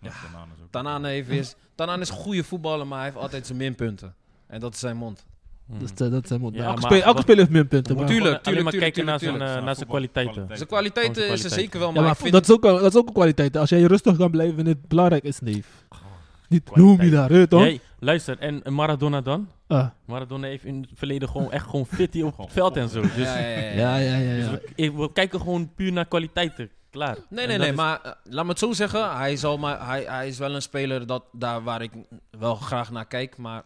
Speaker 5: Ja, Tanane is ook-
Speaker 2: Tanane heeft weer- Tanane is een goede voetballer, maar hij heeft altijd zijn minpunten. En dat is zijn mond.
Speaker 4: Mhm.
Speaker 3: Dus eh, dat zijn moet.
Speaker 4: Ja,
Speaker 3: elke
Speaker 4: maar
Speaker 3: speler, elke
Speaker 4: wat-
Speaker 3: speler heeft minpunten.
Speaker 4: We
Speaker 3: maar-
Speaker 4: moeten
Speaker 2: Tuurlijk,
Speaker 4: gewoon alleen maar
Speaker 2: tuurlijk,
Speaker 4: kijken naar
Speaker 2: tuurlijk,
Speaker 4: zijn, eh,
Speaker 5: tuurlijk.
Speaker 4: naar zijn
Speaker 5: Voetbal-
Speaker 4: kwaliteiten.
Speaker 5: kwaliteit.
Speaker 2: Zijn kwaliteiten
Speaker 4: Gewoon
Speaker 2: is
Speaker 4: zijn
Speaker 2: er zeker wel,
Speaker 3: Ja,
Speaker 2: maar,
Speaker 3: maar
Speaker 2: ik vind...
Speaker 3: dat, is ook, wel- dat is ook een kwaliteit. hè. Als jij rustig kan blijven wanneer het belangrijk is, neef. Niet
Speaker 4: Kwaliteit.
Speaker 3: noem je daar, hè, toch?
Speaker 4: Jij, luister, en en Maradona dan?
Speaker 3: Ah,
Speaker 4: Maradona heeft in het verleden gewoon echt gewoon fit hier op het
Speaker 5: Gewoon
Speaker 4: veld en zo. Dus
Speaker 2: Ja, ja, ja, ja.
Speaker 3: ja, ja, ja. ja.
Speaker 4: ik- we kijken gewoon puur naar kwaliteiten. Klaar.
Speaker 2: Nee,
Speaker 4: En
Speaker 2: nee,
Speaker 4: dat
Speaker 2: nee,
Speaker 4: is-
Speaker 2: maar eh, laat me het zo zeggen. Hij, zal maar, hij, hij is wel een speler dat, daar waar ik wel graag naar kijk, maar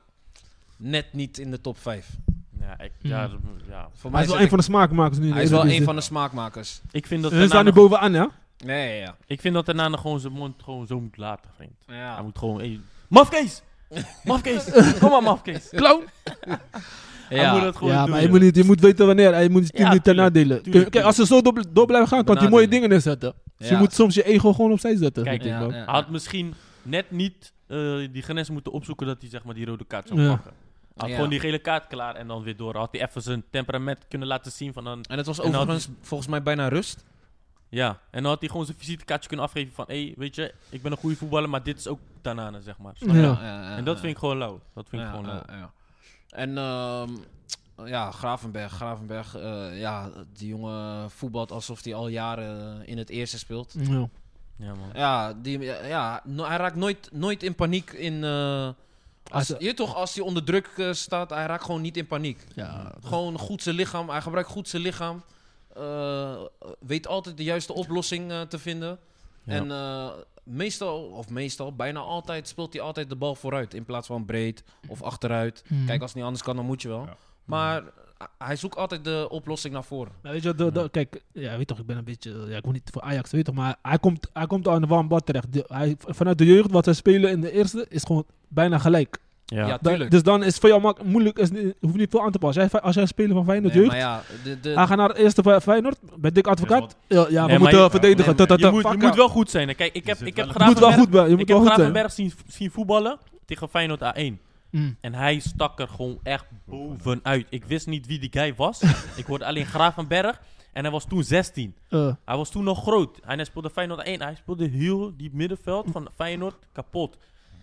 Speaker 2: net niet in de top 5.
Speaker 4: Ja, ik, ja,
Speaker 3: Mm.
Speaker 4: dat- ja.
Speaker 2: Voor
Speaker 3: Hij
Speaker 2: mij
Speaker 3: is wel
Speaker 2: zit
Speaker 3: een
Speaker 2: ik-
Speaker 3: van de smaakmakers nu. dus in
Speaker 2: hij is wel
Speaker 3: Eredivisie.
Speaker 2: een van de smaakmakers.
Speaker 4: ik vind dat
Speaker 3: Ze staan nu
Speaker 4: Tanane-
Speaker 3: bovenaan, ja?
Speaker 2: Nee, ja, ja.
Speaker 4: ik vind dat daarna gewoon zijn mond gewoon zo moet laten, vriend.
Speaker 2: ja.
Speaker 4: Hij moet gewoon... Hey, Mafkees! Mafkees, kom maar Mafkees.
Speaker 3: Clown!
Speaker 4: Hij moet
Speaker 2: Ja,
Speaker 4: dat gewoon
Speaker 3: Ja,
Speaker 4: doen,
Speaker 3: maar je
Speaker 4: joh.
Speaker 3: moet, niet, je moet weten wanneer. en Je moet het team
Speaker 4: Ja,
Speaker 3: niet ten
Speaker 4: tuurlijk,
Speaker 3: nadelen.
Speaker 4: tuurlijk,
Speaker 3: Kijk, als ze zo door, door blijven gaan, kan hij mooie
Speaker 2: Benadelen.
Speaker 3: dingen neerzetten. Dus je
Speaker 2: Ja.
Speaker 3: moet soms je ego gewoon opzij zetten.
Speaker 4: Kijk,
Speaker 3: vind ik,
Speaker 2: ja, ja.
Speaker 3: man.
Speaker 4: Hij had misschien net niet eh, die Genes moeten opzoeken dat hij zeg maar, die rode kaart zou
Speaker 3: Ja.
Speaker 4: pakken. Hij had
Speaker 2: Ja.
Speaker 4: gewoon die gele kaart klaar en dan weer door. Had hij even zijn temperament kunnen laten zien van dan...
Speaker 2: En het was
Speaker 4: En dan had
Speaker 2: overigens volgens mij bijna rust.
Speaker 4: Ja, en dan had hij gewoon zijn visitekaartje kunnen afgeven van... Hé, hey, weet je, ik ben een goede voetballer, maar dit is ook Tanane, zeg maar. Snap je?
Speaker 3: Ja.
Speaker 4: En dat vind ik gewoon lauw. Dat vind ik
Speaker 2: Ja,
Speaker 4: gewoon lauw.
Speaker 2: ja, ja. En ehm, ja, Gravenberg. Gravenberg, eh, ja, die jongen voetbalt alsof hij al jaren in het eerste speelt.
Speaker 3: Ja.
Speaker 4: Ja, man.
Speaker 2: Ja, die, ja no- hij raakt nooit, nooit in paniek in... eh, als,
Speaker 3: Als-
Speaker 2: je toch, als hij onder druk eh, staat, hij raakt gewoon niet in paniek.
Speaker 3: Ja,
Speaker 2: Gewoon goed zijn lichaam, hij gebruikt goed zijn lichaam. eh, weet altijd de juiste oplossing eh, te vinden.
Speaker 4: Ja.
Speaker 2: En eh, meestal, of meestal, bijna altijd speelt hij altijd de bal vooruit. In plaats van breed of achteruit.
Speaker 3: Mhm.
Speaker 2: Kijk, als het niet anders kan, dan moet je wel.
Speaker 5: Ja.
Speaker 2: Maar eh, hij zoekt altijd de oplossing naar voren.
Speaker 3: Maar weet je, wat, dat- dat- kijk, ja, weet toch, ik ben een beetje, ja, ik wil niet voor Ajax, weet toch, maar hij komt, hij komt aan de warm bad terecht. De- hij, vanuit de jeugd, wat zij spelen in de eerste, is gewoon bijna gelijk.
Speaker 2: Ja,
Speaker 4: Ja.
Speaker 3: Da-
Speaker 2: tuurlijk.
Speaker 3: dus dan is het voor jou mak- moeilijk, is, niet- hoef je niet veel aan te passen. Als jij, als jij speler van Feyenoord
Speaker 2: Nee,
Speaker 3: jeugd, Ah.
Speaker 2: maar ja, de, de,
Speaker 3: hij gaat naar de eerste van Feyenoord, ben ik advocaat. Ja, ja, we
Speaker 4: Nee,
Speaker 3: moeten
Speaker 4: maar
Speaker 5: je-
Speaker 3: verdedigen.
Speaker 2: nee,
Speaker 3: Dat, dat,
Speaker 4: Je
Speaker 3: dat.
Speaker 4: moet, je
Speaker 3: Fuck
Speaker 4: moet
Speaker 3: up.
Speaker 4: wel goed zijn. hè. Kijk, ik heb,
Speaker 5: zit
Speaker 4: ik heb
Speaker 5: wel-
Speaker 3: Je moet wel goed,
Speaker 4: Gravenberg,
Speaker 3: ben- je
Speaker 4: ik
Speaker 3: moet wel
Speaker 4: heb
Speaker 3: goed zijn.
Speaker 4: Gravenberg zien, zien voetballen tegen Feyenoord A1.
Speaker 3: Mm.
Speaker 4: En hij stak er gewoon echt bovenuit. Ik wist niet wie die guy was. ik hoorde alleen Gravenberg. En hij was toen 16.
Speaker 3: Eh,
Speaker 4: Hij was toen nog groot. En hij speelde Feyenoord 1. Hij speelde heel die middenveld van Feyenoord kapot.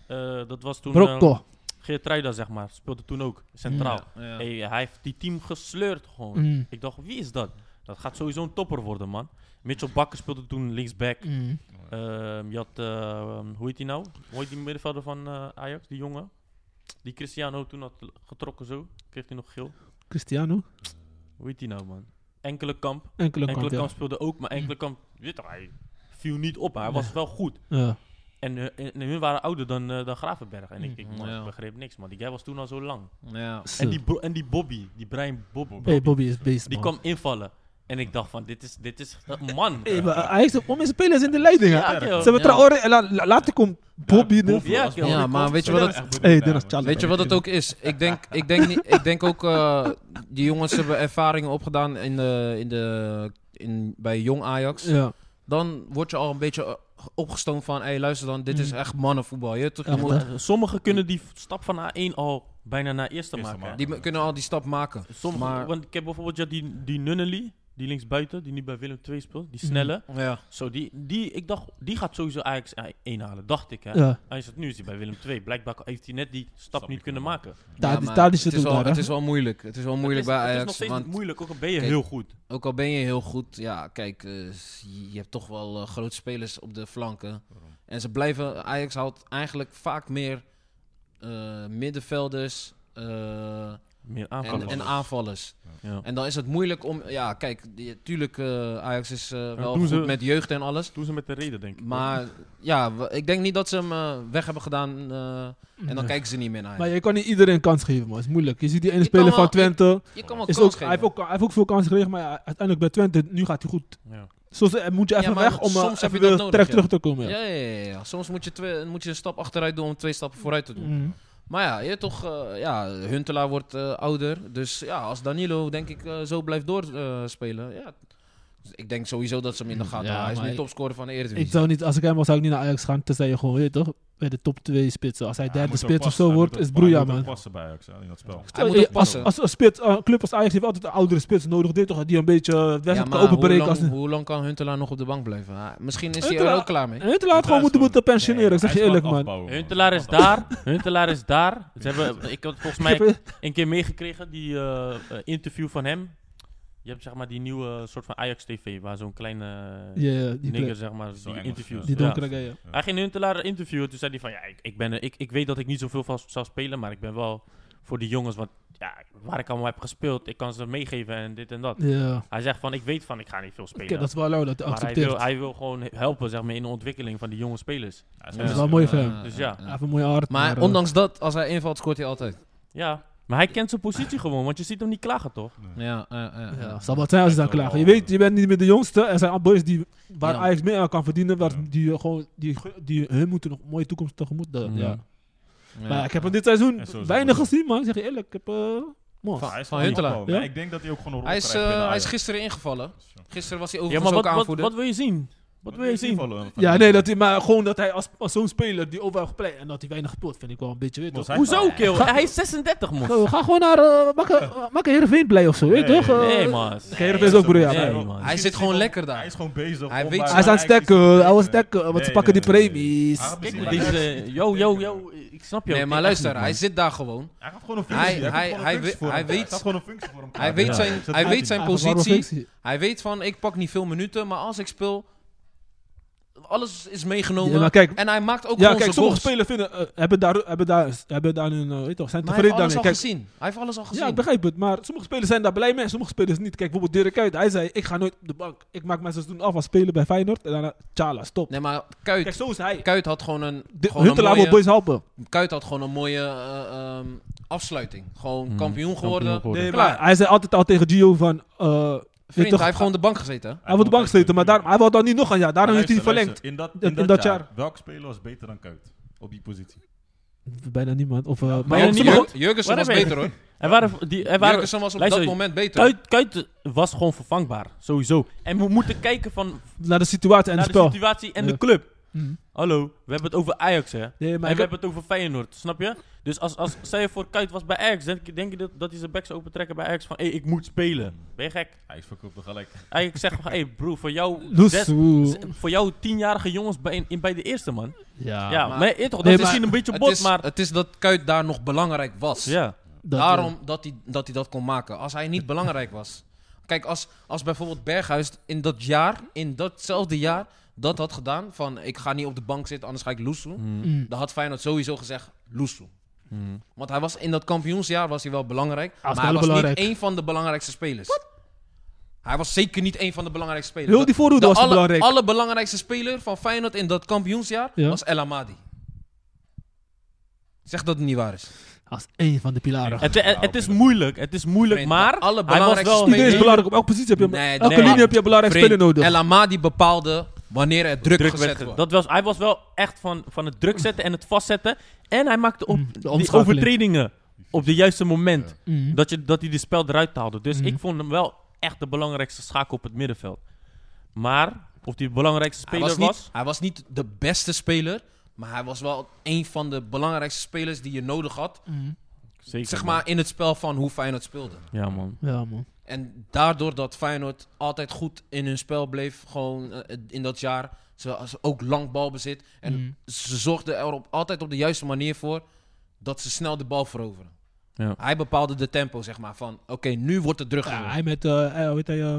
Speaker 4: Eh, dat was toen eh
Speaker 3: Brokko.
Speaker 4: Geert Ruida, zeg maar. Speelde toen ook centraal.
Speaker 2: ja.
Speaker 4: Hey, hij heeft die team gesleurd gewoon.
Speaker 3: Mm.
Speaker 4: Ik dacht, wie is dat? Dat gaat sowieso een topper worden, man. Mitchell Bakker speelde toen linksback.
Speaker 3: Mm.
Speaker 4: Ehm, je had, eh, hoe heet die nou? Hoe heet die middenvelder van eh, Ajax, die jongen? Die Cristiano toen had getrokken zo. Kreeg hij nog geel.
Speaker 3: Cristiano.
Speaker 4: Hoe heet die nou, man? Enkele kamp.
Speaker 3: Enkele kant,
Speaker 4: Enkele
Speaker 3: ja.
Speaker 4: kamp speelde ook, maar enkele kamp... Weet toch, hij viel niet op, maar hij was wel goed.
Speaker 3: Ja.
Speaker 4: En, eh, en- en hun waren ouder dan, eh, dan Gravenberg. En ik, ik,
Speaker 2: Mm.
Speaker 4: man,
Speaker 2: Ja.
Speaker 4: ik begreep niks, man. Die guy was toen al zo lang.
Speaker 2: ja.
Speaker 4: En die, bro- en die Bobby, die Brian Bob,
Speaker 3: Eh, Hey, Bobby is beest,
Speaker 4: die
Speaker 3: man.
Speaker 4: kwam invallen. En ik dacht van, dit is, dit is een man.
Speaker 3: Hey, maar Ajax heeft om mijn spelers in de leiding, hè.
Speaker 4: Ja, joh.
Speaker 3: Ze hebben
Speaker 2: Ja.
Speaker 3: Traoré, en la- la- later komt Bobby. de-
Speaker 4: Ja, ja,
Speaker 2: maar weet je wat
Speaker 3: Hey, Dennis Charles.
Speaker 2: Weet je wat het ook is? Ik denk, ik denk, niet, ik denk ook, eh, die jongens hebben ervaringen opgedaan in de, in de, in, bij jong Ajax.
Speaker 3: Ja.
Speaker 2: Dan word je al een beetje eh, opgestoomd van, hé hey, luister dan, dit is
Speaker 3: Mm.
Speaker 2: echt mannenvoetbal. Je, weet toch, je
Speaker 3: Ja,
Speaker 2: moet-
Speaker 3: dat-
Speaker 4: Eh, Sommigen kunnen die stap van A1 al bijna naar eerste,
Speaker 5: Eerste
Speaker 4: maken.
Speaker 2: die
Speaker 5: maken.
Speaker 2: m- kunnen al die stap maken.
Speaker 4: Sommigen,
Speaker 2: Maar-
Speaker 4: want ik heb bijvoorbeeld ja, die, die Nunnely, die linksbuiten, die nu bij Willem II speelt,
Speaker 2: Mhm.
Speaker 4: die snelle.
Speaker 2: Ja,
Speaker 4: Zo, die, die, ik dacht, die gaat sowieso Ajax A1 halen, dacht ik. Hè.
Speaker 3: Ja.
Speaker 4: Hij is het nu is hij bij Willem II. Blijkbaar heeft hij net die stap,
Speaker 5: Stap
Speaker 4: niet kunnen maken.
Speaker 3: Daar-
Speaker 2: maar
Speaker 3: daar is
Speaker 2: het
Speaker 3: het
Speaker 2: is
Speaker 3: ook
Speaker 2: wel,
Speaker 3: daar, hè?
Speaker 2: Het is wel moeilijk. Het is wel moeilijk
Speaker 4: het is,
Speaker 2: bij Ajax.
Speaker 4: het is nog steeds
Speaker 2: want
Speaker 4: moeilijk, ook al ben je
Speaker 2: Kijk,
Speaker 4: heel goed.
Speaker 2: ook al ben je heel goed, ja, kijk, eh, je hebt toch wel eh, grote spelers op de flanken. En ze blijven, Ajax houdt eigenlijk vaak meer eh, middenvelders eh,
Speaker 4: Meer
Speaker 2: en,
Speaker 4: aanvallen.
Speaker 2: en aanvallers.
Speaker 4: Ja.
Speaker 2: En dan is het moeilijk om, ja, kijk, die- tuurlijk, eh, Ajax is eh, wel
Speaker 4: doen
Speaker 2: goed
Speaker 4: ze-
Speaker 2: met jeugd en alles.
Speaker 4: Toen ze met de reden, denk ik.
Speaker 2: Maar ja, w- ik denk niet dat ze hem eh, weg hebben gedaan eh, en dan kijken ze niet meer naar
Speaker 3: Maar
Speaker 2: hem.
Speaker 3: je kan niet iedereen een kans geven, man. Het is moeilijk. Je ziet die ene
Speaker 2: Je
Speaker 3: speler
Speaker 2: kan wel-
Speaker 3: van Twente.
Speaker 2: Je kan wel
Speaker 3: Is
Speaker 2: kans
Speaker 3: ook, hij,
Speaker 2: geven.
Speaker 3: heeft ook, hij heeft ook veel kansen gekregen, maar ja, uiteindelijk bij Twente, nu gaat hij goed.
Speaker 4: Ja.
Speaker 3: Soms eh, moet je
Speaker 2: Ja,
Speaker 3: even
Speaker 2: maar
Speaker 3: weg om eh,
Speaker 2: soms heb
Speaker 3: even
Speaker 2: je dat
Speaker 3: weer
Speaker 2: nodig,
Speaker 3: terug,
Speaker 2: ja.
Speaker 3: terug te komen.
Speaker 2: ja,
Speaker 3: Ja.
Speaker 2: ja, ja, ja. Soms moet je, twee, moet je een stap achteruit doen om twee stappen vooruit te doen.
Speaker 3: Mm.
Speaker 2: Maar ja, je toch, eh, ja, Huntelaar wordt eh, ouder. Dus ja, als Danilo, denk ik, eh, zo blijft doorspelen. ja, Dus ik denk sowieso dat ze hem in de gaten
Speaker 3: Hmm, Ja,
Speaker 2: houden. Hij is
Speaker 3: maar
Speaker 2: nu
Speaker 3: ik-
Speaker 2: topscorer van de
Speaker 3: Ik
Speaker 2: Eredivisie.
Speaker 3: zou niet, als ik hem was, zou ik niet naar Ajax gaan. Tenzij je gewoon, weet je toch, bij de top 2 spitsen. Als hij derde spits of zo wordt, is broeia,
Speaker 5: Hij moet ook
Speaker 3: man.
Speaker 5: passen bij Ajax, hè, in dat spel.
Speaker 2: Hij moet ook
Speaker 3: als,
Speaker 2: passen.
Speaker 3: als een spits, eh, een club als Ajax heeft altijd een oudere spits nodig, dit toch, die een beetje eh, het
Speaker 2: ja,
Speaker 3: wedstrijd kan
Speaker 2: maar hoe
Speaker 3: openbreken. Als...
Speaker 2: lang, hoe lang kan Huntelaar nog op de bank blijven? Ah, misschien is hij er
Speaker 3: Huntelaar-
Speaker 2: ook klaar mee.
Speaker 3: Huntelaar had gewoon moeten, moeten pensioneren, ik zeg je eerlijk, man.
Speaker 4: broer. Huntelaar is daar. Huntelaar is daar. Ze hebben, ik had volgens mij een keer meegekregen, die eh, eh, interview van hem. Je hebt zeg maar die nieuwe soort van Ajax TV, waar zo'n kleine eh,
Speaker 3: Ja, ja, die,
Speaker 4: nigger
Speaker 3: plek-
Speaker 4: zeg maar, die
Speaker 5: Engels,
Speaker 4: interviews.
Speaker 5: ja.
Speaker 3: die
Speaker 4: Ja.
Speaker 3: donkere guy, ja.
Speaker 4: Hij ging Huntelaar interviewen, toen zei hij van, ja, ik, ik, ben, er- ik, ik weet dat ik niet zoveel van zou spelen, maar ik ben wel voor die jongens, want ja, waar ik allemaal heb gespeeld, ik kan ze meegeven en dit en dat.
Speaker 3: Ja,
Speaker 4: Hij zegt van, ik weet van, ik ga niet veel spelen.
Speaker 3: Oké, dat is wel lauw dat hij
Speaker 4: maar hij wil,
Speaker 3: accepteert.
Speaker 4: hij wil gewoon helpen zeg maar, in de ontwikkeling van die jonge spelers.
Speaker 5: Ja,
Speaker 3: Dat is wel mooi voor hem.
Speaker 2: Eh,
Speaker 4: Dus ja.
Speaker 2: eh,
Speaker 3: Hij
Speaker 2: eh.
Speaker 3: heeft een mooie hart.
Speaker 2: Maar
Speaker 3: eh,
Speaker 2: ondanks dat, als hij invalt, scoort hij altijd.
Speaker 4: Ja, maar hij kent zijn positie gewoon, want je ziet hem niet klagen, toch?
Speaker 2: Ja, eh, eh, eh.
Speaker 3: Ja, zal wat zijn als ze dan
Speaker 5: Echt wel
Speaker 3: klagen. Je
Speaker 5: wel,
Speaker 3: weet, je bent niet meer de jongste. Er zijn al boys die, waar
Speaker 2: Ja.
Speaker 3: Ajax mee aan kan verdienen. Waar
Speaker 5: Ja.
Speaker 3: die, eh, gewoon, die, die, hun moeten nog een mooie toekomst tegemoet. Dat, ja. Maar ik heb hem dit seizoen
Speaker 5: En zo is het
Speaker 3: weinig
Speaker 5: ook.
Speaker 3: gezien, man. Ik zeg je eerlijk, ik heb... eh mos.
Speaker 5: Hij is
Speaker 2: Van
Speaker 5: gewoon
Speaker 2: Huntelaar.
Speaker 5: opgekomen.
Speaker 3: Ja?
Speaker 5: Ik denk dat hij ook gewoon een rol
Speaker 2: Hij is,
Speaker 5: krijgt
Speaker 2: eh,
Speaker 5: binnen
Speaker 2: hij is
Speaker 5: Ajax.
Speaker 2: gisteren ingevallen.
Speaker 5: Dus, eh,
Speaker 2: Gisteren was hij
Speaker 4: Ja,
Speaker 2: overigens
Speaker 4: maar wat,
Speaker 2: ook
Speaker 4: wat,
Speaker 2: aanvoerder.
Speaker 4: wat wil je zien? Wat wil je zien?
Speaker 5: invallen van
Speaker 3: Ja,
Speaker 5: die-
Speaker 3: nee, dat hij, maar gewoon dat hij als, als zo'n speler die overal gepleit en dat hij weinig speelt, vind ik wel een beetje weer. toch?
Speaker 5: Mos, hij-
Speaker 4: Hoezo,
Speaker 5: Ja,
Speaker 4: kill?
Speaker 3: ga-
Speaker 4: Hij is 36, man.
Speaker 3: Ga, ga gewoon naar... eh maak, eh, maak een Heerenveen blij of zo, weet je
Speaker 5: Nee,
Speaker 3: toch? Eh,
Speaker 4: Nee, man.
Speaker 3: Kijk, Heerenveen is ook broer, ja.
Speaker 4: Nee,
Speaker 5: Misschien
Speaker 4: man.
Speaker 5: is
Speaker 2: Hij zit gewoon lekker daar.
Speaker 5: Hij is gewoon bezig.
Speaker 2: Hij
Speaker 5: om
Speaker 2: weet-
Speaker 5: bij-
Speaker 3: Hij is aan het
Speaker 5: bij Ajax iets te
Speaker 3: stekken, hij was
Speaker 5: bereiken.
Speaker 3: stekken, want
Speaker 5: Nee,
Speaker 3: ze pakken
Speaker 5: nee,
Speaker 3: die
Speaker 5: nee, nee.
Speaker 3: premies.
Speaker 5: Hij gaat
Speaker 4: Kijk
Speaker 5: misschien
Speaker 4: maar
Speaker 5: bij Ajax
Speaker 4: deze... Yo, yo, yo. Ik snap je
Speaker 2: Nee,
Speaker 4: ook.
Speaker 2: maar
Speaker 4: Ik-
Speaker 2: luister,
Speaker 4: man.
Speaker 2: hij zit daar gewoon.
Speaker 5: Hij gaat gewoon een
Speaker 2: Hij-
Speaker 5: functie. Hij,
Speaker 2: hij-
Speaker 5: hij,
Speaker 2: hij
Speaker 5: hij,
Speaker 2: weet- hij
Speaker 5: weet.
Speaker 2: weet-
Speaker 5: Hij gaat gewoon een functie voor hem.
Speaker 2: Hij
Speaker 5: krijgen.
Speaker 2: weet
Speaker 5: Ja.
Speaker 2: zijn,
Speaker 5: Zet
Speaker 2: hij
Speaker 5: hem in.
Speaker 2: weet zijn
Speaker 3: Hij heeft een warme
Speaker 2: positie.
Speaker 3: functie.
Speaker 2: Hij weet van, ik pak niet veel minuten, maar als ik speel, alles is meegenomen.
Speaker 3: Ja, maar kijk,
Speaker 2: en hij maakt ook
Speaker 3: ja,
Speaker 2: gewoon
Speaker 3: kijk
Speaker 2: zijn goals.
Speaker 3: sommige spelers vinden, eh, hebben, daar, hebben, daar, hebben daar hun, eh, weet je toch, zijn
Speaker 2: Maar hij heeft
Speaker 3: tevreden
Speaker 2: alles al
Speaker 3: daarmee. Kijk,
Speaker 2: gezien. Hij heeft alles al gezien.
Speaker 3: Ja, ik begrijp het, maar sommige spelers zijn daar blij mee en sommige spelers niet. Kijk, bijvoorbeeld Dirk Kuyt, hij zei, ik ga nooit op de bank. Ik maak mijn seizoen af als speler bij Feyenoord en daarna, tjala, stop.
Speaker 2: Nee, maar
Speaker 3: Kijk,
Speaker 2: Kuit,
Speaker 3: zo is hij.
Speaker 2: Kuit had gewoon een,
Speaker 3: De-
Speaker 2: gewoon een
Speaker 3: Huntelaar wil
Speaker 2: mooie,
Speaker 3: boys helpen.
Speaker 2: Kuit had gewoon een mooie eh, ehm, afsluiting. Gewoon
Speaker 4: Hmm,
Speaker 2: kampioen geworden.
Speaker 3: Nee,
Speaker 2: Klaar.
Speaker 3: maar hij zei altijd al tegen Gio van... eh, weet je
Speaker 2: Vriend,
Speaker 3: toch,
Speaker 2: hij heeft gewoon op de bank gezeten. hè?
Speaker 3: hij wordt bank gezeten, maar daarom, hij wil dan niet nog een jaar. Daarom heeft hij
Speaker 5: Luister,
Speaker 3: niet verlengd.
Speaker 5: luister, In dat, in
Speaker 3: In- in
Speaker 5: dat,
Speaker 3: dat
Speaker 5: jaar.
Speaker 3: jaar.
Speaker 5: Welk speler was beter dan Kuit? Op die positie.
Speaker 3: Bijna niemand. Of, eh,
Speaker 4: maar
Speaker 3: maar
Speaker 4: ja,
Speaker 3: ook
Speaker 4: niet
Speaker 3: sommige-
Speaker 4: goed.
Speaker 2: Jurgen- Jurgensen
Speaker 4: Waar
Speaker 2: was
Speaker 4: heb je-
Speaker 2: beter hoor.
Speaker 4: Er waren, die, er waren,
Speaker 2: Jurgensen was op
Speaker 4: Luister,
Speaker 2: dat moment beter.
Speaker 4: Kuit, Kuit was gewoon vervangbaar, sowieso. En we moeten kijken van,
Speaker 3: naar de situatie en
Speaker 4: naar
Speaker 3: het
Speaker 4: de
Speaker 3: spel.
Speaker 4: situatie en
Speaker 3: Ja.
Speaker 4: de club.
Speaker 3: Mhm.
Speaker 4: Hallo, we hebben het over Ajax, hè?
Speaker 3: Nee, maar
Speaker 4: en
Speaker 3: ik
Speaker 4: we
Speaker 3: heb-
Speaker 4: hebben het over Feyenoord, snap je? Dus als, als zij voor Kuit was bij Ajax, denk, je- denk je dat, dat hij zijn bek zou opentrekken bij Ajax van... Hé, ik moet spelen. Ben je gek?
Speaker 5: Hij is verkoopt gelijk.
Speaker 4: Ajax zegt van, hé broer, voor jou...
Speaker 3: Loes,
Speaker 4: zes-
Speaker 3: oeh.
Speaker 4: z- voor jou tienjarige jongens bij, in, bij de eerste, man.
Speaker 3: Ja,
Speaker 4: ja,
Speaker 2: maar-
Speaker 4: maar, eh, toch, dat
Speaker 3: Nee, maar-
Speaker 4: is misschien een beetje
Speaker 2: Het
Speaker 4: bot,
Speaker 2: is,
Speaker 4: maar...
Speaker 2: het is dat Kuit daar nog belangrijk was.
Speaker 4: ja.
Speaker 3: dat- eh,
Speaker 2: Daarom dat hij, dat hij dat kon maken. Als hij niet belangrijk was. Kijk, als, als bijvoorbeeld Berghuis in dat jaar, in datzelfde jaar, dat had gedaan. Van ik ga niet op de bank zitten, anders ga ik loesoe.
Speaker 3: Mm.
Speaker 2: Dan had Feyenoord sowieso gezegd loesoe. Want hij was in dat kampioensjaar was hij wel belangrijk.
Speaker 3: was
Speaker 2: maar hij
Speaker 3: wel
Speaker 2: was
Speaker 3: belangrijk.
Speaker 2: niet één van de belangrijkste spelers. Hij was zeker niet één van de belangrijkste spelers.
Speaker 3: Heel die voorhoede was
Speaker 2: alle,
Speaker 3: belangrijk.
Speaker 2: allerbelangrijkste speler van Feyenoord in dat kampioensjaar
Speaker 3: Ja.
Speaker 2: was El Amadi. Zeg dat het niet waar is.
Speaker 3: Als één van de pilaren.
Speaker 4: Het, het, het is moeilijk, het is moeilijk,
Speaker 2: Nou, Vriend,
Speaker 4: maar...
Speaker 2: de alle
Speaker 4: hij was
Speaker 2: belangrijkste
Speaker 4: wel
Speaker 2: spelers-
Speaker 3: Iedereen is
Speaker 2: nee.
Speaker 3: belangrijk. Op elke positie heb je...
Speaker 2: Nee,
Speaker 3: elke
Speaker 2: nee.
Speaker 3: linie heb je een belangrijk
Speaker 2: Vriend,
Speaker 3: speler nodig.
Speaker 2: El Amadi bepaalde wanneer er druk,
Speaker 4: druk
Speaker 2: gezet
Speaker 4: werd ge-
Speaker 2: wordt.
Speaker 4: Dat was, hij was wel echt van, van het druk zetten en het vastzetten. En hij maakte op
Speaker 3: Mm, de
Speaker 4: die
Speaker 3: omschakeling.
Speaker 4: overtredingen op de juiste moment.
Speaker 3: Mm.
Speaker 4: Dat, je, dat hij de spel eruit haalde. Dus
Speaker 2: Hmm.
Speaker 3: Mhm.
Speaker 4: ik vond hem wel echt de belangrijkste schakel op het middenveld. Maar of hij de belangrijkste
Speaker 2: hij,
Speaker 4: speler
Speaker 2: was
Speaker 4: was...
Speaker 2: niet, hij was niet de beste speler, maar hij was wel een van de belangrijkste spelers die je nodig had.
Speaker 3: Mm.
Speaker 4: zeker,
Speaker 2: Zeg
Speaker 4: man.
Speaker 2: maar in het spel van hoe Feyenoord speelde.
Speaker 4: Ja, man.
Speaker 3: Ja, man.
Speaker 2: En daardoor dat Feyenoord altijd goed in hun spel bleef, gewoon eh, in dat jaar. Ze, ze ook lang balbezit. En
Speaker 3: Mm.
Speaker 2: ze zorgden er op, altijd op de juiste manier voor dat ze snel de bal veroveren.
Speaker 4: Ja.
Speaker 2: Hij bepaalde de tempo, zeg maar, van oké, nu wordt het druk
Speaker 3: Ja,
Speaker 2: gewerkt.
Speaker 3: hij met, eh eh, hoe heet hij, eh,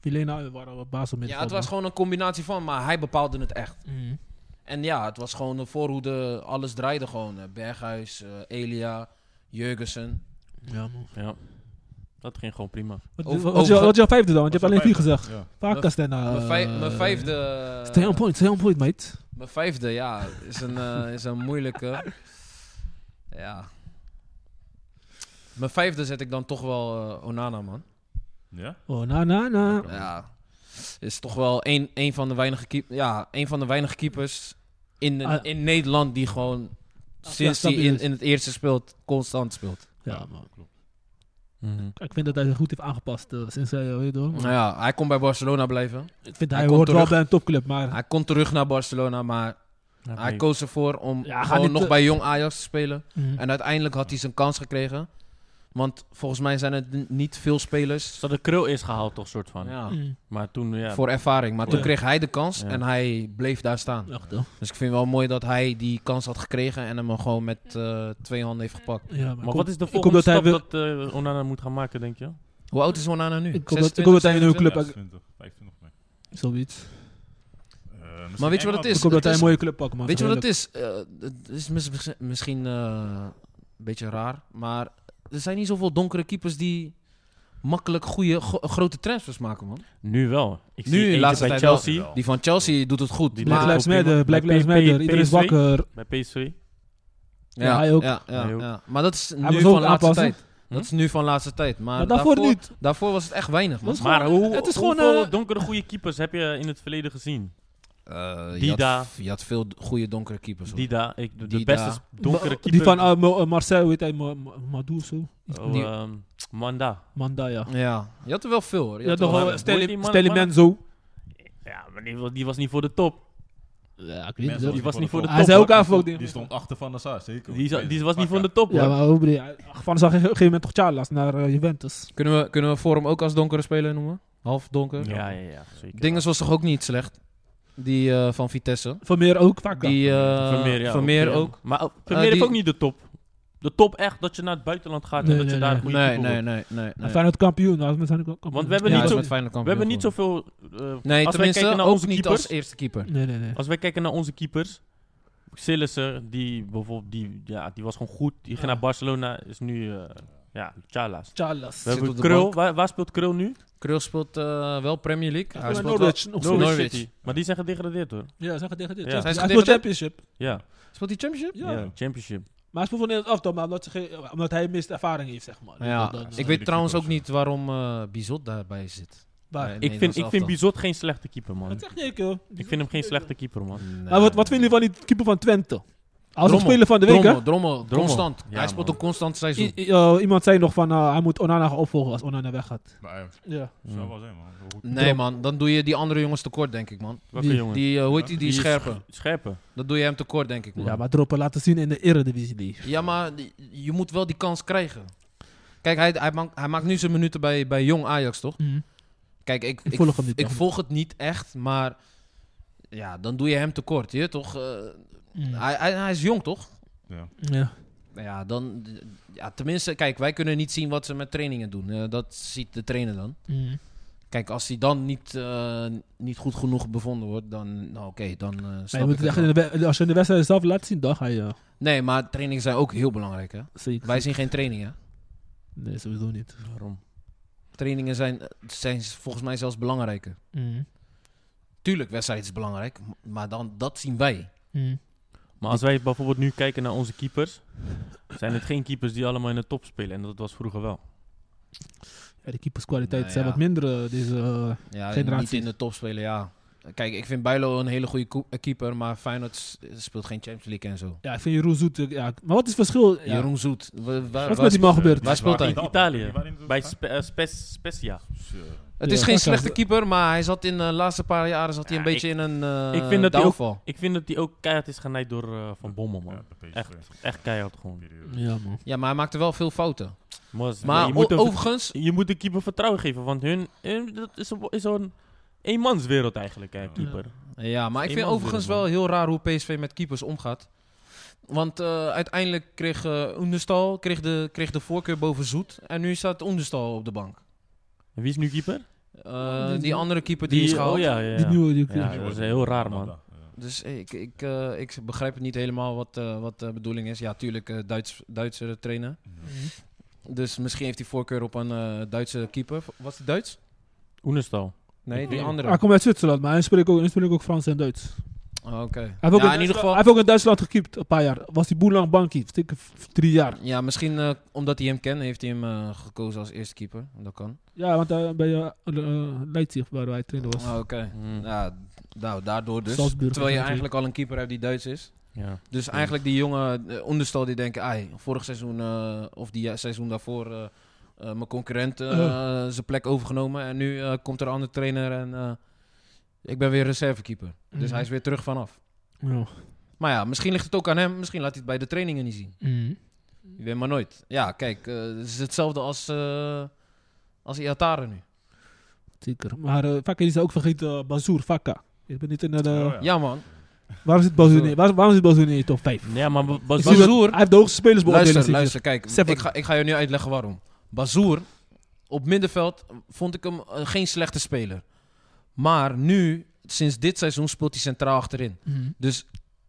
Speaker 3: Vilena, we waren we baas op
Speaker 2: Ja, het was gewoon een combinatie van, maar hij bepaalde het echt.
Speaker 3: Mm.
Speaker 2: En ja, het was gewoon een voorhoede, alles draaide gewoon. Eh, Berghuis, eh, Elia, Jurgensen.
Speaker 3: Ja, man.
Speaker 4: Ja. Dat ging gewoon prima.
Speaker 3: Wat,
Speaker 2: Over-
Speaker 3: wat, wat is
Speaker 2: over-
Speaker 3: jou- wat is jouw vijfde dan? Want je hebt alleen vier
Speaker 5: Vijfde.
Speaker 3: gezegd.
Speaker 5: Ja.
Speaker 3: Vaak eh, als daarna...
Speaker 2: Mijn vij- mijn vijfde... eh,
Speaker 3: Stay on point, stay on point, mate.
Speaker 2: Mijn vijfde, ja, is een, eh, is een moeilijke. Ja. Mijn vijfde zet ik dan toch wel eh, Onana, man.
Speaker 5: Ja?
Speaker 3: Oh, na, na, na.
Speaker 2: Ja. Is toch wel een, een, van, de weinige keep- ja, een van de weinige keepers in, de-
Speaker 3: Ah.
Speaker 2: in Nederland die gewoon
Speaker 3: Ja,
Speaker 2: sinds hij
Speaker 3: stabiel
Speaker 2: in,
Speaker 3: is.
Speaker 2: in het eerste speelt, constant speelt.
Speaker 3: Ja, man.
Speaker 4: Mhm.
Speaker 3: Ik vind dat hij zich goed heeft aangepast eh, sinds hij, eh, weet je wel.
Speaker 2: Nou ja, hij kon bij Barcelona blijven.
Speaker 3: Ik vind
Speaker 2: Hij
Speaker 3: hij,
Speaker 2: komt
Speaker 3: hoort wel
Speaker 2: terug.
Speaker 3: bij een topclub, maar...
Speaker 2: Hij kon terug naar Barcelona, maar
Speaker 4: Oké.
Speaker 2: hij koos ervoor om
Speaker 3: Ja, ga
Speaker 2: gewoon
Speaker 3: niet
Speaker 2: nog
Speaker 3: te-
Speaker 2: bij Jong Ajax te spelen.
Speaker 3: Mm.
Speaker 2: En uiteindelijk had hij zijn kans gekregen. Want volgens mij zijn het n- niet veel spelers.
Speaker 4: Dus dat de krul is gehaald, toch, soort van.
Speaker 2: Ja,
Speaker 3: Mm.
Speaker 4: Maar toen, ja...
Speaker 2: Voor ervaring. Maar
Speaker 4: Ja.
Speaker 2: toen kreeg hij de kans
Speaker 4: Ja.
Speaker 2: en hij bleef daar staan.
Speaker 3: Echt, hoor.
Speaker 2: Dus ik vind wel mooi dat hij die kans had gekregen en hem gewoon met eh, twee handen heeft gepakt.
Speaker 3: Ja, maar,
Speaker 4: Maar wat is de
Speaker 3: ik hoop
Speaker 4: volgende
Speaker 3: dat hij
Speaker 4: stap
Speaker 3: wil-
Speaker 4: dat eh, Onana moet gaan maken, denk je?
Speaker 2: Hoe oud is Onana nu?
Speaker 3: Ik hoop dat- ik hoop dat hij in een
Speaker 2: 26,
Speaker 3: club-
Speaker 5: 26, 25 mee.
Speaker 3: Zoiets.
Speaker 5: Eh, misschien
Speaker 2: Maar weet je wat het
Speaker 5: Engeland.
Speaker 2: is?
Speaker 3: Ik hoop dat hij
Speaker 2: is-
Speaker 3: een mooie club pakt, man.
Speaker 2: Weet je wat het is? Eh, het is mis- misschien eh, een beetje raar, maar er zijn niet zoveel donkere keepers die makkelijk goede gro- grote transfers maken, man.
Speaker 4: Nu wel. Ik
Speaker 2: Nu,
Speaker 4: zie
Speaker 2: de
Speaker 4: eentje
Speaker 2: laatste
Speaker 4: bij
Speaker 2: tijd wel.
Speaker 4: Chelsea,
Speaker 2: Die van Chelsea doet het goed.
Speaker 4: Oh. Die
Speaker 3: Black
Speaker 4: laat
Speaker 2: maar,
Speaker 4: het
Speaker 3: Lives Matter, Black
Speaker 4: Bij
Speaker 3: Lives
Speaker 4: P-
Speaker 3: Matter. Iedereen is
Speaker 4: PSV?
Speaker 3: wakker.
Speaker 4: bij PSV.
Speaker 2: ja,
Speaker 3: hij ook.
Speaker 2: Ja, ja,
Speaker 4: Hij ook.
Speaker 2: ja. maar dat is
Speaker 3: Hij
Speaker 2: nu
Speaker 3: was ook
Speaker 2: van laatste
Speaker 3: aanpassen. Hm?
Speaker 2: tijd. Dat is nu van laatste tijd. Maar,
Speaker 3: Maar daarvoor niet.
Speaker 2: Daarvoor was het echt weinig, man.
Speaker 3: Dat is
Speaker 4: Maar
Speaker 3: gewoon-
Speaker 4: hoe,
Speaker 3: het is
Speaker 4: hoeveel
Speaker 3: gewoon, eh,
Speaker 4: donkere goede keepers heb je in het verleden gezien?
Speaker 2: Eh, je,
Speaker 4: Dida.
Speaker 2: had, je had veel d- goede donkere keepers. hoor.
Speaker 4: Dida, ik, de
Speaker 2: Dida.
Speaker 4: beste donkere keeper.
Speaker 3: Die van eh, Mo- eh, Marseille, hoe heet hij? Ma- Ma- Madou of zo? Iets-
Speaker 4: Oh,
Speaker 2: die-
Speaker 4: ehm, Manda.
Speaker 3: Manda, ja.
Speaker 2: Ja, je had er wel veel hoor. Je
Speaker 3: Ja,
Speaker 2: had
Speaker 3: toch
Speaker 2: wel-
Speaker 4: wel-
Speaker 3: wel
Speaker 4: Hoe heet die
Speaker 3: Stanley
Speaker 4: man-
Speaker 3: Stanley
Speaker 4: man-
Speaker 3: Menzo.
Speaker 4: Ja, maar die, wa- die was niet voor de top.
Speaker 3: Ja, ik
Speaker 5: Mensen
Speaker 4: Die was niet voor de top.
Speaker 3: Hij zei
Speaker 4: hoor.
Speaker 3: ook aan voor
Speaker 5: Die stond achter Van der Sar, zeker.
Speaker 4: Die, za- die was niet voor
Speaker 5: van
Speaker 4: de top, hoor.
Speaker 3: Ja, maar hoe bedoel je? Hij- Van zag op een gegeven moment toch Charles naar eh, Juventus.
Speaker 2: Kunnen we, kunnen we Forum ook als donkere speler noemen? Half donker.
Speaker 4: Ja, ja, ja, zeker.
Speaker 2: Dinges was toch ook niet slecht? Die eh, van Vitesse.
Speaker 3: Vermeer ook vaak.
Speaker 2: Die eh
Speaker 4: Vermeer, ja,
Speaker 2: Vermeer
Speaker 4: ja.
Speaker 2: ook.
Speaker 4: Maar oh,
Speaker 2: Eh,
Speaker 4: Vermeer
Speaker 2: die-
Speaker 4: heeft ook niet de top. De top echt, dat je naar het buitenland gaat
Speaker 3: Nee,
Speaker 4: en dat
Speaker 3: nee,
Speaker 4: je daar
Speaker 3: nee.
Speaker 4: een goede
Speaker 2: Nee,
Speaker 4: keeper
Speaker 2: nee,
Speaker 4: wordt.
Speaker 2: nee, nee. nee.
Speaker 3: We zijn het kampioen. nou, We zijn het kampioen.
Speaker 4: Want we hebben
Speaker 2: Ja,
Speaker 4: niet
Speaker 2: hij is
Speaker 4: zo-
Speaker 2: met Feyenoord
Speaker 4: We
Speaker 2: kampioen
Speaker 4: hebben niet
Speaker 2: geworden.
Speaker 4: zoveel... eh,
Speaker 2: Nee,
Speaker 4: als wij
Speaker 2: tenminste
Speaker 4: kijken naar
Speaker 2: ook
Speaker 4: onze
Speaker 2: niet
Speaker 4: keepers,
Speaker 2: als eerste keeper.
Speaker 3: Nee, nee, nee.
Speaker 4: Als wij kijken naar onze keepers. Sillissen, die bijvoorbeeld, die, ja, die was gewoon goed. Die ging
Speaker 3: Ja.
Speaker 4: naar Barcelona, is nu, eh, ja, Chalas.
Speaker 3: Charles.
Speaker 4: We
Speaker 2: Zit
Speaker 4: hebben
Speaker 2: op de
Speaker 4: Krul.
Speaker 2: bank.
Speaker 4: Waar, waar speelt Krul nu?
Speaker 2: Krul speelt eh, wel Premier League. Hij
Speaker 3: Ja,
Speaker 2: speelt wel-
Speaker 3: Norwich nog steeds.
Speaker 2: Norwich.
Speaker 4: Maar die zijn gedegradeerd hoor.
Speaker 3: Ja, zijn gedegradeerd.
Speaker 4: Ja.
Speaker 3: Ja.
Speaker 4: Zijn
Speaker 2: ze
Speaker 3: Hij speelt
Speaker 2: gedegradeerd?
Speaker 3: championship.
Speaker 4: Ja,
Speaker 2: Speelt hij Championship?
Speaker 3: Ja.
Speaker 4: ja. championship.
Speaker 3: Maar hij speelt voor Nederland aftal, maar omdat, ze ge- omdat hij mist ervaring heeft, zeg maar.
Speaker 2: Ja,
Speaker 3: Dat- dat-
Speaker 2: ik
Speaker 5: Eredivisie
Speaker 2: weet trouwens ook
Speaker 5: koers.
Speaker 2: niet waarom eh, Bizot daarbij zit.
Speaker 3: waar.
Speaker 2: Bij het
Speaker 4: Ik vind, ik vind
Speaker 2: Nederlands
Speaker 4: Bizot geen slechte keeper man.
Speaker 3: Dat zeg je ook, joh.
Speaker 4: Ik vind hem geen slechte keeper man.
Speaker 2: elftal. Nee.
Speaker 3: Maar wat, wat vinden jullie van die keeper van Twente? Als
Speaker 2: Drommel.
Speaker 3: nog speler van de week,
Speaker 2: Drommel,
Speaker 3: hè?
Speaker 2: Drommel,
Speaker 4: Drommel.
Speaker 2: constant.
Speaker 4: Ja,
Speaker 2: hij speelt
Speaker 4: man.
Speaker 2: een constant seizoen.
Speaker 3: I- i- eh, iemand zei nog van, eh, hij moet Onana gaan opvolgen als Onana weggaat.
Speaker 5: Maar eh,
Speaker 3: Ja.
Speaker 5: zou wel zijn, man. Hoe goed-
Speaker 2: nee man, dan doe je die andere jongens tekort denk ik man.
Speaker 4: Welke
Speaker 3: Die-
Speaker 4: jongen?
Speaker 2: Die, eh hoe heet die, die
Speaker 4: is
Speaker 2: scherpe?
Speaker 4: sch- Scherpe.
Speaker 2: Dat doe je hem tekort denk ik man.
Speaker 3: ja, maar droppen laten zien in de Eredivisie die.
Speaker 2: Ja, maar die- je moet wel die kans krijgen. Kijk, hij, hij, maakt, hij maakt nu zijn minuten bij, bij jong Ajax, toch?
Speaker 3: Mhm.
Speaker 2: Kijk, ik,
Speaker 3: Ik
Speaker 2: ik,
Speaker 3: volg hem niet.
Speaker 2: ik volg het niet echt, maar ja, dan doe je hem tekort, je weet toch? Eh,
Speaker 3: Mm.
Speaker 2: hij, hij, hij is jong, toch?
Speaker 5: Ja.
Speaker 3: Ja.
Speaker 2: Ja, dan, ja, tenminste, kijk, wij kunnen niet zien wat ze met trainingen doen. Eh, dat ziet de trainer dan.
Speaker 3: Mm.
Speaker 2: Kijk, als hij dan niet, eh, niet goed genoeg bevonden wordt, dan, nou oké, dan eh,
Speaker 3: Maar
Speaker 2: snap
Speaker 3: je
Speaker 2: ik
Speaker 3: moet
Speaker 2: het
Speaker 3: echt in
Speaker 2: wel.
Speaker 3: de we- als je in de wedstrijd zelf laat zien, dan ga je... eh,
Speaker 2: Nee, maar trainingen zijn ook heel belangrijk, hè?
Speaker 3: zeker.
Speaker 2: Wij zien geen trainingen.
Speaker 3: Nee, sowieso niet.
Speaker 4: Waarom?
Speaker 2: trainingen zijn, zijn volgens mij zelfs belangrijker.
Speaker 3: Mm.
Speaker 2: Tuurlijk, wedstrijd is belangrijk, m- maar dan, dat zien wij.
Speaker 3: Mm.
Speaker 4: Maar als wij bijvoorbeeld nu kijken naar onze keepers, zijn het geen keepers die allemaal in de top spelen. En dat was vroeger wel.
Speaker 3: Ja, de keeperskwaliteiten
Speaker 2: Nou
Speaker 3: zijn
Speaker 2: ja.
Speaker 3: wat minder eh, deze... eh,
Speaker 2: Ja,
Speaker 3: Generaties.
Speaker 2: niet in de top spelen, ja. Kijk, ik vind Bijlo een hele goede koe- eh, keeper, maar Feyenoord s- speelt geen Champions League en zo.
Speaker 3: ja, ik vind Jeroen Zoet... eh, Ja, maar wat is het verschil? Ja.
Speaker 2: Jeroen Zoet. wa- wa-
Speaker 3: Wat
Speaker 2: waar
Speaker 3: is met die
Speaker 2: sp-
Speaker 3: man gebeurd?
Speaker 2: waar speelt hij?
Speaker 5: Waar-
Speaker 4: Italië.
Speaker 5: waar in de-
Speaker 4: Bij Spe- eh, Spez- Spezia.
Speaker 5: Zo.
Speaker 2: Het
Speaker 3: Ja,
Speaker 2: is geen
Speaker 3: dat
Speaker 2: slechte
Speaker 3: kan.
Speaker 2: keeper, maar hij zat in eh, de laatste paar jaren zat hij een
Speaker 4: Ja,
Speaker 2: beetje in een eh
Speaker 4: ik vind dat hij ook-
Speaker 2: downfall.
Speaker 4: Ik vind dat hij ook keihard is genaaid door eh, Van Bommel,
Speaker 5: Ja,
Speaker 4: man.
Speaker 5: bij PSV.
Speaker 4: Echt, echt keihard gewoon.
Speaker 5: Periode.
Speaker 3: Ja, man.
Speaker 2: Ja, maar hij maakte wel veel fouten.
Speaker 4: Maar,
Speaker 2: Maar
Speaker 4: je, moet
Speaker 2: o-
Speaker 4: hem-
Speaker 2: overigens,
Speaker 4: je moet de keeper vertrouwen geven, want hun, hun- dat is, een- is zo'n eenmanswereld eigenlijk, hè, keeper.
Speaker 2: Ja, maar ik
Speaker 4: Eén
Speaker 2: vind
Speaker 4: man
Speaker 2: overigens
Speaker 4: willen,
Speaker 2: wel
Speaker 4: man.
Speaker 2: heel raar hoe PSV met keepers omgaat. Want eh, uiteindelijk kreeg eh Oendestal kreeg de, kreeg de voorkeur boven Zoet. En nu staat Oendestal op de bank.
Speaker 4: En Wie is nu keeper?
Speaker 2: Eh,
Speaker 3: Die-
Speaker 2: die, andere keeper die, is gehaald.
Speaker 4: oh ja, ja,
Speaker 3: Die
Speaker 4: ja.
Speaker 3: nieuwe... Die,
Speaker 4: Ja, dat is heel raar, man.
Speaker 5: Ja.
Speaker 2: Dus ik, ik, eh, ik begrijp het niet helemaal wat, eh, wat de bedoeling is. Ja, tuurlijk eh Duits, Duitse trainer.
Speaker 3: Mm.
Speaker 2: Dus misschien heeft hij voorkeur op een eh, Duitse keeper. Was hij Duits?
Speaker 4: Oenestal.
Speaker 2: Nee,
Speaker 4: Ik
Speaker 2: die
Speaker 4: weet-
Speaker 2: andere.
Speaker 3: Ah, Hij komt uit Zwitserland, maar hij spreekt ook, hij spreekt ook Frans en Duits.
Speaker 2: Oh, Oké.
Speaker 3: Hij heeft, ook
Speaker 2: Ja, in ieder geval.
Speaker 3: hij heeft ook in Duitsland gekiept, een paar jaar. Was die Boelang Bankie, stikke v- v- drie jaar.
Speaker 2: Ja, misschien eh, omdat hij hem kent, heeft hij hem eh, gekozen als eerste keeper. Dat kan.
Speaker 3: Ja, want eh, bij eh, eh, Leipzig, waar hij trainer was.
Speaker 2: Oh, Oké.
Speaker 4: Hmm.
Speaker 2: Ja, nou, daardoor dus.
Speaker 3: Salzburg
Speaker 2: Terwijl je
Speaker 3: natuurlijk.
Speaker 2: eigenlijk al een keeper hebt die Duits is.
Speaker 4: Ja.
Speaker 2: Dus eigenlijk die jongen eh, onderstel die denken... Ai, vorig seizoen eh, of die eh, seizoen daarvoor... eh, eh, mijn concurrent eh,
Speaker 3: Ja.
Speaker 2: zijn plek overgenomen. En nu eh, komt er een andere trainer en... eh, ik ben weer reservekeeper. Dus
Speaker 3: Mhm.
Speaker 2: hij is weer terug vanaf.
Speaker 3: Ja.
Speaker 2: Maar ja, misschien ligt het ook aan hem. Misschien laat hij het bij de trainingen niet zien.
Speaker 3: Mm.
Speaker 2: Je weet maar nooit. Ja, kijk, eh, het is hetzelfde als... eh als Iatare nu.
Speaker 3: Zeker. Maar eh vaak is hij ook vergeten, eh, Bazoer, Vakka. Ik ben niet in eh, de...
Speaker 5: Oh, ja.
Speaker 2: Ja, man.
Speaker 3: Waarom zit Bazoer niet, waar, waarom zit Bazoer niet in de top 5?
Speaker 4: Ja, maar Ba- Bas-
Speaker 3: Ik zie dat-
Speaker 2: Bazoer-
Speaker 3: Hij heeft de hoogste spelers
Speaker 2: Luister, luister, kijk.
Speaker 3: Seven.
Speaker 2: Ik ga, ik ga je nu uitleggen waarom. Bazoer, op middenveld vond ik hem eh, geen slechte speler. Maar nu, sinds dit seizoen, speelt hij centraal achterin.
Speaker 3: Mm.
Speaker 2: Dus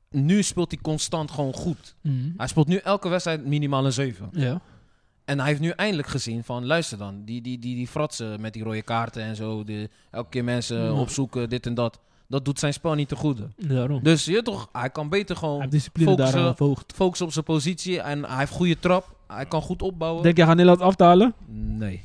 Speaker 2: nu speelt hij constant gewoon goed.
Speaker 3: Mm.
Speaker 2: Hij speelt nu elke wedstrijd minimaal een 7.
Speaker 3: Ja.
Speaker 2: En hij heeft nu eindelijk gezien van, luister dan, die, die, die, die fratsen met die rode kaarten en zo. De, elke keer mensen
Speaker 3: Ja.
Speaker 2: opzoeken, dit en dat. Dat doet zijn spel niet te goede.
Speaker 3: Daarom.
Speaker 2: Dus je weet toch, hij kan beter
Speaker 3: hij
Speaker 2: gewoon
Speaker 3: heeft discipline
Speaker 2: focussen.
Speaker 3: daar verhoogd.
Speaker 2: focussen op zijn positie. En hij heeft goede trap. Hij kan goed opbouwen.
Speaker 3: Denk jij gaat Nederland aftalen?
Speaker 2: Nee.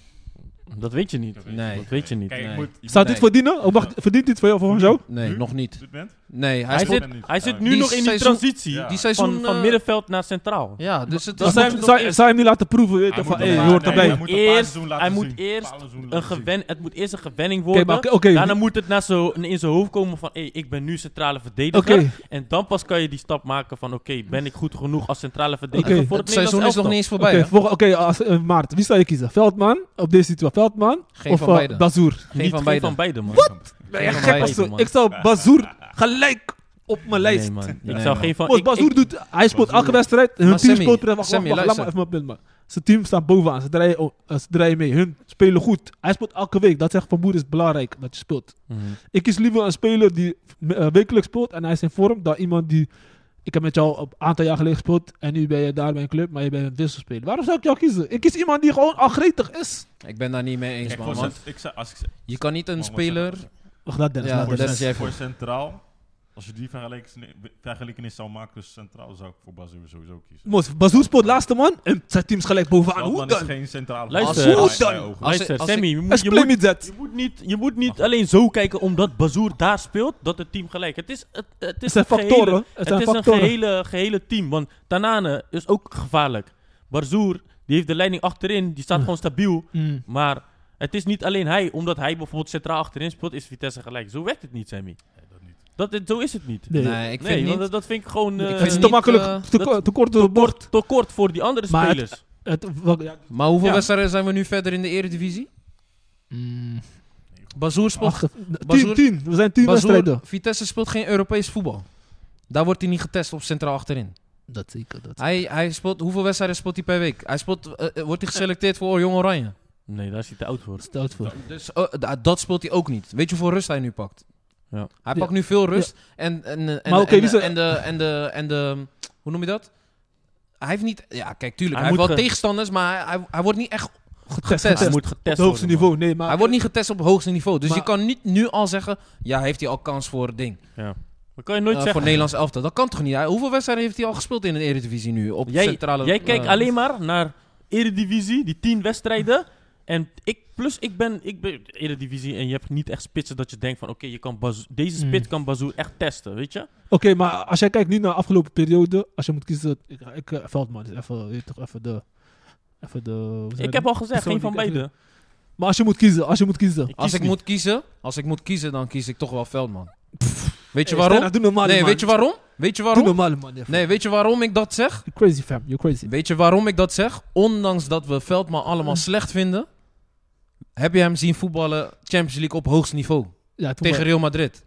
Speaker 4: Dat weet je niet.
Speaker 5: Dat weet je.
Speaker 2: Nee.
Speaker 4: Dat weet je niet.
Speaker 5: Kijk, ik
Speaker 2: Nee.
Speaker 5: moet, je
Speaker 3: Staat
Speaker 5: moet-
Speaker 2: Nee.
Speaker 3: dit verdienen? Oh, mag, verdient dit voor jou voor zo?
Speaker 2: Nee,
Speaker 5: Nu?
Speaker 2: nog niet.
Speaker 5: Dit bent?
Speaker 2: Nee, hij
Speaker 4: Hij,
Speaker 2: is
Speaker 5: speelt
Speaker 4: zit,
Speaker 5: hem niet.
Speaker 4: hij zit
Speaker 5: Ja.
Speaker 4: nu
Speaker 2: Die
Speaker 4: nog in die
Speaker 2: seizoen-
Speaker 4: transitie
Speaker 5: Ja.
Speaker 2: die
Speaker 5: Van-
Speaker 2: seizoen...
Speaker 4: van, van
Speaker 2: eh,
Speaker 4: middenveld naar centraal.
Speaker 2: Ja, dus het
Speaker 3: Dan
Speaker 2: is
Speaker 3: zou
Speaker 2: nog
Speaker 3: je hem-
Speaker 2: nog
Speaker 3: zou je
Speaker 2: eerst-
Speaker 3: zou je hem niet laten proeven, weet je,
Speaker 5: Hij
Speaker 3: van
Speaker 5: moet
Speaker 3: hé, je
Speaker 5: een-
Speaker 3: hoort
Speaker 5: nee,
Speaker 3: erbij.
Speaker 5: hij moet een paar
Speaker 4: Eerst-
Speaker 5: seizoenen laten
Speaker 4: hij moet
Speaker 5: zien.
Speaker 4: eerst
Speaker 5: Een paar seizoenen
Speaker 4: Een
Speaker 5: laten zien.
Speaker 4: gewen, het moet eerst een gewenning
Speaker 3: Oké,
Speaker 4: worden.
Speaker 3: maar oké, oké,
Speaker 4: Daarna moet het naar zo, in zijn hoofd komen van... Hey, ik ben nu centrale verdediger.
Speaker 3: Oké.
Speaker 4: En dan pas kan je die stap maken van... Oké, ben ik goed genoeg als centrale verdediger
Speaker 3: Oké.
Speaker 4: voor het,
Speaker 2: Het seizoen is nog niet eens voorbij,
Speaker 3: Oké,
Speaker 2: hè?
Speaker 3: volg- oké, als- eh, Maarten, wie zou je kiezen? Veldman op deze situatie? Veldman
Speaker 2: Geen
Speaker 3: of
Speaker 2: van
Speaker 3: eh,
Speaker 2: beiden.
Speaker 3: Bazoer?
Speaker 2: Geen van beiden.
Speaker 4: van beiden, man.
Speaker 2: Geen
Speaker 3: Ja,
Speaker 2: van
Speaker 3: gek
Speaker 2: beiden.
Speaker 3: als zo.
Speaker 4: man.
Speaker 3: Ik zou Bazoer gelijk op mijn
Speaker 4: Nee,
Speaker 3: lijst.
Speaker 4: man. Ik
Speaker 2: Nee,
Speaker 4: zou
Speaker 2: man.
Speaker 4: geen van...
Speaker 3: Want
Speaker 4: ik-
Speaker 3: Bazoer
Speaker 4: ik-
Speaker 3: doet, hij speelt elke wedstrijd. Hun
Speaker 2: Maar
Speaker 3: team
Speaker 2: Sammy,
Speaker 3: speelt... Wacht, wacht,
Speaker 2: Sammy,
Speaker 3: wacht, laat maar
Speaker 2: luister.
Speaker 3: even mijn punt maken. Zijn team staat bovenaan. Ze draaien, oh, eh, ze draaien mee. Hun spelen goed. Hij speelt elke week. Dat zegt Van Boer is belangrijk dat je speelt.
Speaker 4: Mhm.
Speaker 3: Ik kies liever een speler die eh, wekelijks speelt en hij is in vorm, dan iemand die... Ik heb met jou een aantal jaar geleden gespeeld en nu ben je daar bij een club, maar je bent een wisselspeler. Waarom zou ik jou kiezen? Ik kies iemand die gewoon gretig is.
Speaker 2: Ik ben daar niet mee eens,
Speaker 5: Kijk,
Speaker 2: man.
Speaker 5: voor Oh,
Speaker 2: want
Speaker 5: cent- ik zei- als ik zei-
Speaker 2: je kan niet een
Speaker 5: Mohamed
Speaker 2: speler...
Speaker 5: Salah.
Speaker 3: Wacht, laat Dennis.
Speaker 2: Ja,
Speaker 3: laat
Speaker 2: maar
Speaker 3: Dennis.
Speaker 2: dat is jij
Speaker 5: voor
Speaker 2: voor.
Speaker 5: centraal, als je die vergelijking- vergelijkenis zou maken tussen centraal, zou ik voor Bazoer sowieso kiezen.
Speaker 3: Mos, Bazoer speelt laatste man en zijn team is gelijk bovenaan. Hoe
Speaker 5: Veldman is
Speaker 3: dan?
Speaker 5: geen centrale
Speaker 4: Luister, Ah,
Speaker 5: verdediger
Speaker 3: Als-
Speaker 5: in
Speaker 3: hoe
Speaker 5: mijn
Speaker 3: dan?
Speaker 5: ogen.
Speaker 2: Als-
Speaker 4: Luister,
Speaker 2: als
Speaker 4: Sammy,
Speaker 2: ik-
Speaker 4: je
Speaker 3: Hij
Speaker 4: moet- je
Speaker 3: speelt
Speaker 4: moet...
Speaker 3: niet dat.
Speaker 4: Je moet, niet, je moet niet alleen zo kijken omdat Bazoer daar speelt, dat het team gelijk. Het is, het, het
Speaker 3: Het
Speaker 4: is
Speaker 3: zijn
Speaker 4: een gehele-
Speaker 3: factoren. Het
Speaker 4: Het,
Speaker 3: zijn
Speaker 4: is
Speaker 3: factoren.
Speaker 4: een gehele, gehele team. Want Tanane is ook gevaarlijk. Barzoer, die heeft de leiding achterin. Die staat
Speaker 3: Hm.
Speaker 4: gewoon stabiel.
Speaker 3: Mm.
Speaker 4: Maar het is niet alleen hij. Omdat hij bijvoorbeeld centraal achterin speelt, is Vitesse gelijk. Zo werkt het niet, Sammy.
Speaker 5: Nee, dat niet.
Speaker 4: Dat, is- zo is het niet.
Speaker 3: Nee.
Speaker 2: Nee, ik
Speaker 4: nee,
Speaker 2: vind
Speaker 4: want
Speaker 2: niet...
Speaker 4: dat, dat vind ik gewoon... eh,
Speaker 2: Ik
Speaker 3: het is
Speaker 2: vind
Speaker 3: te
Speaker 2: niet,
Speaker 3: makkelijk,
Speaker 2: eh,
Speaker 3: te, ko- te kort door het bord.
Speaker 4: te kort voor die andere
Speaker 3: Maar het-
Speaker 4: spelers.
Speaker 3: Het- wat- ja,
Speaker 2: Maar hoeveel
Speaker 4: Ja.
Speaker 2: wedstrijden zijn we nu verder in de eredivisie?
Speaker 3: mm,
Speaker 2: Bazoer speelt...
Speaker 3: acht- tien,
Speaker 2: Bazoer-
Speaker 3: tien. We zijn tien
Speaker 2: Bazoer,
Speaker 3: wedstrijden.
Speaker 2: Vitesse speelt geen Europees voetbal. Daar wordt hij niet getest op centraal achterin.
Speaker 3: Dat zeker. Dat
Speaker 2: Hij, hij speelt, hoeveel wedstrijden speelt hij per week? Hij speelt, eh, eh, wordt hij geselecteerd voor Jong Oranje.
Speaker 4: Nee, daar is hij te oud voor.
Speaker 3: stelt voor.
Speaker 2: Dus eh, da- dat speelt hij ook niet. Weet je hoeveel rust hij nu pakt?
Speaker 4: Ja.
Speaker 2: Hij
Speaker 3: Ja.
Speaker 2: pakt nu veel rust. En, en, eh, en,
Speaker 3: Maar oké,
Speaker 2: en,
Speaker 3: wie
Speaker 2: eh,
Speaker 3: zou-
Speaker 2: en de, en, de, en de... Hoe noem je dat? Hij heeft niet... Ja, kijk, tuurlijk.
Speaker 4: Hij
Speaker 2: Hij, heeft
Speaker 4: moet
Speaker 2: wel
Speaker 4: ge-
Speaker 2: tegenstanders, maar hij, hij, hij wordt niet echt...
Speaker 3: Getest.
Speaker 2: Hij
Speaker 4: Hij
Speaker 3: getest.
Speaker 4: moet
Speaker 3: Op
Speaker 4: getest
Speaker 3: het hoogste
Speaker 4: worden, man.
Speaker 3: niveau. Nee, maar
Speaker 2: hij wordt niet getest op het hoogste niveau. Dus
Speaker 3: Maar-
Speaker 2: je kan niet nu al zeggen... Ja, heeft hij al kans voor het ding.
Speaker 4: Dat kan je nooit
Speaker 2: Eh,
Speaker 4: zeggen.
Speaker 2: voor Nederlands elftal. Dat kan toch niet? Hij- hoeveel wedstrijden heeft hij al gespeeld in de Eredivisie nu? Op
Speaker 4: Jij,
Speaker 2: centrale...
Speaker 4: jij kijkt
Speaker 2: eh,
Speaker 4: alleen maar naar Eredivisie, die tien wedstrijden. En ik, plus ik ben, ik ben Eredivisie en je hebt niet echt spitsen dat je denkt van... Oké, je kan Bazo- deze
Speaker 3: Mm.
Speaker 4: spits kan Bazoer echt testen, weet je?
Speaker 3: Oké, maar als jij kijkt nu naar de afgelopen periode, als je moet kiezen, ik, ik eh, Veldman is even, weet je toch, even de, even de. hoe zeg je
Speaker 4: Ik
Speaker 3: dat?
Speaker 4: heb al gezegd,
Speaker 3: persoon
Speaker 4: geen van
Speaker 3: die ik echt-
Speaker 4: beide.
Speaker 3: Maar als je moet kiezen, als je moet kiezen.
Speaker 4: Ik
Speaker 2: Als
Speaker 4: kies
Speaker 2: ik
Speaker 4: niet.
Speaker 2: moet kiezen... Als ik moet kiezen, dan kies ik toch wel Veldman. Weet je
Speaker 3: Hey,
Speaker 2: waarom?
Speaker 3: Stella, doe normaal,
Speaker 2: Nee,
Speaker 3: man.
Speaker 2: weet je waarom? Weet je
Speaker 3: Doe
Speaker 2: waarom?
Speaker 3: normaal, man. even.
Speaker 2: Nee, weet je waarom ik dat zeg?
Speaker 3: You're crazy fam, you're crazy.
Speaker 2: Weet je waarom ik dat zeg? Ondanks dat we Veldman allemaal slecht vinden, heb je hem zien voetballen Champions League op hoogst niveau.
Speaker 3: Ja, toen
Speaker 2: Tegen Real Madrid.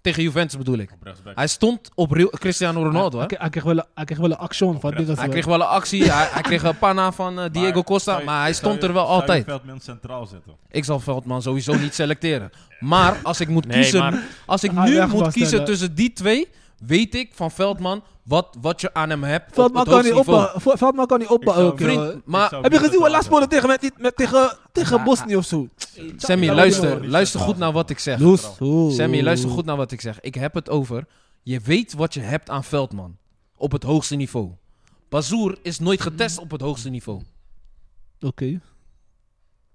Speaker 2: Tegen Juventus bedoel ik.
Speaker 5: Op rechtsback.
Speaker 2: Hij stond op Real- Cristiano Ronaldo.
Speaker 3: Hij,
Speaker 2: Hè?
Speaker 3: hij, hij kreeg wel een- hij kreeg wel een action van
Speaker 5: Oprecht.
Speaker 3: dingen.
Speaker 2: Hij kreeg wel een actie, hij, hij kreeg een panna van eh, Diego
Speaker 5: Maar
Speaker 2: Costa,
Speaker 5: zou je-
Speaker 2: maar hij
Speaker 5: zou
Speaker 2: stond
Speaker 5: je-
Speaker 2: er wel
Speaker 5: zou je
Speaker 2: altijd.
Speaker 5: Veldman centraal zetten.
Speaker 2: Ik zal Veldman sowieso niet selecteren. Maar als ik moet
Speaker 4: Nee,
Speaker 2: kiezen,
Speaker 4: maar
Speaker 2: als ik
Speaker 3: Ah,
Speaker 2: nu
Speaker 3: ja,
Speaker 2: moet
Speaker 3: Bas,
Speaker 2: kiezen
Speaker 3: eh,
Speaker 2: tussen die twee, weet ik van Veldman wat, wat je aan hem hebt op
Speaker 3: Veldman
Speaker 2: het
Speaker 3: kan
Speaker 2: hoogste
Speaker 3: niet
Speaker 2: niveau.
Speaker 3: opbouwen. Vo- Veldman kan niet opbouwen.
Speaker 5: zou
Speaker 3: ook,
Speaker 5: hem-
Speaker 3: eh.
Speaker 2: Vriend, maar-
Speaker 5: Ik zou
Speaker 3: Heb je
Speaker 5: hem
Speaker 3: gezien wat laatst
Speaker 5: centraal
Speaker 3: speelde tegen, met, die- met, tegen, tegen
Speaker 2: Ja,
Speaker 3: Bosnië of zo?
Speaker 2: Sammy,
Speaker 3: Ja,
Speaker 5: dat
Speaker 2: luister,
Speaker 5: wel.
Speaker 2: luister goed naar wat ik zeg.
Speaker 3: Loes. Oeh.
Speaker 2: Sammy, luister goed naar wat ik zeg. Ik heb het over. Je weet wat je hebt aan Veldman. Op het hoogste niveau. Bazoer is nooit getest op het hoogste niveau.
Speaker 3: Oké.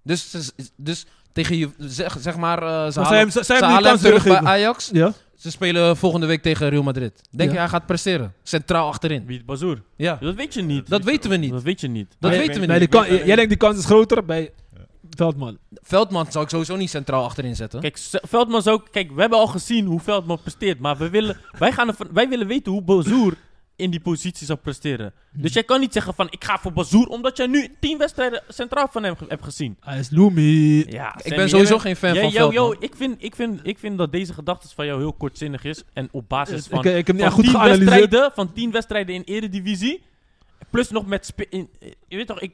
Speaker 2: Dus, dus, dus tegen je, zeg, zeg maar, eh, ze
Speaker 3: Maar
Speaker 2: halen,
Speaker 3: zij hem, zij
Speaker 2: ze
Speaker 3: hem
Speaker 2: halen
Speaker 3: niet
Speaker 2: hem
Speaker 3: kans
Speaker 2: terug
Speaker 3: willen
Speaker 2: bij
Speaker 3: geven.
Speaker 2: Ajax.
Speaker 3: Ja?
Speaker 2: Ze spelen volgende week tegen Real Madrid. Denk
Speaker 3: Ja.
Speaker 2: je, hij gaat presteren? Centraal achterin.
Speaker 4: wie is Bazoer?
Speaker 2: Ja,
Speaker 4: Dat weet je niet.
Speaker 2: dat weten we niet.
Speaker 4: Dat weet je niet.
Speaker 2: Dat
Speaker 3: Nee,
Speaker 2: weten we
Speaker 3: Nee,
Speaker 2: niet.
Speaker 3: die kan, jij denkt die kans is groter bij Veldman.
Speaker 2: Veldman zou ik sowieso niet centraal achterin zetten.
Speaker 4: Kijk, Z- Veldman zou ook... Kijk, we hebben al gezien hoe Veldman presteert. Maar we willen, wij, gaan ervan- wij willen weten hoe Bazoer in die positie zou presteren.
Speaker 3: Mhm.
Speaker 4: Dus jij kan niet zeggen van... Ik ga voor Bazoer omdat jij nu tien wedstrijden centraal van hem ge- hebt gezien.
Speaker 3: Hij is Lumi.
Speaker 4: Ja,
Speaker 2: ik ben sowieso geen fan van
Speaker 4: jou,
Speaker 2: Veldman.
Speaker 4: ik, vind, ik, vind, ik vind dat deze gedachte van jou heel kortzinnig is. En op basis van,
Speaker 3: Ik, ik heb hem niet
Speaker 4: van,
Speaker 3: echt goed
Speaker 4: tien
Speaker 3: geanalyseerd.
Speaker 4: wedstrijden, van tien wedstrijden in Eredivisie. Plus nog met... spi- in- je weet toch, ik,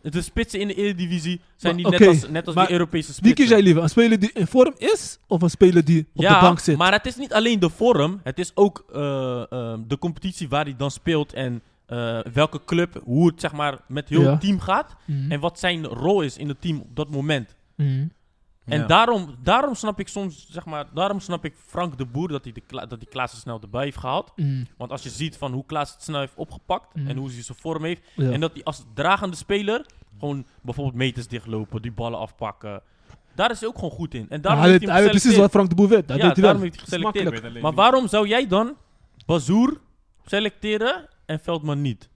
Speaker 4: de spitsen in de Eredivisie zijn
Speaker 3: Maar,
Speaker 4: niet
Speaker 3: oké,
Speaker 4: net als, net als
Speaker 3: maar
Speaker 4: die Europese spitsen.
Speaker 3: Wie kies jij liever? Een speler die in vorm is of een speler die op de bank zit?
Speaker 4: maar het is niet alleen de vorm. Het is ook eh, eh, de competitie waar hij dan speelt en eh, welke club, hoe het zeg maar met heel
Speaker 3: Ja.
Speaker 4: het team gaat.
Speaker 3: Mhm.
Speaker 4: En wat zijn rol is in het team op dat moment.
Speaker 3: Mhm.
Speaker 4: En daarom, daarom snap ik soms, zeg maar, daarom snap ik Frank de Boer dat hij, de Kla- dat hij Klaassen snel erbij heeft gehaald.
Speaker 3: Mhm.
Speaker 4: Want als je ziet van hoe Klaas het snel heeft opgepakt
Speaker 3: Mhm.
Speaker 4: en hoe hij zijn vorm heeft.
Speaker 3: Ja.
Speaker 4: En dat hij als dragende speler Gewoon bijvoorbeeld meters dichtlopen, die ballen afpakken. Daar is hij ook gewoon goed in. En daarom
Speaker 3: Hij
Speaker 4: heeft
Speaker 3: deed-
Speaker 4: hij
Speaker 3: hij
Speaker 4: hem
Speaker 3: deed precies wat
Speaker 4: geselecteerd.
Speaker 3: Frank de Boer werd. Dat
Speaker 4: Ja,
Speaker 3: deed hij
Speaker 4: daarom
Speaker 3: wel.
Speaker 4: heeft hij
Speaker 3: is
Speaker 4: geselecteerd.
Speaker 5: Ik weet alleen
Speaker 4: Maar
Speaker 5: niet-
Speaker 4: waarom zou jij dan Bazoer selecteren en Veldman niet?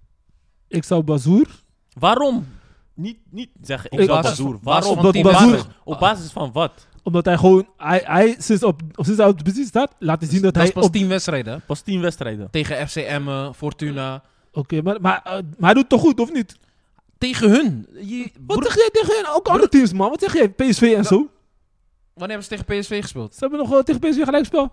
Speaker 3: Ik zou Bazoer...
Speaker 4: Waarom? Niet, niet zeggen, ik
Speaker 3: Op
Speaker 4: zou
Speaker 3: basis-
Speaker 4: Bazoer.
Speaker 2: basis
Speaker 4: Waarom?
Speaker 2: van
Speaker 3: Omdat
Speaker 4: Op
Speaker 3: Bazoer-
Speaker 4: basis, op basis van wat?
Speaker 3: Omdat hij gewoon... Hij, hij, sinds, op, sinds hij op de positie staat, laat hij zien dat,
Speaker 2: Dat is
Speaker 3: hij...
Speaker 2: pas
Speaker 3: op-
Speaker 2: 10 wedstrijden. hè?
Speaker 4: Pas tien wedstrijden.
Speaker 2: Tegen FCM, Fortuna.
Speaker 3: Oké, maar, maar, eh, maar hij doet het toch goed, of niet?
Speaker 2: Tegen hun. Je,
Speaker 3: Wat
Speaker 2: broer,
Speaker 3: zeg jij tegen hen? Ook andere teams, man. Wat zeg jij? PSV en zo?
Speaker 2: wanneer hebben ze tegen PSV gespeeld?
Speaker 3: Ze hebben nog wel tegen PSV gelijkspel. Oké,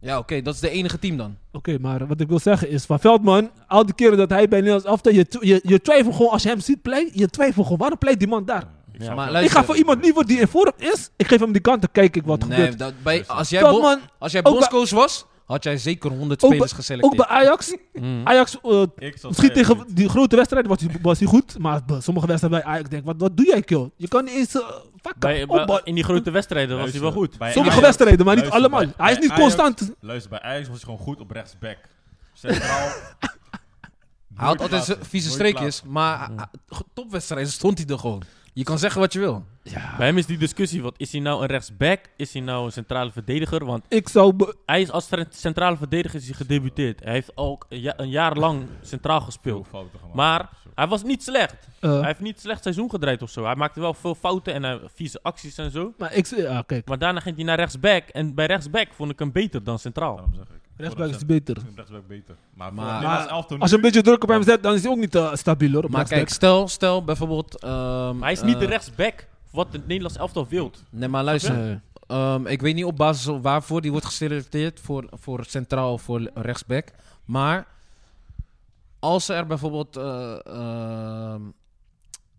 Speaker 2: Ja, oké. dat is de enige team dan.
Speaker 3: maar wat ik wil zeggen is... Van Veldman, al die keren dat hij bij Nederlands aftel... Je, tw- je, je twijfelt gewoon, als je hem ziet pleit... Je twijfelt gewoon, waarom pleit die man daar?
Speaker 5: Ik
Speaker 4: Ja,
Speaker 5: zou
Speaker 2: maar
Speaker 5: wel-
Speaker 2: luister,
Speaker 3: Ik ga voor iemand liever die in vorm is. Ik geef hem die kant, dan kijk ik wat er
Speaker 2: nee,
Speaker 3: gebeurt.
Speaker 2: dat, bij, als jij, Bo-
Speaker 3: Veldman,
Speaker 2: als jij
Speaker 3: ook bij-
Speaker 2: bondscoach was, had jij zeker 100
Speaker 3: Ook
Speaker 2: spelers
Speaker 3: ook
Speaker 2: geselecteerd.
Speaker 3: bij Ajax.
Speaker 2: Mm.
Speaker 3: Ajax, eh,
Speaker 5: ik zal
Speaker 3: misschien
Speaker 5: zeggen,
Speaker 3: tegen die grote wedstrijden was hij, was hij goed. Maar bij sommige wedstrijden bij Ajax denk ik, wat, wat doe jij, kill? Je kan niet eens eh, vakken
Speaker 4: Bij, bij-
Speaker 3: opbouwen.
Speaker 4: in die grote wedstrijden was hij wel goed.
Speaker 5: eh, Bij
Speaker 3: Sommige
Speaker 5: Ajax-
Speaker 3: wedstrijden, maar niet
Speaker 5: luister,
Speaker 3: allemaal.
Speaker 5: bij-
Speaker 3: hij is
Speaker 5: bij
Speaker 3: niet
Speaker 5: Ajax-
Speaker 3: constant.
Speaker 5: Luister, bij Ajax was hij gewoon goed op rechtsback. Centraal.
Speaker 2: Hij had altijd zijn vieze streekjes, maar ah, ah, topwedstrijden stond hij er gewoon. Je kan zeggen wat je wil.
Speaker 4: Bij hem is die discussie, wat is hij nou een rechtsback? Is hij nou een centrale verdediger? Want
Speaker 3: Ik zou... be-
Speaker 4: hij is als tra- centrale verdediger is hij gedebuteerd. Hij heeft ook een, ja- een jaar lang centraal gespeeld. Maar hij was niet slecht.
Speaker 3: eh,
Speaker 4: Hij heeft niet slecht seizoen gedraaid of zo. Hij maakte wel veel fouten en hij, vieze acties en zo.
Speaker 3: maar ik... Ja, kijk.
Speaker 4: Maar daarna ging hij naar rechtsback. En bij rechtsback vond ik hem beter dan centraal.
Speaker 5: Daarom zeg ik.
Speaker 3: Rechtsback is beter.
Speaker 5: Rechtsback beter. Maar,
Speaker 2: Maar-
Speaker 5: maar als, elftal
Speaker 3: Als je een beetje druk op hem zet, dan is hij ook niet eh, stabiel hoor. op
Speaker 2: Maar
Speaker 3: rechtsback.
Speaker 2: kijk, stel, stel bijvoorbeeld... ehm,
Speaker 4: Maar hij is niet de
Speaker 2: eh,
Speaker 4: rechtsback wat het Nederlands elftal wilt.
Speaker 2: Nee, maar luister.
Speaker 3: Nee.
Speaker 2: Ehm, ik weet niet op basis van waarvoor die wordt geselecteerd. Voor, voor centraal of voor rechtsback. Maar als er bijvoorbeeld. eh, ehm,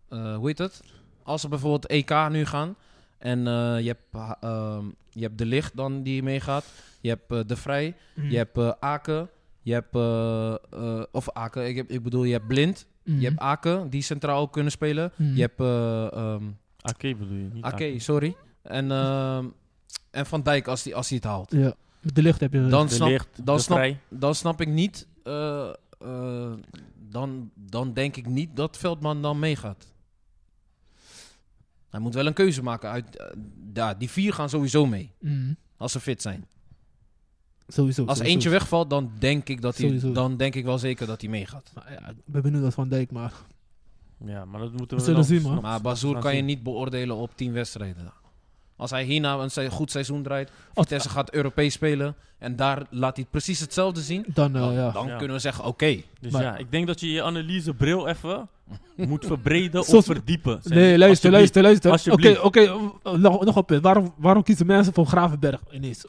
Speaker 2: eh, hoe heet het? Als er bijvoorbeeld EK nu gaan. En eh, je, hebt, ha- ehm, je hebt De Licht dan die meegaat. Je hebt eh, De Vrij.
Speaker 3: Mm.
Speaker 2: Je hebt eh Aken. Je hebt. eh, eh, of Aken, ik, heb, ik bedoel, je hebt Blind.
Speaker 3: Mm.
Speaker 2: Je hebt Aken die centraal ook kunnen spelen.
Speaker 3: Mm.
Speaker 2: Je hebt. eh, ehm,
Speaker 4: Oké bedoel je, niet
Speaker 2: Oké, sorry. En, ehm, en Van Dijk, als hij als die het haalt.
Speaker 3: Ja. Met de licht heb je...
Speaker 2: Dan
Speaker 4: De
Speaker 2: snap,
Speaker 4: licht,
Speaker 2: dan
Speaker 4: de
Speaker 2: snap-
Speaker 4: vrij.
Speaker 2: dan snap ik niet... eh, eh, dan, dan denk ik niet dat Veldman dan meegaat. Hij moet wel een keuze maken. Uit, eh, ja, die vier gaan sowieso mee.
Speaker 3: Mm.
Speaker 2: Als ze fit zijn.
Speaker 3: Sowieso.
Speaker 2: Als
Speaker 3: sowieso.
Speaker 2: eentje wegvalt, dan denk ik, dat hij,
Speaker 3: Sowieso.
Speaker 2: dan denk ik wel zeker dat hij meegaat.
Speaker 3: Maar ja, ik ben benieuwd wat Van Dijk, maar...
Speaker 4: Ja, maar dat moeten
Speaker 3: We
Speaker 4: we,
Speaker 3: zullen
Speaker 4: nog
Speaker 3: zien, man.
Speaker 4: nog-
Speaker 2: Maar Bazoer
Speaker 4: gaan
Speaker 2: kan je
Speaker 4: zien.
Speaker 2: niet beoordelen op tien wedstrijden. Als hij hierna een se- goed seizoen draait,
Speaker 3: Als-
Speaker 2: Vitesse gaat Europees spelen en daar laat hij precies hetzelfde zien,
Speaker 3: Dan, eh,
Speaker 2: dan,
Speaker 3: ja.
Speaker 2: Nou, dan
Speaker 4: Ja.
Speaker 2: kunnen we zeggen, oké.
Speaker 4: Dus
Speaker 3: Maar-
Speaker 4: ja, ik denk dat je je analysebril even moet verbreden of
Speaker 3: Zoals-
Speaker 4: verdiepen. Sammy.
Speaker 3: Nee, luister,
Speaker 4: Alsjeblieft.
Speaker 3: luister, luister. Oké,
Speaker 4: Alsjeblieft.
Speaker 3: oké. eh, nog, nog een punt. Waarom, waarom kiezen mensen voor Gravenberg ineens?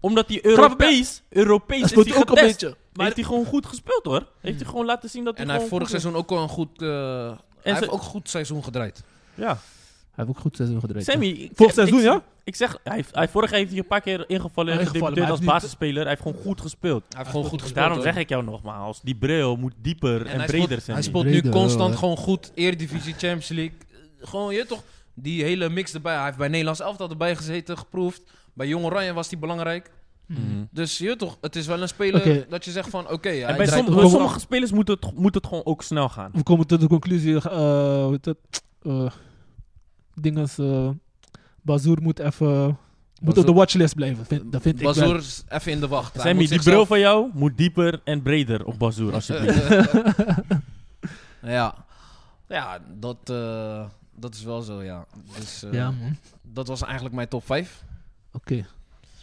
Speaker 4: Omdat hij Europees, Europees
Speaker 3: Dat
Speaker 4: is hij
Speaker 3: speelt ook een
Speaker 4: getest.
Speaker 3: beetje.
Speaker 4: Maar heeft hij gewoon goed gespeeld hoor. Heeft hij gewoon laten zien dat hij
Speaker 2: En hij heeft
Speaker 4: gewoon
Speaker 2: vorig
Speaker 4: goed
Speaker 2: seizoen ook wel een goed, eh, hij
Speaker 4: ze-
Speaker 2: heeft ook een goed seizoen gedraaid.
Speaker 4: is. Ja.
Speaker 3: Hij heeft ook goed seizoen gedraaid.
Speaker 4: Sammy. ik-
Speaker 3: Vorig
Speaker 4: ik-
Speaker 3: seizoen,
Speaker 4: ik-
Speaker 3: ja?
Speaker 4: Ik zeg, hij heeft, hij, vorig jaar heeft hij een paar keer ingevallen en
Speaker 3: Ja, ingevallen, maar
Speaker 4: gedebuteerd
Speaker 3: hij
Speaker 4: als
Speaker 3: heeft niet-
Speaker 4: basisspeler. Hij heeft gewoon goed gespeeld.
Speaker 2: Hij heeft gewoon goed gespeeld.
Speaker 4: Daarom
Speaker 2: hoor.
Speaker 4: zeg ik jou nogmaals, die bril moet dieper en,
Speaker 2: hij
Speaker 4: breder
Speaker 2: speelt,
Speaker 4: zijn.
Speaker 2: hij speelt nu
Speaker 3: Breder,
Speaker 2: constant
Speaker 3: ja.
Speaker 2: gewoon goed. Eredivisie, Champions League. Eh, Gewoon, je weet toch, die hele mix erbij. Hij heeft bij Nederlands elftal erbij gezeten, geproefd. Bij Jong Oranje was hij belangrijk. Dus je weet toch, het is wel een speler
Speaker 3: Oké.
Speaker 2: dat je zegt van, oké,
Speaker 4: En
Speaker 2: hij
Speaker 4: bij
Speaker 2: draait
Speaker 4: sommige,
Speaker 3: ook-
Speaker 4: sommige spelers moet het, moet het gewoon ook snel gaan.
Speaker 3: We komen tot de conclusie. eh, hoe heet dat? Eh, ding als... eh, Bazoer moet even... Moet op de watchlist blijven. Vind, dat vind ik wel.
Speaker 2: Bazoer is even in de wacht. Hij
Speaker 4: Sammy,
Speaker 2: moet
Speaker 4: die bril
Speaker 2: zichzelf-
Speaker 4: van jou moet dieper en breder op Bazoer, alsjeblieft.
Speaker 2: ja, ja dat, eh, dat is wel zo, ja. Dus, eh,
Speaker 3: Ja, man. Oké.
Speaker 2: Dat was eigenlijk mijn top 5.
Speaker 3: En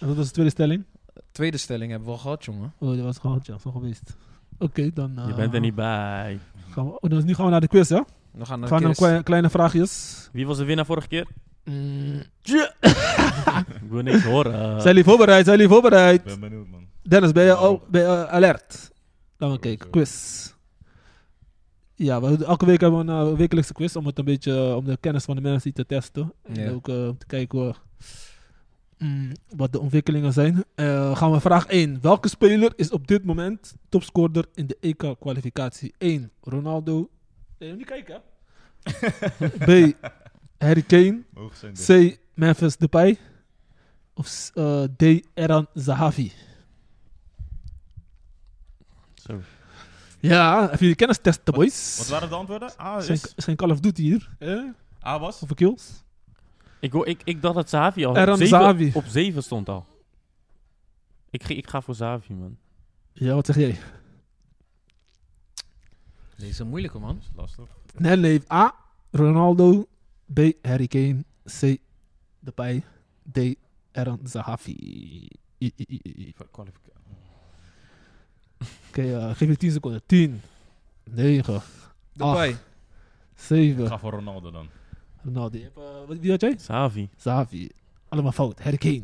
Speaker 3: Wat was de tweede stelling?
Speaker 2: Tweede stelling hebben we al gehad, jongen.
Speaker 3: Oh, dat was gehaald, ja. Zo geweest. Oké, dan... eh,
Speaker 4: Je bent er niet bij.
Speaker 3: Gaan we, oh, dan, nu gaan we naar de quiz, ja?
Speaker 2: We gaan naar
Speaker 3: gaan
Speaker 2: de
Speaker 3: naar
Speaker 2: quiz.
Speaker 3: kleine, kleine vraagjes.
Speaker 4: Wie was de winnaar vorige keer?
Speaker 3: Mm.
Speaker 4: Ik wil niks horen. eh.
Speaker 3: Zijn jullie voorbereid? Zijn jullie voorbereid?
Speaker 5: Ik ben benieuwd, man.
Speaker 3: Dennis, ben je
Speaker 5: Ja,
Speaker 3: al, ben je, eh, alert? Laten we
Speaker 5: Sowieso.
Speaker 3: kijken, quiz. Ja, we, elke week hebben we een eh, wekelijkse quiz om het een beetje eh, om de kennis van de mensen te testen. En
Speaker 2: Ja.
Speaker 3: ook eh, om te kijken hoe, mm, wat de ontwikkelingen zijn. Eh, gaan we vraag 1. Welke speler is op dit moment topscorer in de EK-kwalificatie? 1. Ronaldo. Nee, niet kijken. hè? B. Harry Kane.
Speaker 5: Hoog zijn dit.
Speaker 3: C. Memphis Depay. Of s- eh, D. Eran Zahavi.
Speaker 4: Zo.
Speaker 3: Ja, even jullie kennistest, de boys.
Speaker 5: Wat waren de antwoorden? A
Speaker 3: zijn,
Speaker 5: is...
Speaker 3: zijn Call of Duty hier. Eh?
Speaker 5: A was?
Speaker 3: Hoeveel kills?
Speaker 4: Ik, hoor- ik, ik dacht dat Zavi al
Speaker 3: Eran
Speaker 4: op zeven-
Speaker 3: Zavi.
Speaker 4: op 7 stond al. Ik, ge- ik ga voor Zavi, man.
Speaker 3: Ja, wat zeg jij?
Speaker 2: Deze is een moeilijke, man.
Speaker 5: Dat is lastig.
Speaker 3: Nee, nee. A. Ronaldo. B. Harry Kane. C. Depay. D. Aaron Zahavi. I- i- i- i- i.
Speaker 5: Voor kwalificatie.
Speaker 3: Oké, eh, geef je 10 seconden. 10, 9,
Speaker 2: Depay.
Speaker 3: 7.
Speaker 5: Ik ga voor Ronaldo dan.
Speaker 3: Ronaldo. Je hebt, eh, wat- wie had jij?
Speaker 4: Zavi.
Speaker 3: Zavi. Allemaal fout. Harry Kane.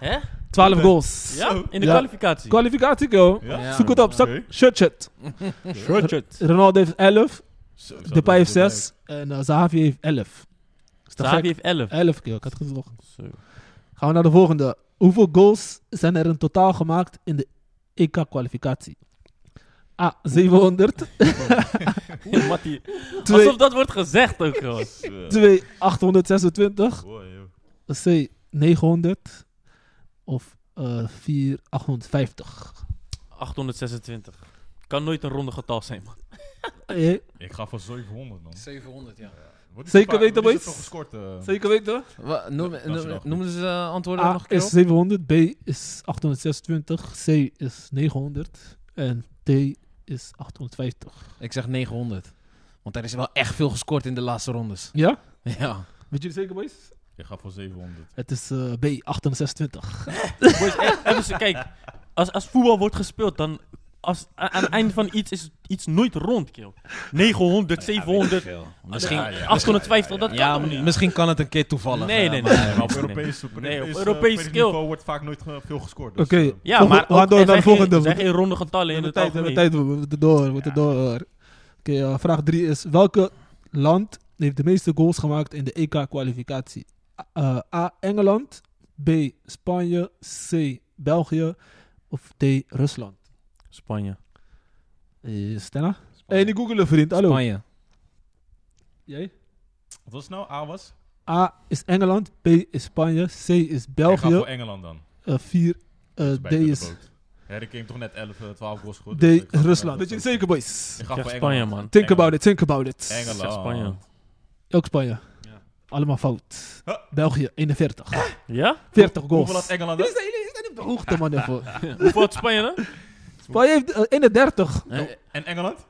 Speaker 4: Hè?
Speaker 3: 12 goals.
Speaker 4: Ja, in de
Speaker 3: Ja.
Speaker 4: kwalificatie.
Speaker 3: Kwalificatie, go.
Speaker 5: Ja?
Speaker 2: Ja.
Speaker 3: Zoek het op.
Speaker 5: Oké.
Speaker 3: Zak, shut, shut. Ronaldo heeft 11.
Speaker 5: Zo, ik zat
Speaker 3: Depay
Speaker 5: er
Speaker 3: heeft
Speaker 5: wel
Speaker 3: 6. En eh, Zahavi heeft 11. Is dat
Speaker 4: Zavi
Speaker 3: gek?
Speaker 4: heeft 11.
Speaker 3: 11 keer. Ik had het goed nog.
Speaker 4: Zo.
Speaker 3: Gaan we naar de volgende. Hoeveel goals zijn er in totaal gemaakt in de EK-kwalificatie? A. 700.
Speaker 4: Mattie.
Speaker 3: 2.
Speaker 4: Alsof dat wordt gezegd ook gewoon.
Speaker 5: bij. Zo.
Speaker 3: 2. 826.
Speaker 5: Mooi, Eh, joh.
Speaker 3: C 900 of eh 4 850.
Speaker 4: 826. Kan nooit een ronde getal zijn, man.
Speaker 3: Eh,
Speaker 5: Ik ga voor 700 man.
Speaker 2: 700, ja.
Speaker 5: Wordt
Speaker 3: Zeker
Speaker 5: vaak-
Speaker 3: weten,
Speaker 5: wordt niet
Speaker 3: boys.
Speaker 5: zo veel gescoord, eh.
Speaker 3: Zeker weten.
Speaker 2: Wa- Noem,
Speaker 5: Dat is
Speaker 2: noem-
Speaker 5: wel goed.
Speaker 2: noemen ze eh, antwoorden
Speaker 3: A
Speaker 2: nog een keer
Speaker 3: Ah, is
Speaker 2: op?
Speaker 3: 700, B is 826, C is 900 en D is 850.
Speaker 2: Ik zeg 900. Want er is wel echt veel gescoord in de laatste rondes.
Speaker 3: Ja?
Speaker 2: Ja.
Speaker 3: Weet jullie zeker, boys?
Speaker 5: Ik ga voor 700.
Speaker 3: Het is eh, B 826.
Speaker 4: Boys, e- even ze- kijk, als, als voetbal wordt gespeeld, dan als, a- aan het einde van iets is iets nooit rond, kill. 900, 700,
Speaker 2: Misschien,
Speaker 4: ja,
Speaker 2: ja,
Speaker 5: ja.
Speaker 4: 850, dat kan
Speaker 2: m-
Speaker 4: toch niet.
Speaker 2: misschien kan het een keer toevallig.
Speaker 4: Nee,
Speaker 2: eh,
Speaker 4: nee,
Speaker 2: maar-
Speaker 5: Nee, maar op
Speaker 4: Nee.
Speaker 5: Europees,
Speaker 4: Nee,
Speaker 5: op
Speaker 4: op
Speaker 5: Europees,
Speaker 4: Europees
Speaker 5: eh, Europees
Speaker 4: skill.
Speaker 5: niveau wordt vaak nooit ge- veel gescoord. Dus,
Speaker 3: Oké.
Speaker 5: eh,
Speaker 4: Ja,
Speaker 3: Volgende-
Speaker 4: maar
Speaker 3: we gaan
Speaker 4: ook,
Speaker 3: door
Speaker 4: er
Speaker 3: naar de
Speaker 4: zijn
Speaker 3: volgende.
Speaker 4: Geen, er zijn geen ronde getallen in
Speaker 3: We
Speaker 4: het
Speaker 3: hebben tijd, we
Speaker 4: algemeen.
Speaker 3: hebben tijd, we moeten door, we moeten door. Oké, eh, vraag 3 is: welke land heeft de meeste goals gemaakt in de EK-kwalificatie? A, eh, A. Engeland, B. Spanje, C. België of D. Rusland?
Speaker 4: Spanje.
Speaker 3: Eh, Stenna? Hé,
Speaker 5: Spanje.
Speaker 3: niet googelen, vriend. Hallo.
Speaker 2: Spanje.
Speaker 3: Jij?
Speaker 5: Wat was het nou? A was?
Speaker 3: A is Engeland, B is Spanje, C is
Speaker 5: Ik ga
Speaker 3: België,
Speaker 5: voor Engeland dan.
Speaker 3: eh, 4 eh,
Speaker 5: Dus
Speaker 3: D
Speaker 5: bij
Speaker 3: is,
Speaker 5: Thunderbolt. Harry Kane toch net 11, eh, 12 goals goed.
Speaker 3: D is Rusland. Weet je het zeker, boys?
Speaker 5: Ik ga
Speaker 4: Ik
Speaker 5: voor
Speaker 4: zeg Spanje,
Speaker 5: Engeland.
Speaker 4: man.
Speaker 3: Think about it, think about it.
Speaker 5: Engeland.
Speaker 4: Ik zeg Spanje.
Speaker 3: Ook Spanje.
Speaker 5: Ja.
Speaker 3: Allemaal fout.
Speaker 5: Huh?
Speaker 3: België, 41.
Speaker 4: Ja?
Speaker 3: 40 goals.
Speaker 5: Hoeveel had Engeland?
Speaker 3: Jullie zijn, jullie zijn op de hoogte, man. Daarvoor.
Speaker 4: Hoeveel had Spanje dan?
Speaker 3: Spanje heeft eh, 31.
Speaker 5: dan? En Engeland?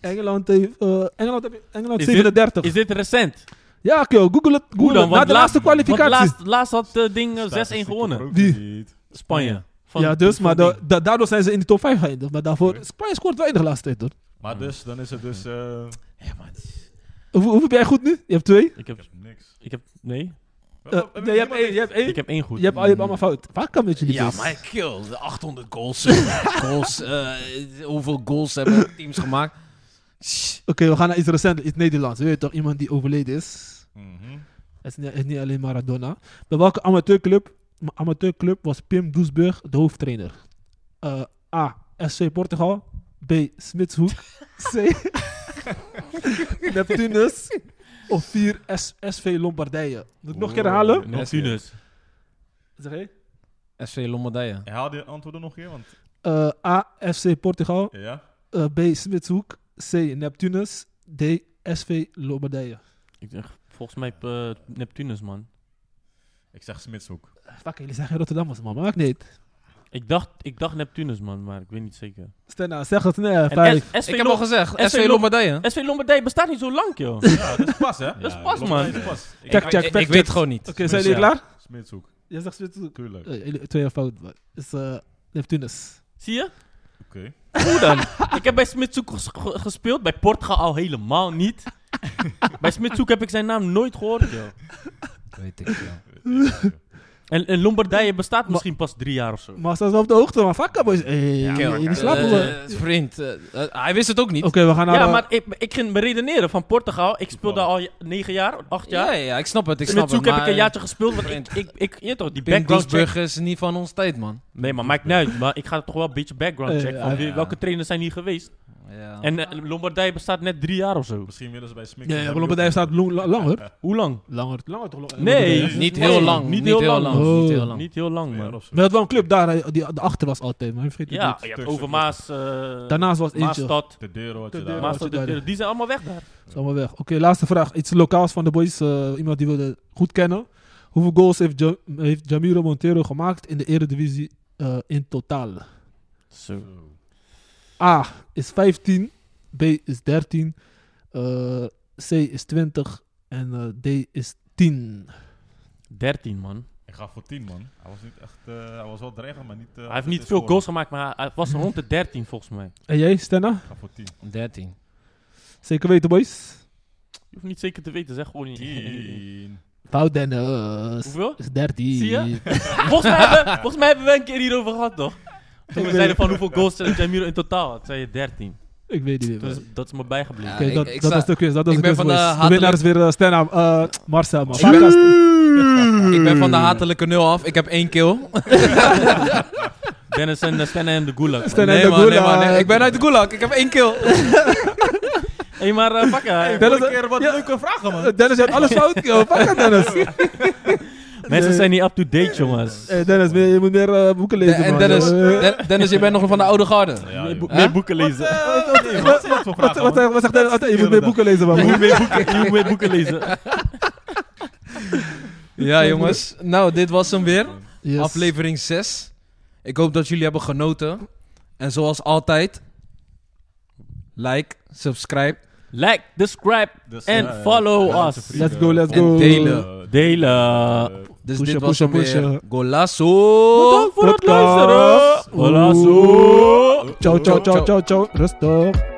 Speaker 3: Engeland heeft, eh, Engeland heeft Engeland
Speaker 4: Is
Speaker 3: 37.
Speaker 4: Is dit recent?
Speaker 3: Ja, kill. Google het. Google het.
Speaker 4: want
Speaker 3: Na de laatste
Speaker 4: want
Speaker 3: kwalificatie.
Speaker 4: Laatst, laatst had eh, ding eh, 6-1
Speaker 5: Statistieken
Speaker 4: gewonnen.
Speaker 5: ook
Speaker 3: Wie?
Speaker 5: niet.
Speaker 4: Spanje. Van-
Speaker 3: Ja, dus,
Speaker 4: van
Speaker 3: maar
Speaker 4: ding.
Speaker 3: da- da- daardoor zijn ze in de top 5 geëindigd. Maar daarvoor... Spanje scoort weinig de laatste tijd, hoor.
Speaker 5: Maar dus, dan is het dus...
Speaker 3: Hmm.
Speaker 5: eh,
Speaker 3: Hoe, hoeveel heb jij goed nu? Je hebt twee.
Speaker 4: Ik
Speaker 5: ik
Speaker 4: heb,
Speaker 5: heb niks.
Speaker 4: ik heb, nee,
Speaker 3: Eh, nee, je hebt één. Je hebt één.
Speaker 4: ik heb één goed.
Speaker 3: Je hebt, al- je hebt allemaal fout. Waar kan met jullie
Speaker 2: Ja,
Speaker 3: boys?
Speaker 2: maar kill. de 800 goals. 700 goals eh, hoeveel goals hebben teams gemaakt? Shh.
Speaker 3: Oké, we gaan naar iets recent. Iets Nederlands. Je weet toch, iemand die overleden is.
Speaker 5: Mhm.
Speaker 3: Het is niet, het is niet alleen Maradona. Bij welke amateurclub, amateurclub was Pim Doesburg de hoofdtrainer? Eh, A. SC Portugal. B. Smitshoek. C. Neptunus. Of 4. S, SV Lombardije. Moet ik nog een keer herhalen?
Speaker 4: Neptunus.
Speaker 3: Zeg jij?
Speaker 2: SV Lombardije.
Speaker 5: Herhaal die antwoorden nog een keer, want...
Speaker 3: Eh, A. FC Portugal.
Speaker 5: Ja?
Speaker 3: Eh, B. Smitshoek. C. Neptunus. D. SV Lombardije.
Speaker 4: Ik zeg, volgens mij eh, Neptunus, man.
Speaker 5: Ik zeg Smitshoek.
Speaker 3: Fuck, jullie zeggen Rotterdammers, man. Maar maakt niet.
Speaker 4: Ik dacht, ik dacht Neptunus, man, maar ik weet niet zeker.
Speaker 3: Stenna, nou, zeg het. Nee,
Speaker 4: En
Speaker 3: vijf.
Speaker 4: S- SV,
Speaker 2: Ik heb al
Speaker 4: Lom-
Speaker 2: gezegd,
Speaker 4: SV
Speaker 2: SV Lombardije.
Speaker 4: SV Lombardij bestaat niet zo lang, joh.
Speaker 5: Ja, dat is pas, hè?
Speaker 4: Dat is pas, man.
Speaker 5: Dat is pas. Ik-
Speaker 3: Check, check,
Speaker 2: Ik,
Speaker 3: check,
Speaker 2: ik weet het gewoon niet.
Speaker 3: Oké, zijn jullie
Speaker 5: Ja.
Speaker 3: klaar?
Speaker 5: Smitshoek,
Speaker 3: Jij zegt Smitshoek.
Speaker 5: tuurlijk. Oké.
Speaker 3: Eh, jullie- twee jaar fout. maar Het is eh, Neptunus.
Speaker 4: Zie je? Hoe dan? ik heb bij Smitshoek ges- ge- gespeeld, bij Portugal al helemaal niet. bij Smitshoek heb ik zijn naam nooit gehoord, joh.
Speaker 2: Weet ik, ja.
Speaker 4: En, en Lombardije bestaat misschien pas drie jaar of zo.
Speaker 3: Maar ze is wel op de hoogte, maar fuck boys. Hey, jullie slapen wel.
Speaker 2: Eh, vriend, eh, eh, hij wist het ook niet.
Speaker 3: Oké, we gaan naar...
Speaker 4: ja,
Speaker 3: eh,
Speaker 4: maar ik, ik ging me redeneren van Portugal. Ik speelde al je- negen jaar, acht
Speaker 2: Ja,
Speaker 4: jaar.
Speaker 2: ja, ja, ik snap het. Ik snap
Speaker 4: Smitshoek
Speaker 2: het.
Speaker 4: heb ik
Speaker 2: maar eh,
Speaker 4: een jaartje gespeeld, want
Speaker 2: Vriend.
Speaker 4: ik, ik, ik, je toch, die
Speaker 2: Pim
Speaker 4: background check.
Speaker 2: Doesburg is niet van ons tijd, man.
Speaker 4: Nee, maar maakt niet uit. Maar ik ga toch wel een beetje background
Speaker 3: Eh,
Speaker 4: check. Van
Speaker 3: ja,
Speaker 4: wie-
Speaker 2: ja.
Speaker 4: welke trainers zijn hier geweest?
Speaker 2: Ja.
Speaker 4: En eh, Lombardij bestaat net drie jaar of zo.
Speaker 5: Misschien willen ze bij Smik.
Speaker 3: Ja, ja Lombardij staat lo- la- langer.
Speaker 4: Hoe lang?
Speaker 3: Langer, langer toch? Lo-
Speaker 4: Nee.
Speaker 3: Lombardij?
Speaker 2: niet heel
Speaker 4: Nee,
Speaker 2: lang. Niet heel lang.
Speaker 3: Oh.
Speaker 2: Niet heel lang.
Speaker 4: Niet heel lang, man.
Speaker 5: Maar.
Speaker 3: We hadden wel een club daar, eh, die de achter was altijd, maar je vergeet het
Speaker 4: Ja,
Speaker 3: niet.
Speaker 4: je hebt
Speaker 5: Turkse
Speaker 4: Overmaas, eh
Speaker 3: Daarnaast was het eentje.
Speaker 4: Maastad.
Speaker 5: De deur had
Speaker 3: De
Speaker 5: je
Speaker 3: deur.
Speaker 5: daar.
Speaker 3: Maas-
Speaker 4: Maastad, de- de- die zijn allemaal weg daar.
Speaker 3: is allemaal weg. Oké, laatste vraag. Iets lokaals van de boys. eh, iemand die wilde goed kennen. Hoeveel goals heeft, Ja- heeft Jamiro Montero gemaakt in de Eredivisie eh, in totaal?
Speaker 4: Zo.
Speaker 5: Zo.
Speaker 3: A is 15, B is 13, eh, C is 20 en eh, D is 10.
Speaker 4: 13, man.
Speaker 5: Ik ga voor 10 man. Hij was niet echt. eh, hij was wel dreigend, maar niet. eh,
Speaker 4: Hij heeft
Speaker 5: fit
Speaker 4: niet
Speaker 5: is
Speaker 4: veel
Speaker 5: geworden.
Speaker 4: goals gemaakt, maar hij was rond de 13 volgens mij.
Speaker 3: En jij, Stenna?
Speaker 5: Ik ga voor 10.
Speaker 2: 13.
Speaker 3: Zeker weten, boys?
Speaker 4: Je hoeft niet zeker te weten, zeg gewoon niet.
Speaker 5: 10.
Speaker 3: Fout, Dennis.
Speaker 4: Hoeveel?
Speaker 3: Is 13.
Speaker 4: Zie je? volgens, mij hebben, volgens mij hebben we een keer hierover gehad, toch? Toen we zeiden van hoeveel goals eh, Jamiro in totaal had, zei je 13.
Speaker 3: Ik weet niet meer.
Speaker 4: Dat is, dat is me bijgebleven.
Speaker 2: Ja,
Speaker 3: Oké,
Speaker 2: ik-
Speaker 3: dat,
Speaker 2: ik
Speaker 3: dat
Speaker 2: sta-
Speaker 3: was de quiz. Dat was
Speaker 2: ik
Speaker 3: de
Speaker 2: ben
Speaker 3: quiz,
Speaker 2: van de
Speaker 3: boys. De
Speaker 2: hatelijk-
Speaker 3: winnaar is weer eh, Stenna, eh, Marcel. man.
Speaker 2: Ik ben-
Speaker 3: Podcast.
Speaker 2: Ik ben
Speaker 3: Hmm.
Speaker 2: van de hatelijke nul af. Ik heb één kill.
Speaker 4: Dennis en eh, Stenna en de Gulag. man.
Speaker 3: Stenna-
Speaker 2: nee,
Speaker 3: de
Speaker 2: man, nee,
Speaker 3: gulag.
Speaker 2: man, nee. Ik ben uit de gulag. Ik heb één kill.
Speaker 4: Hé, maar eh, fuck, eh,
Speaker 3: Dennis,
Speaker 5: Een keer wat
Speaker 3: ja.
Speaker 5: leuke vragen, man.
Speaker 3: Dennis, je hebt alles fout. joh. Pak het, Dennis.
Speaker 4: mensen zijn niet up-to-date, jongens.
Speaker 3: Eh, Dennis, je moet meer eh, boeken lezen,
Speaker 2: En
Speaker 3: man.
Speaker 2: Dennis,
Speaker 3: Eh,
Speaker 2: Den- Dennis, je bent nog van de oude garde.
Speaker 5: Ja,
Speaker 4: meer,
Speaker 5: joh.
Speaker 4: boek- meer boeken lezen.
Speaker 5: Nee, wat zijn dat voor
Speaker 3: Wat,
Speaker 5: vragen?
Speaker 3: wat,
Speaker 5: man?
Speaker 3: wat zegt Dennis? altijd? Je moet meer boeken lezen, man.
Speaker 4: Je moet meer boeken, je moet meer boeken lezen.
Speaker 2: Ja, jongens. Nou, dit was hem weer.
Speaker 3: Yes.
Speaker 2: Aflevering 6. Ik hoop dat jullie hebben genoten. En zoals altijd, like, subscribe
Speaker 4: Like, describe,
Speaker 5: Dus,
Speaker 4: En
Speaker 5: eh,
Speaker 4: follow
Speaker 5: ja,
Speaker 4: us.
Speaker 5: vrienden,
Speaker 3: Let's go, let's
Speaker 5: volgen,
Speaker 3: go.
Speaker 5: eh,
Speaker 2: Delen.
Speaker 4: delen.
Speaker 2: Dus
Speaker 3: Pushen,
Speaker 2: dit was hem
Speaker 3: pushen,
Speaker 2: weer.
Speaker 3: pushen.
Speaker 2: Golazo!
Speaker 4: Bedankt voor het luisteren.
Speaker 3: Ciao, ciao, ciao, ciao, ciao. Rustig.